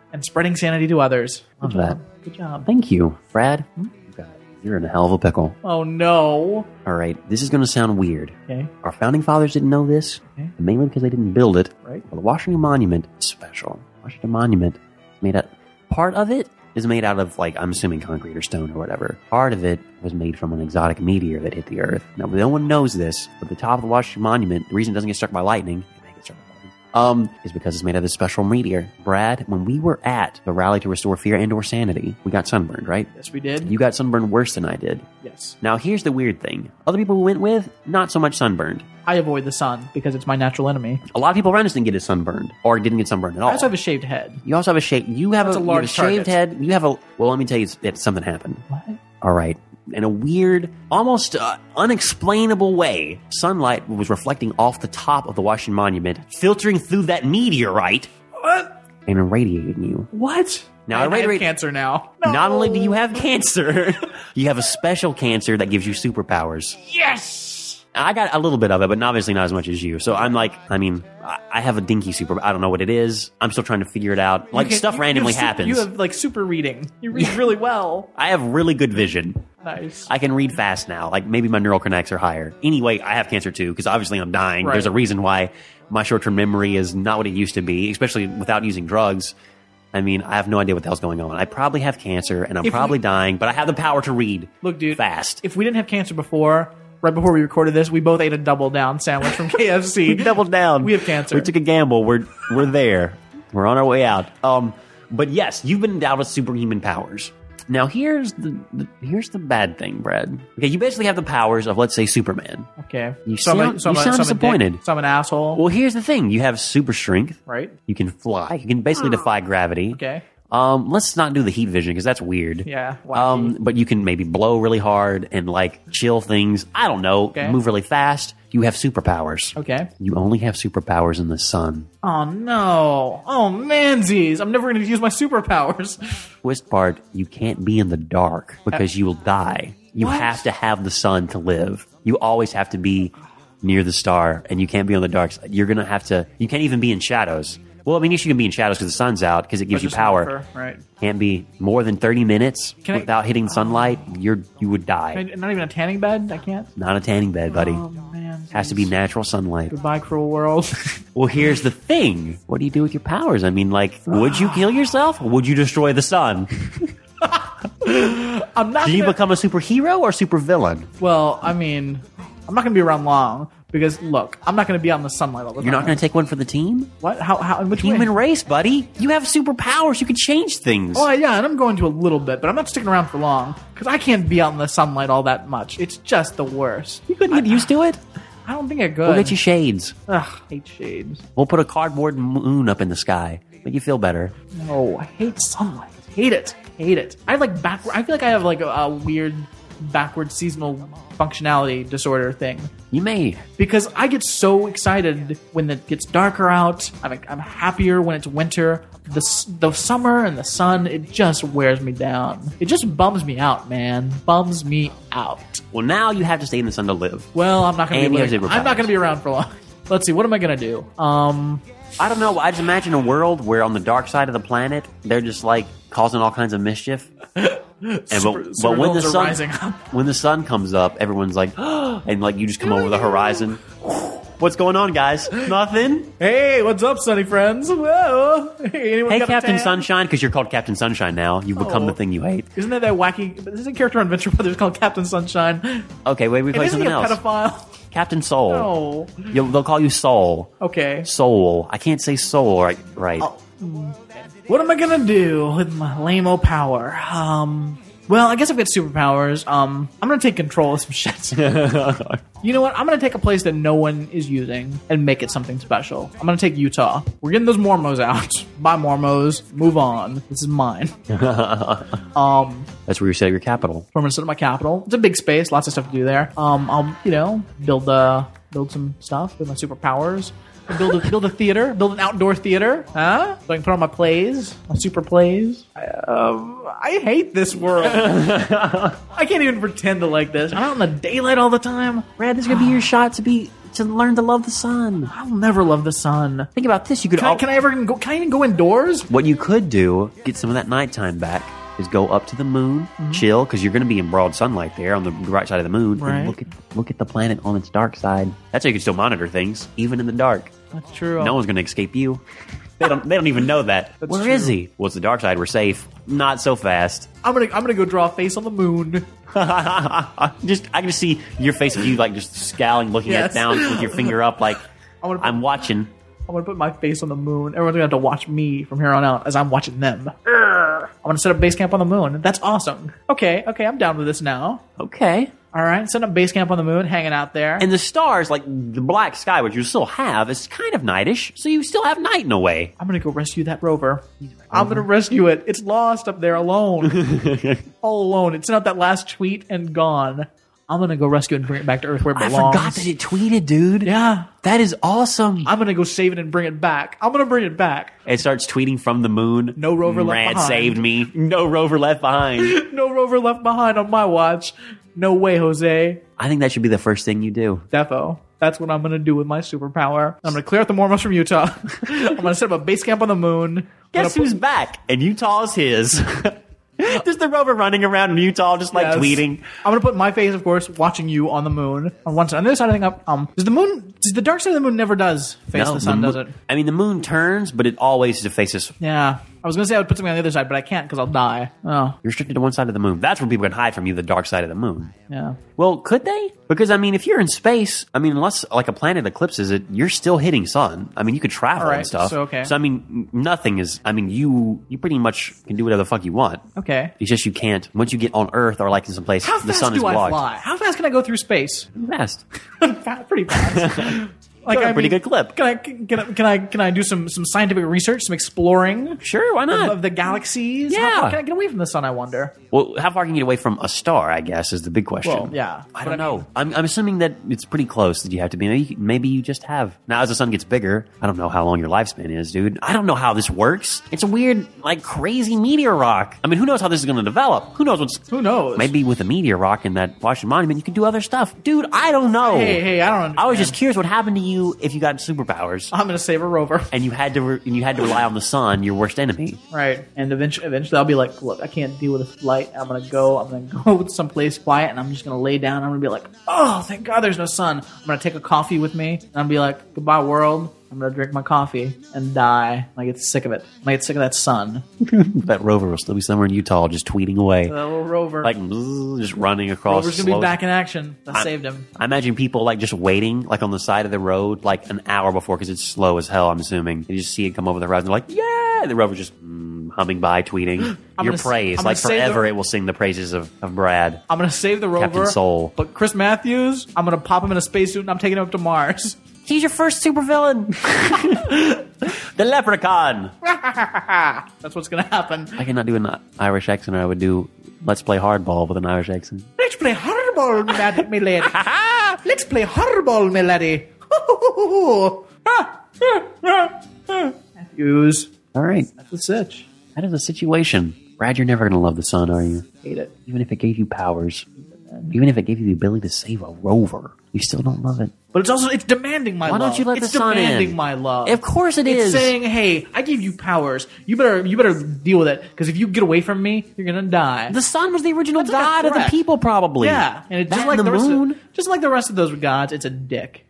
S2: and spreading sanity to others.
S1: Love that.
S2: Good job.
S1: Thank you, Brad.
S2: Hmm?
S1: You got it. You're in a hell of a pickle.
S2: Oh no.
S1: All right, this is going to sound weird.
S2: Okay.
S1: Our founding fathers didn't know this,
S2: Okay.
S1: mainly because they didn't build it.
S2: Right.
S1: Well, the Washington Monument is special. Washington Monument is made out. Part of it is made out of like I'm assuming concrete or stone or whatever. Part of it was made from an exotic meteor that hit the Earth. Now no one knows this, but the top of the Washington Monument, the reason it doesn't get struck by lightning, it may get struck by lightning, um, is because it's made out of this special meteor. Brad, when we were at the rally to restore fear and or sanity, we got sunburned, right?
S2: Yes, we did.
S1: You got sunburned worse than I did.
S2: yes.
S1: Now, here's the weird thing. Other people we went with, not so much sunburned.
S2: I avoid the sun because it's my natural enemy.
S1: A lot of people around us didn't get as sunburned or didn't get sunburned at all.
S2: I also have a shaved head.
S1: you also have a shape. You have a,
S2: That's a
S1: you have
S2: large
S1: a shaved
S2: target.
S1: head. You have a. Well, let me tell you that something happened.
S2: What?
S1: All right. In a weird, almost uh, unexplainable way, sunlight was reflecting off the top of the Washington Monument, filtering through that meteorite
S2: What?
S1: and irradiating you.
S2: What?
S1: Now,
S2: I, I have
S1: irradiate-
S2: cancer now.
S1: Not only do you have cancer, you have a special cancer that gives you superpowers.
S2: Yes.
S1: I got a little bit of it, but obviously not as much as you. So I'm like, I mean, I I have a dinky super. I don't know what it is. I'm still trying to figure it out. Like
S2: You can-
S1: stuff
S2: you-
S1: randomly
S2: you have super-
S1: happens.
S2: You have like super reading. You read really well.
S1: I have really good vision.
S2: Nice.
S1: I can read fast now. Like maybe my neural connects are higher. Anyway, I have cancer too because obviously I'm dying.
S2: Right.
S1: There's a reason why my short term memory is not what it used to be, especially without using drugs. I mean, I have no idea what the hell's going on. I probably have cancer and I'm
S2: If
S1: probably
S2: you-
S1: dying, but I have the power to read.
S2: Look, dude.
S1: fast.
S2: If we didn't have cancer before, right before we recorded this, we both ate a double down sandwich from KFC.
S1: doubled down.
S2: We have cancer.
S1: We took a gamble. We're we're there. We're on our way out. Um, but yes, you've been endowed with superhuman powers. Now here's the, the here's the bad thing, Brad. Okay, you basically have the powers of let's say Superman.
S2: okay.
S1: You
S2: Some
S1: sound- you sound
S2: some A
S1: disappointed.
S2: dick, some an asshole.
S1: Well, here's the thing: you have super strength.
S2: right.
S1: You can fly. You can basically defy gravity.
S2: Okay.
S1: Um, let's not do the heat vision because that's weird.
S2: Yeah, wacky.
S1: Um, but you can maybe blow really hard and like chill things. I don't know.
S2: Okay.
S1: Move really fast. You have superpowers.
S2: Okay.
S1: You only have superpowers in the sun.
S2: Oh no. Oh manzies. I'm never gonna use my superpowers.
S1: Twist part, you can't be in the dark because you will die. You
S2: Uh, What?
S1: have to have the sun to live. You always have to be near the star and you can't be on the dark side. You're going to have to, you can't even be in shadows. Well, I mean, yes, you can be in shadows because the sun's out because it gives you
S2: Just
S1: power.
S2: for- right.
S1: Can't be more than 30 minutes
S2: Can I-
S1: without hitting sunlight. You're, you would die.
S2: I- Not even a tanning bed. I can't.
S1: Not a tanning bed, buddy.
S2: Oh man.
S1: Has to be natural sunlight.
S2: Goodbye, cruel world.
S1: Well, here's the thing. What do you do with your powers? I mean, like, would you kill yourself? Or would you destroy the sun?
S2: I'm not.
S1: Do you
S2: gonna-
S1: become a superhero or supervillain?
S2: well, I mean, I'm not gonna be around long because look, I'm not gonna be out in the sunlight all the
S1: You're not
S2: time.
S1: going to take one for the team?
S2: What? How? How? In which
S1: Human
S2: way?
S1: race, buddy. You have superpowers. You can change things.
S2: Oh yeah, and I'm going to a little bit, but I'm not sticking around for long because I can't be out in the sunlight all that much. It's just the worst.
S1: You couldn't get used to it?
S2: I don't think I could.
S1: We'll get you shades.
S2: Ugh, hate shades.
S1: We'll put a cardboard moon up in the sky. Make you feel better.
S2: No, I hate sunlight. Hate it. Hate it. I have like backward. I feel like I have like a, a weird backward seasonal functionality disorder thing
S1: You may.
S2: because I get so excited when it gets darker out. I'm, I'm happier when it's winter. The, s- the summer and the sun, it just wears me down. It just bums me out, man. Bums me out.
S1: Well, now you have to stay in the sun to live.
S2: Well, I'm not gonna
S1: And
S2: be.
S1: you
S2: able to-
S1: have superpowers.
S2: I'm not gonna be around for long. Let's see. What am I gonna do? Um,
S1: I don't know. I just imagine a world where on the dark side of the planet, they're just like causing all kinds of mischief. And but, but when the
S2: supervillains are
S1: sun
S2: rising up.
S1: when the sun comes up, everyone's like, and like you just come over the horizon. What's going on, guys? Nothing.
S2: hey, what's up, sunny friends? Whoa. Hey, anyone
S1: Hey,
S2: got a
S1: Captain
S2: tan?
S1: Sunshine, because you're called Captain Sunshine now. You've become
S2: Oh.
S1: the thing you hate.
S2: Isn't that that wacky? There's a character on Venture Brothers called Captain Sunshine. And
S1: Okay, wait, we play
S2: isn't he
S1: something
S2: a
S1: else.
S2: pedophile?
S1: Captain Soul.
S2: No.
S1: You'll- they'll call you Soul.
S2: Okay.
S1: Soul. I can't say Soul right. Right.
S2: What am I gonna do with my lame old power? Um. Well, I guess I've got superpowers. Um, I'm gonna take control of some shit. you know what? I'm gonna take a place that no one is using and make it something special. I'm gonna take Utah. We're getting those Mormos out. Buy Mormos. Move on. This is mine.
S1: That's where you set up your capital.
S2: from Minnesota, my capital. It's a big space, lots of stuff to do there. Um, I'll you know build uh build some stuff with my superpowers. Build a build a theater, build an outdoor theater, huh? So I can put on my plays, my super plays. I, Um, I hate this world. I can't even pretend to like this. I'm out in the daylight all the time.
S1: Brad, this is gonna be your shot to be to learn to love the sun.
S2: I'll never love the sun.
S1: Think about this. You could.
S2: Can,
S1: al-
S2: I, can I ever even go? Can I even go indoors?
S1: What you could do, get some of that nighttime back, is go up to the moon, chill, because you're going to be in broad sunlight there on the right side of the moon.
S2: Right.
S1: And look at look at the planet on its dark side. That's how you can still monitor things, even in the dark.
S2: That's true.
S1: No one's going to escape you. They don't. They don't even know that. Where is
S2: true.
S1: he? Well, it's the dark side. We're safe. Not so fast.
S2: I'm gonna I'm gonna go draw a face on the moon.
S1: Just I can just see your face of you like just scowling, looking
S2: Yes.
S1: at down with your finger up, like
S2: wanna-
S1: I'm watching.
S2: I'm gonna put my face on the moon. Everyone's gonna have to watch me from here on out as I'm watching them. Urgh. I'm gonna set up base camp on the moon. That's awesome. Okay, okay, I'm down with this now.
S1: Okay.
S2: All right, setting up base camp on the moon, hanging out there.
S1: And the stars, like the black sky, which you still have, is kind of nightish, so you still have night in a way.
S2: I'm gonna go rescue that rover. I'm gonna rescue it. It's lost up there alone, all alone. It sent out that last tweet and gone. I'm gonna go rescue it and bring it back to Earth where it
S1: I
S2: belongs.
S1: forgot that it tweeted, dude.
S2: Yeah,
S1: That is awesome.
S2: I'm gonna go save it and bring it back. I'm gonna bring it back.
S1: It starts tweeting from the moon.
S2: No rover left
S1: Rad
S2: behind.
S1: saved me. No rover left behind.
S2: No rover left behind on my watch. No way, Jose.
S1: I think that should be the first thing you do.
S2: Defo. That's what I'm gonna do with my superpower. I'm gonna clear out the Mormons from Utah. I'm gonna set up a base camp on the moon. I'm
S1: Guess
S2: gonna
S1: who's back? And Utah's his. just the rover running around in Utah, just
S2: put-
S1: like
S2: yes.
S1: tweeting.
S2: I'm gonna put my face, of course, watching you on the moon on one side. On the other side, I think up. Um, does the moon? Does the dark side of the moon never does face the sun?
S1: moon-
S2: does it?
S1: I mean, the moon turns, but it always faces.
S2: Yeah. I was gonna say I would put something on the other side, but I can't because I'll die. Oh,
S1: You're restricted to one side of the moon. That's where people can hide from you, the dark side of the moon.
S2: yeah.
S1: Well, could they? Because I mean, if you're in space, I mean, unless like a planet eclipses it, you're still hitting sun. I mean, you could travel
S2: All right,
S1: and stuff.
S2: so, okay.
S1: So I mean, n- nothing is. I mean, you you pretty much can do whatever the fuck you want.
S2: Okay.
S1: It's just you can't. Once you get on Earth or like in some place,
S2: How
S1: the
S2: fast
S1: sun
S2: do
S1: is
S2: I
S1: blocked.
S2: fly? How fast can I go through space?
S1: Fast.
S2: Fa- Pretty fast. Like, I
S1: pretty
S2: mean,
S1: good clip.
S2: Can I can I, can I can I do some some scientific research, some exploring?
S1: Sure, why not?
S2: Of the galaxies. How
S1: Yeah.
S2: far can I get away from the sun? I wonder.
S1: Well, how far can you get away from a star? I guess is the big question.
S2: Well, yeah.
S1: I
S2: But I
S1: don't know. I'm, I'm assuming that it's pretty close that you have to be. Maybe, maybe you just have. Now, as the sun gets bigger, I don't know how long your lifespan is, dude. I don't know how this works. It's a weird, like crazy meteor rock. I mean, who knows how this is going to develop? Who knows what's?
S2: Who knows?
S1: Maybe with a meteor rock in that Washington Monument, you can do other stuff, dude. I don't know.
S2: Hey, hey, I don't. Understand.
S1: I was just curious what happened to you if you got superpowers
S2: I'm gonna save a rover,
S1: and you had to re- and you had to rely on the sun, your worst enemy.
S2: right? And eventually, eventually, I'll be like, look, I can't deal with this light. I'm gonna go. I'm gonna go someplace quiet, and I'm just gonna lay down. I'm gonna be like, oh, thank God, there's no sun. I'm gonna take a coffee with me, and I'll be like, goodbye, world. I'm gonna drink my coffee and die. And I get sick of it. And I get sick of that sun.
S1: That rover will still be somewhere in Utah, just tweeting away.
S2: The little rover.
S1: like bzzz, just running across.
S2: Rover's gonna
S1: slow-
S2: be back in action. I saved him.
S1: I imagine people like just waiting, like on the side of the road, like an hour before, because it's slow as hell. I'm assuming you just see it come over the horizon, they're like yeah, and the rover's just mm, humming by, tweeting
S2: I'm
S1: your
S2: gonna s-
S1: praise.
S2: I'm
S1: like
S2: gonna say the-
S1: forever, it will sing the praises of, of Brad.
S2: I'm gonna save the rover.
S1: Captain Soul.
S2: But Chris Matthews, I'm gonna pop him in a spacesuit and I'm taking him up to Mars.
S1: He's your first supervillain, the leprechaun.
S2: That's what's gonna happen.
S1: I cannot do an Irish accent, or I would do let's play hardball with an Irish accent.
S2: Let's play hardball, mad- me lady. Let's play hardball, me laddie. Matthews.
S1: All right,
S2: That's it.
S1: that is a situation. Brad, you're never gonna love the sun, are you?
S2: Hate it.
S1: Even if it gave you powers, even if it gave you the ability to save a rover, you still don't love it.
S2: But it's also it's demanding my
S1: Why
S2: love.
S1: don't you let
S2: it's
S1: the sun
S2: demanding
S1: in?
S2: my love.
S1: Of course it
S2: it's
S1: is.
S2: saying, "Hey, I give you powers. You better you better deal with it because if you get away from me, you're gonna die."
S1: The sun was the original
S2: like a
S1: god of the
S2: threat.
S1: people, probably.
S2: Yeah, and it,
S1: That
S2: just like
S1: the,
S2: the,
S1: moon.
S2: Rest of, just like the rest of those gods, it's a dick.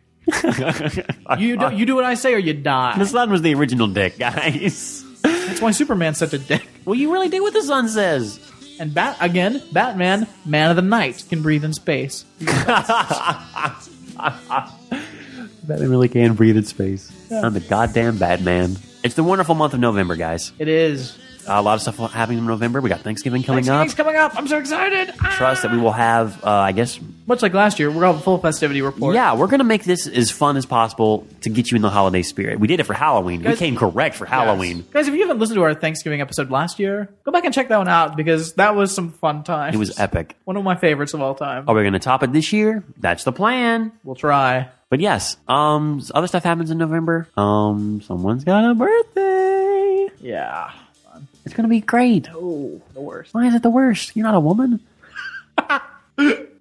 S2: you do, you do what I say or you
S1: the
S2: die.
S1: sun was the original dick, guys.
S2: That's why Superman's such a dick.
S1: well, you really do what the sun says.
S2: And Bat again, Batman, man of the night, can breathe in space.
S1: Batman really can breathe in space. I'm the goddamn Batman. It's the wonderful month of November, guys.
S2: It is.
S1: a lot of stuff happening in November. We got Thanksgiving coming
S2: Thanksgiving's
S1: up.
S2: coming up. I'm so excited. Ah!
S1: Trust that we will have, uh, I guess,
S2: Much like last year, we're all full festivity report.
S1: Yeah, we're gonna make this as fun as possible to get you in the holiday spirit. We did it for Halloween.
S2: Guys-
S1: we came correct for
S2: Yes.
S1: Halloween.
S2: Guys, if you haven't listened to our Thanksgiving episode last year, go back and check that one out because that was some fun time.
S1: It was epic. Oh.
S2: one of my favorites of all time.
S1: Are we gonna top it this year? That's the plan.
S2: We'll try.
S1: But yes, um, other stuff happens in November. Um, someone's got a birthday.
S2: Yeah.
S1: It's gonna be great.
S2: Oh, the worst.
S1: Why is it the worst? You're not a woman.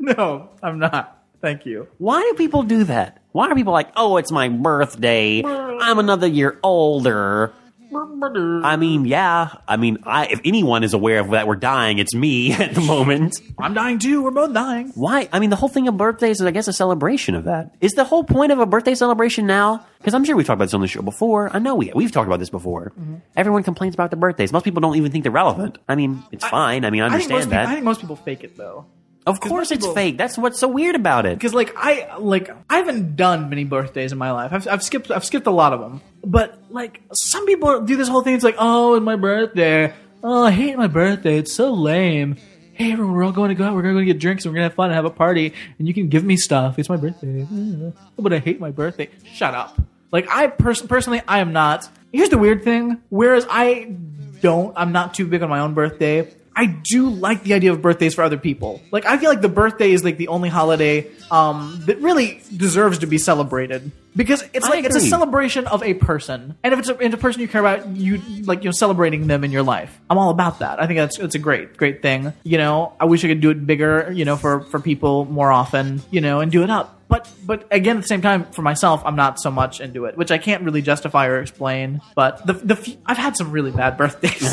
S2: No, I'm not. Thank you.
S1: Why do people do that? Why are people like, oh, it's my birthday. I'm another year older. I mean, yeah. I mean, I, if anyone is aware of that we're dying, it's me at the moment.
S2: I'm dying too. We're both dying.
S1: Why? I mean, the whole thing of birthdays is, I guess, a celebration of that. Is the whole point of a birthday celebration now? Because I'm sure we've talked about this on the show before. I know we, we've talked about this before.
S2: Mm-hmm.
S1: Everyone complains about their birthdays. Most people don't even think they're relevant. I mean, it's fine. I mean, I
S2: I think,
S1: understand
S2: most
S1: that.
S2: People, I think most people fake it though.
S1: of
S2: 'cause
S1: course
S2: most
S1: it's
S2: people-
S1: fake. That's what's so weird about it.
S2: Because like I like I haven't done many birthdays in my life. I've, I've skipped I've skipped a lot of them. But like some people do this whole thing. It's like oh, it's my birthday. Oh, I hate my birthday. It's so lame. Hey everyone, we're all going to go out. We're going to go get drinks. and We're going to have fun and have a party. And you can give me stuff. It's my birthday. Ugh. But I hate my birthday. Shut up. Like I pers- personally, I am not. Here's the weird thing. Whereas I don't, I'm not too big on my own birthday. I do like the idea of birthdays for other people. Like I feel like the birthday is like the only holiday um, that really deserves to be celebrated because it's
S1: I
S2: like it's a
S1: agree.
S2: celebration of a person, and if it's a, and a person you care about, you like you know celebrating them in your life. I'm all about that. I think that's it's a great great thing. You know, I wish I could do it bigger. You know, for for people more often. You know, and do it up. But but again, at the same time, for myself, I'm not so much into it, which I can't really justify or explain. But the the f- I've had some really bad birthdays.
S1: You've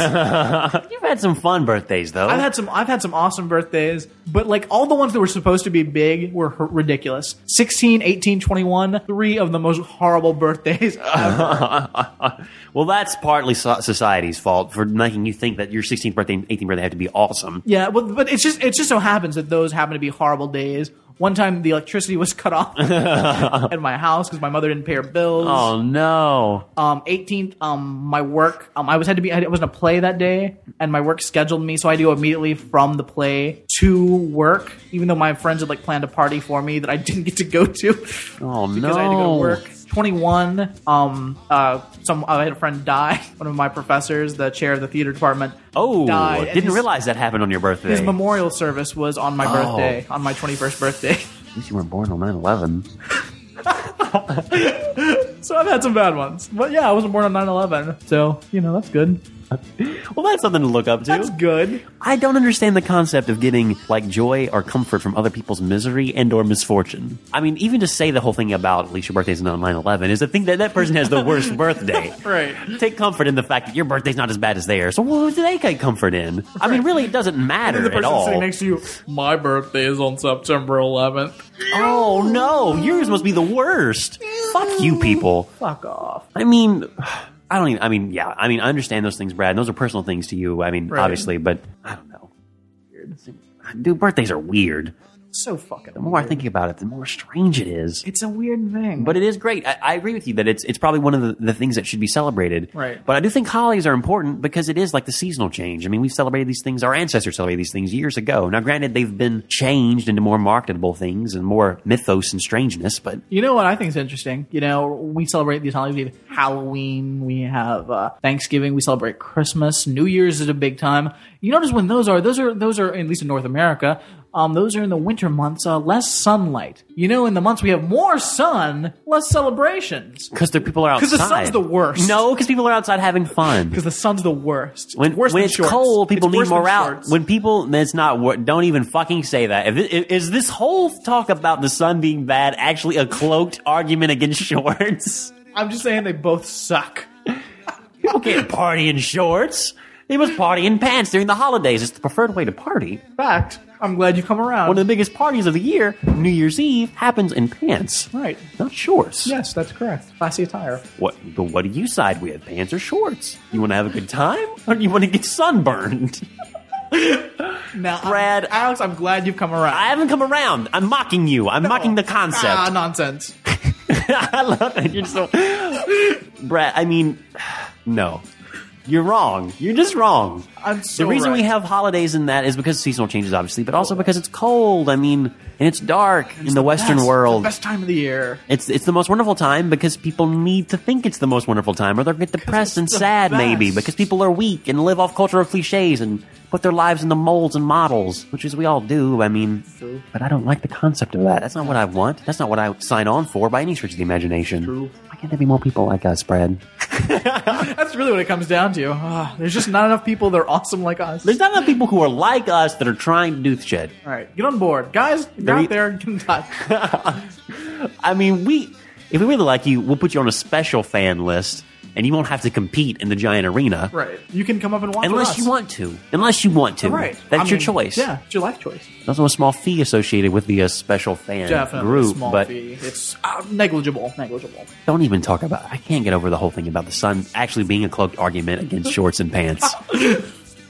S1: had some fun birthdays, though.
S2: I've had some I've had some awesome birthdays, but like all the ones that were supposed to be big were h- ridiculous. 16, 18, 21, three of the most horrible birthdays.
S1: well, that's partly so- society's fault for making you think that your 16th birthday and 18th birthday have to be awesome.
S2: yeah, but, but it's just it just so happens that those happen to be horrible days. One time the electricity was cut off at my house because my mother didn't pay her bills.
S1: Oh, no.
S2: Um, 18th, um, my work, um, I was had to be, I was in a play that day, and my work scheduled me, so I had to go immediately from the play to work, even though my friends had like planned a party for me that I didn't get to go to.
S1: Oh,
S2: because I had to go to
S1: no.
S2: work. 21, um, uh, some I had a friend die. One of my professors, the chair of the theater department,
S1: Oh,
S2: died. and
S1: didn't
S2: his-
S1: realize that happened on your birthday.
S2: His memorial service was on my birthday, on my 21st birthday.
S1: At least you weren't born on 9-11.
S2: so I've had some bad ones. But yeah, I wasn't born on 9 11. So, you know, that's good.
S1: Well, that's something to look up to.
S2: That's good.
S1: I don't understand the concept of getting like joy or comfort from other people's misery and or misfortune. I mean, even to say the whole thing about at least your birthday's not on 9-11 is to think that that person has the worst birthday.
S2: Right.
S1: Take comfort in the fact that your birthday's not as bad as theirs. So what do they get comfort in? I mean, really, it doesn't matter
S2: the person
S1: at all.
S2: sitting next to you, my birthday is on September 11th.
S1: oh no, yours must be the worst. Fuck you, people.
S2: Fuck off.
S1: I mean, I don't even. I mean, yeah. I mean, I understand those things, Brad. And those are personal things to you. I mean,
S2: Right.
S1: obviously, but I don't know. Weird. Dude, birthdays are weird.
S2: So fucking.
S1: The more I think about it, the more strange it is.
S2: It's a weird thing.
S1: But it is great. I, I agree with you that it's it's probably one of the, the things that should be celebrated.
S2: Right.
S1: But I do think holidays are important because it is like the seasonal change. I mean, we've celebrated these things. Our ancestors celebrated these things years ago. Now, granted, they've been changed into more marketable things and more mythos and strangeness. But
S2: You know what I think is interesting? You know, we celebrate these holidays. We have Halloween, we have uh, Thanksgiving, we celebrate Christmas, New Year's is a big time. You notice when those are, those are, those are, at least in North America, um, those are in the winter months, uh, less sunlight. You know, in the months we have more sun, less celebrations.
S1: because the people are outside.
S2: 'Cause the sun's the worst.
S1: No, because people are outside having fun.
S2: Because the sun's the worst.
S1: When,
S2: worse
S1: when
S2: than
S1: it's
S2: shorts.
S1: cold, people
S2: It's
S1: need
S2: worse than
S1: more out.
S2: shorts.
S1: When people, that's not. wor- Don't even fucking say that. If it, i- is this whole talk about the sun being bad actually a cloaked argument against shorts?
S2: I'm just saying they both suck.
S1: People can't party in shorts. They must party in pants during the holidays. It's the preferred way to party.
S2: In fact, I'm glad you come around.
S1: One of the biggest parties of the year, New Year's Eve, happens in pants,
S2: right.
S1: not shorts.
S2: Yes, that's correct. Classy attire.
S1: What? But what do you side with, pants or shorts? You want to have a good time, or you want to get sunburned?
S2: Now, I'm-
S1: Brad-
S2: Alex, I'm glad you've come around.
S1: I haven't come around. I'm mocking you. I'm mocking the concept.
S2: Ah, nonsense.
S1: I love it. You're so. Brad, I mean, no. You're wrong. You're just wrong.
S2: I'm so
S1: the reason we
S2: right.
S1: have holidays in that is because seasonal changes, obviously, but also because it's cold. I mean, and it's dark in the, Western
S2: Best-
S1: world.
S2: the best time of the year.
S1: It's it's the most wonderful time because people need to think it's the most wonderful time, or they'll get depressed and
S2: the
S1: sad, maybe
S2: best.
S1: because people are weak and live off cultural cliches and put their lives in the molds and models, which is we all do. I mean, but I don't like the concept of that. That's not what I want. That's not what I sign on for by any stretch of the imagination. Why can't there be more people like us, Brad?
S2: That's really what it comes down to. Ah, there's just not enough people that are awesome like us.
S1: There's not enough people who are like us that are trying to do shit.
S2: All right, get on board, guys. Get
S1: There
S2: out
S1: you-
S2: there, get in touch.
S1: I mean, we if we really like you, we'll put you on a special fan list, and you won't have to compete in the giant arena.
S2: right, you can come up and watch.
S1: Unless
S2: us.
S1: you want to. Unless you want to.
S2: Right,
S1: That's
S2: I
S1: your
S2: mean,
S1: choice.
S2: Yeah, it's your life choice.
S1: There's also a small fee associated with the uh, special fan
S2: Definitely
S1: group,
S2: small
S1: but
S2: fee. It's uh, negligible, negligible.
S1: don't even talk about. I can't get over the whole thing about the sun actually being a cloaked argument against shorts and pants.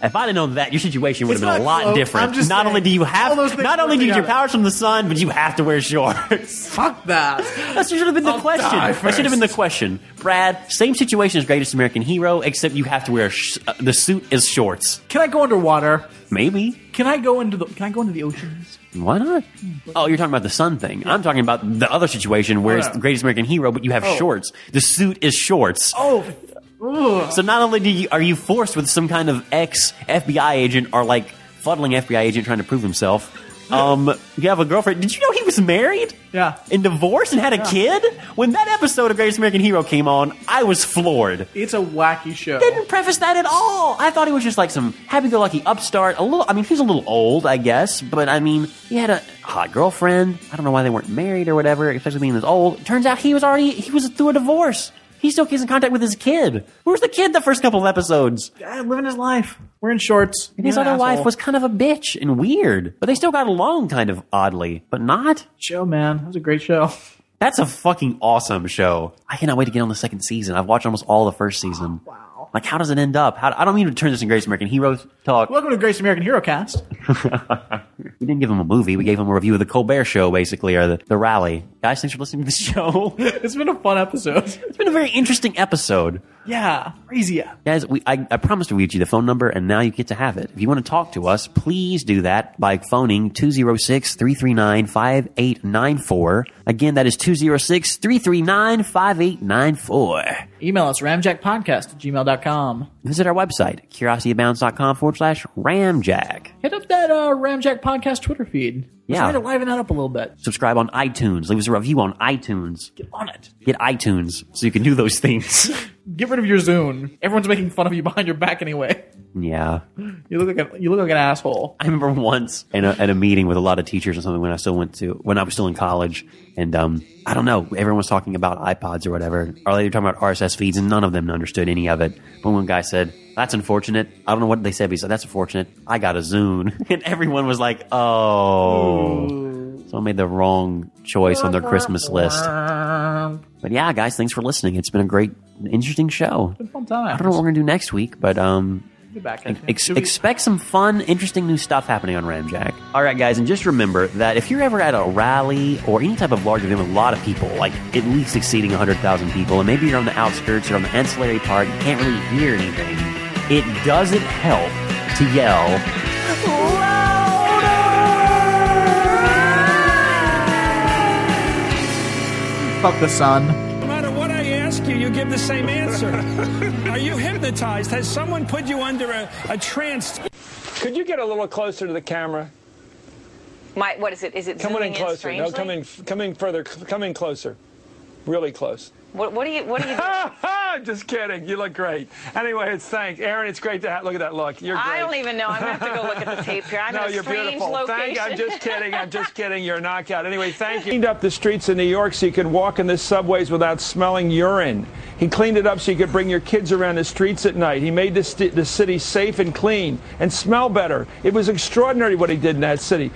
S1: If I'd have known that, your situation would
S2: It's
S1: have been a
S2: not
S1: lot
S2: cloaked.
S1: different.
S2: I'm just
S1: not
S2: saying,
S1: only do you have,
S2: all those things
S1: not only
S2: work
S1: do you get your
S2: together.
S1: powers from the sun, but you have to wear shorts.
S2: Fuck that.
S1: That should have been the
S2: I'll
S1: question.
S2: die
S1: That should have been the
S2: first.
S1: question. Brad, same situation as Greatest American Hero, except you have to wear sh- uh, the suit is shorts.
S2: Can I go underwater?
S1: Maybe.
S2: Can I go into the? Can I go into the oceans?
S1: Why not? Oh, you're talking about the sun thing. I'm talking about the other situation where it's
S2: no.
S1: the greatest American hero, but you have shorts. The suit is shorts.
S2: Oh, ugh.
S1: So not only do you, are you forced with some kind of ex FBI agent or like fuddling FBI agent trying to prove himself, um, you have a girlfriend. Did you know he was married?
S2: Yeah.
S1: And divorced and had a kid? When that episode of Greatest American Hero came on, I was floored
S2: it's a wacky show.
S1: didn't preface that at all. I thought he was just like some happy-go-lucky upstart. A little, I mean, he's a little old, I guess, but I mean, he had a hot girlfriend. I don't know why they weren't married or whatever, especially being this old. Turns out he was already he was through a divorce. He still keeps in contact with his kid. Where's the kid the first couple of episodes?
S2: Ah, living his life. We're in shorts.
S1: And his
S2: You're an
S1: other wife
S2: asshole.
S1: was kind of a bitch and weird, but they still got along kind of oddly, but not.
S2: show, man. That was a great show.
S1: That's a fucking awesome show. I cannot wait to get on the second season. I've watched almost all the first season.
S2: Wow.
S1: Like, how does it end up? How, I don't mean to turn this into Greatest American Heroes talk.
S2: Welcome to Greatest American Hero Cast.
S1: We didn't give him a movie. We gave him a review of the Colbert Show, basically, or the, the rally. Guys, thanks for listening to the show.
S2: It's been a fun episode.
S1: It's been a very interesting episode.
S2: yeah, crazy. Yeah.
S1: Guys, we, I, I promised to read you the phone number, and now you get to have it. If you want to talk to us, please do that by phoning 206 339 5894. Again, that is 206 339 5894.
S2: Email us ramjackpodcast at gmail.com.
S1: Visit our website, curiosityabounds.com forward slash ramjack.
S2: Hit up that uh, Ramjack Podcast Twitter feed. Let's
S1: Yeah.
S2: try to liven that up a little bit.
S1: Subscribe on iTunes. Leave us a review on iTunes.
S2: Get on it.
S1: Get iTunes so you can do those things.
S2: Get rid of your Zune. Everyone's making fun of you behind your back anyway.
S1: yeah.
S2: You look like a, you look like an asshole.
S1: I remember once in a, at a meeting with a lot of teachers and something when I still went to when I was still in college, and um, I don't know, everyone was talking about iPods or whatever, or they were talking about RSS feeds, and none of them understood any of it. But one guy said, "That's unfortunate." I don't know what they said, but he said, "That's unfortunate." I got a Zune, and everyone was like, "Oh." So I made the wrong choice on their Christmas list. But yeah, guys, thanks for listening. It's been a great, interesting show.
S2: Fun
S1: I
S2: time.
S1: don't know what we're gonna do next week, but um,
S2: Get back at
S1: Ex-
S2: you. Should we-
S1: expect some fun, interesting new stuff happening on Ramjack. All right, guys, and just remember that if you're ever at a rally or any type of large event with a lot of people, like at least exceeding 100,000 people, and maybe you're on the outskirts or on the ancillary part, you can't really hear anything, it doesn't help to yell.
S2: fuck the sun.
S6: No matter what I ask you, you give the same answer. Are you hypnotized? Has someone put you under a, a trance? Could you get a little closer to the camera?
S7: My, what is it? Is it
S6: Come on
S7: zooming
S6: in closer. no,
S7: strangely?
S6: come in, come in further. Come in closer. Really close.
S7: What, what do you? What do you? Do?
S6: Just kidding. You look great. Anyway, it's thanks, Aaron. It's great to have. Look at that look. You're great.
S7: I don't even know. I'm gonna have to go look at the tape here. I'm
S6: no,
S7: in a
S6: you're
S7: strange
S6: beautiful.
S7: location.
S6: Thank I'm just kidding. I'm just kidding. You're a knockout. Anyway, thank you. Cleaned up the streets in New York so you could walk in the subways without smelling urine. He cleaned it up so you could bring your kids around the streets at night. He made the, sti the city safe and clean and smell better. It was extraordinary what he did in that city.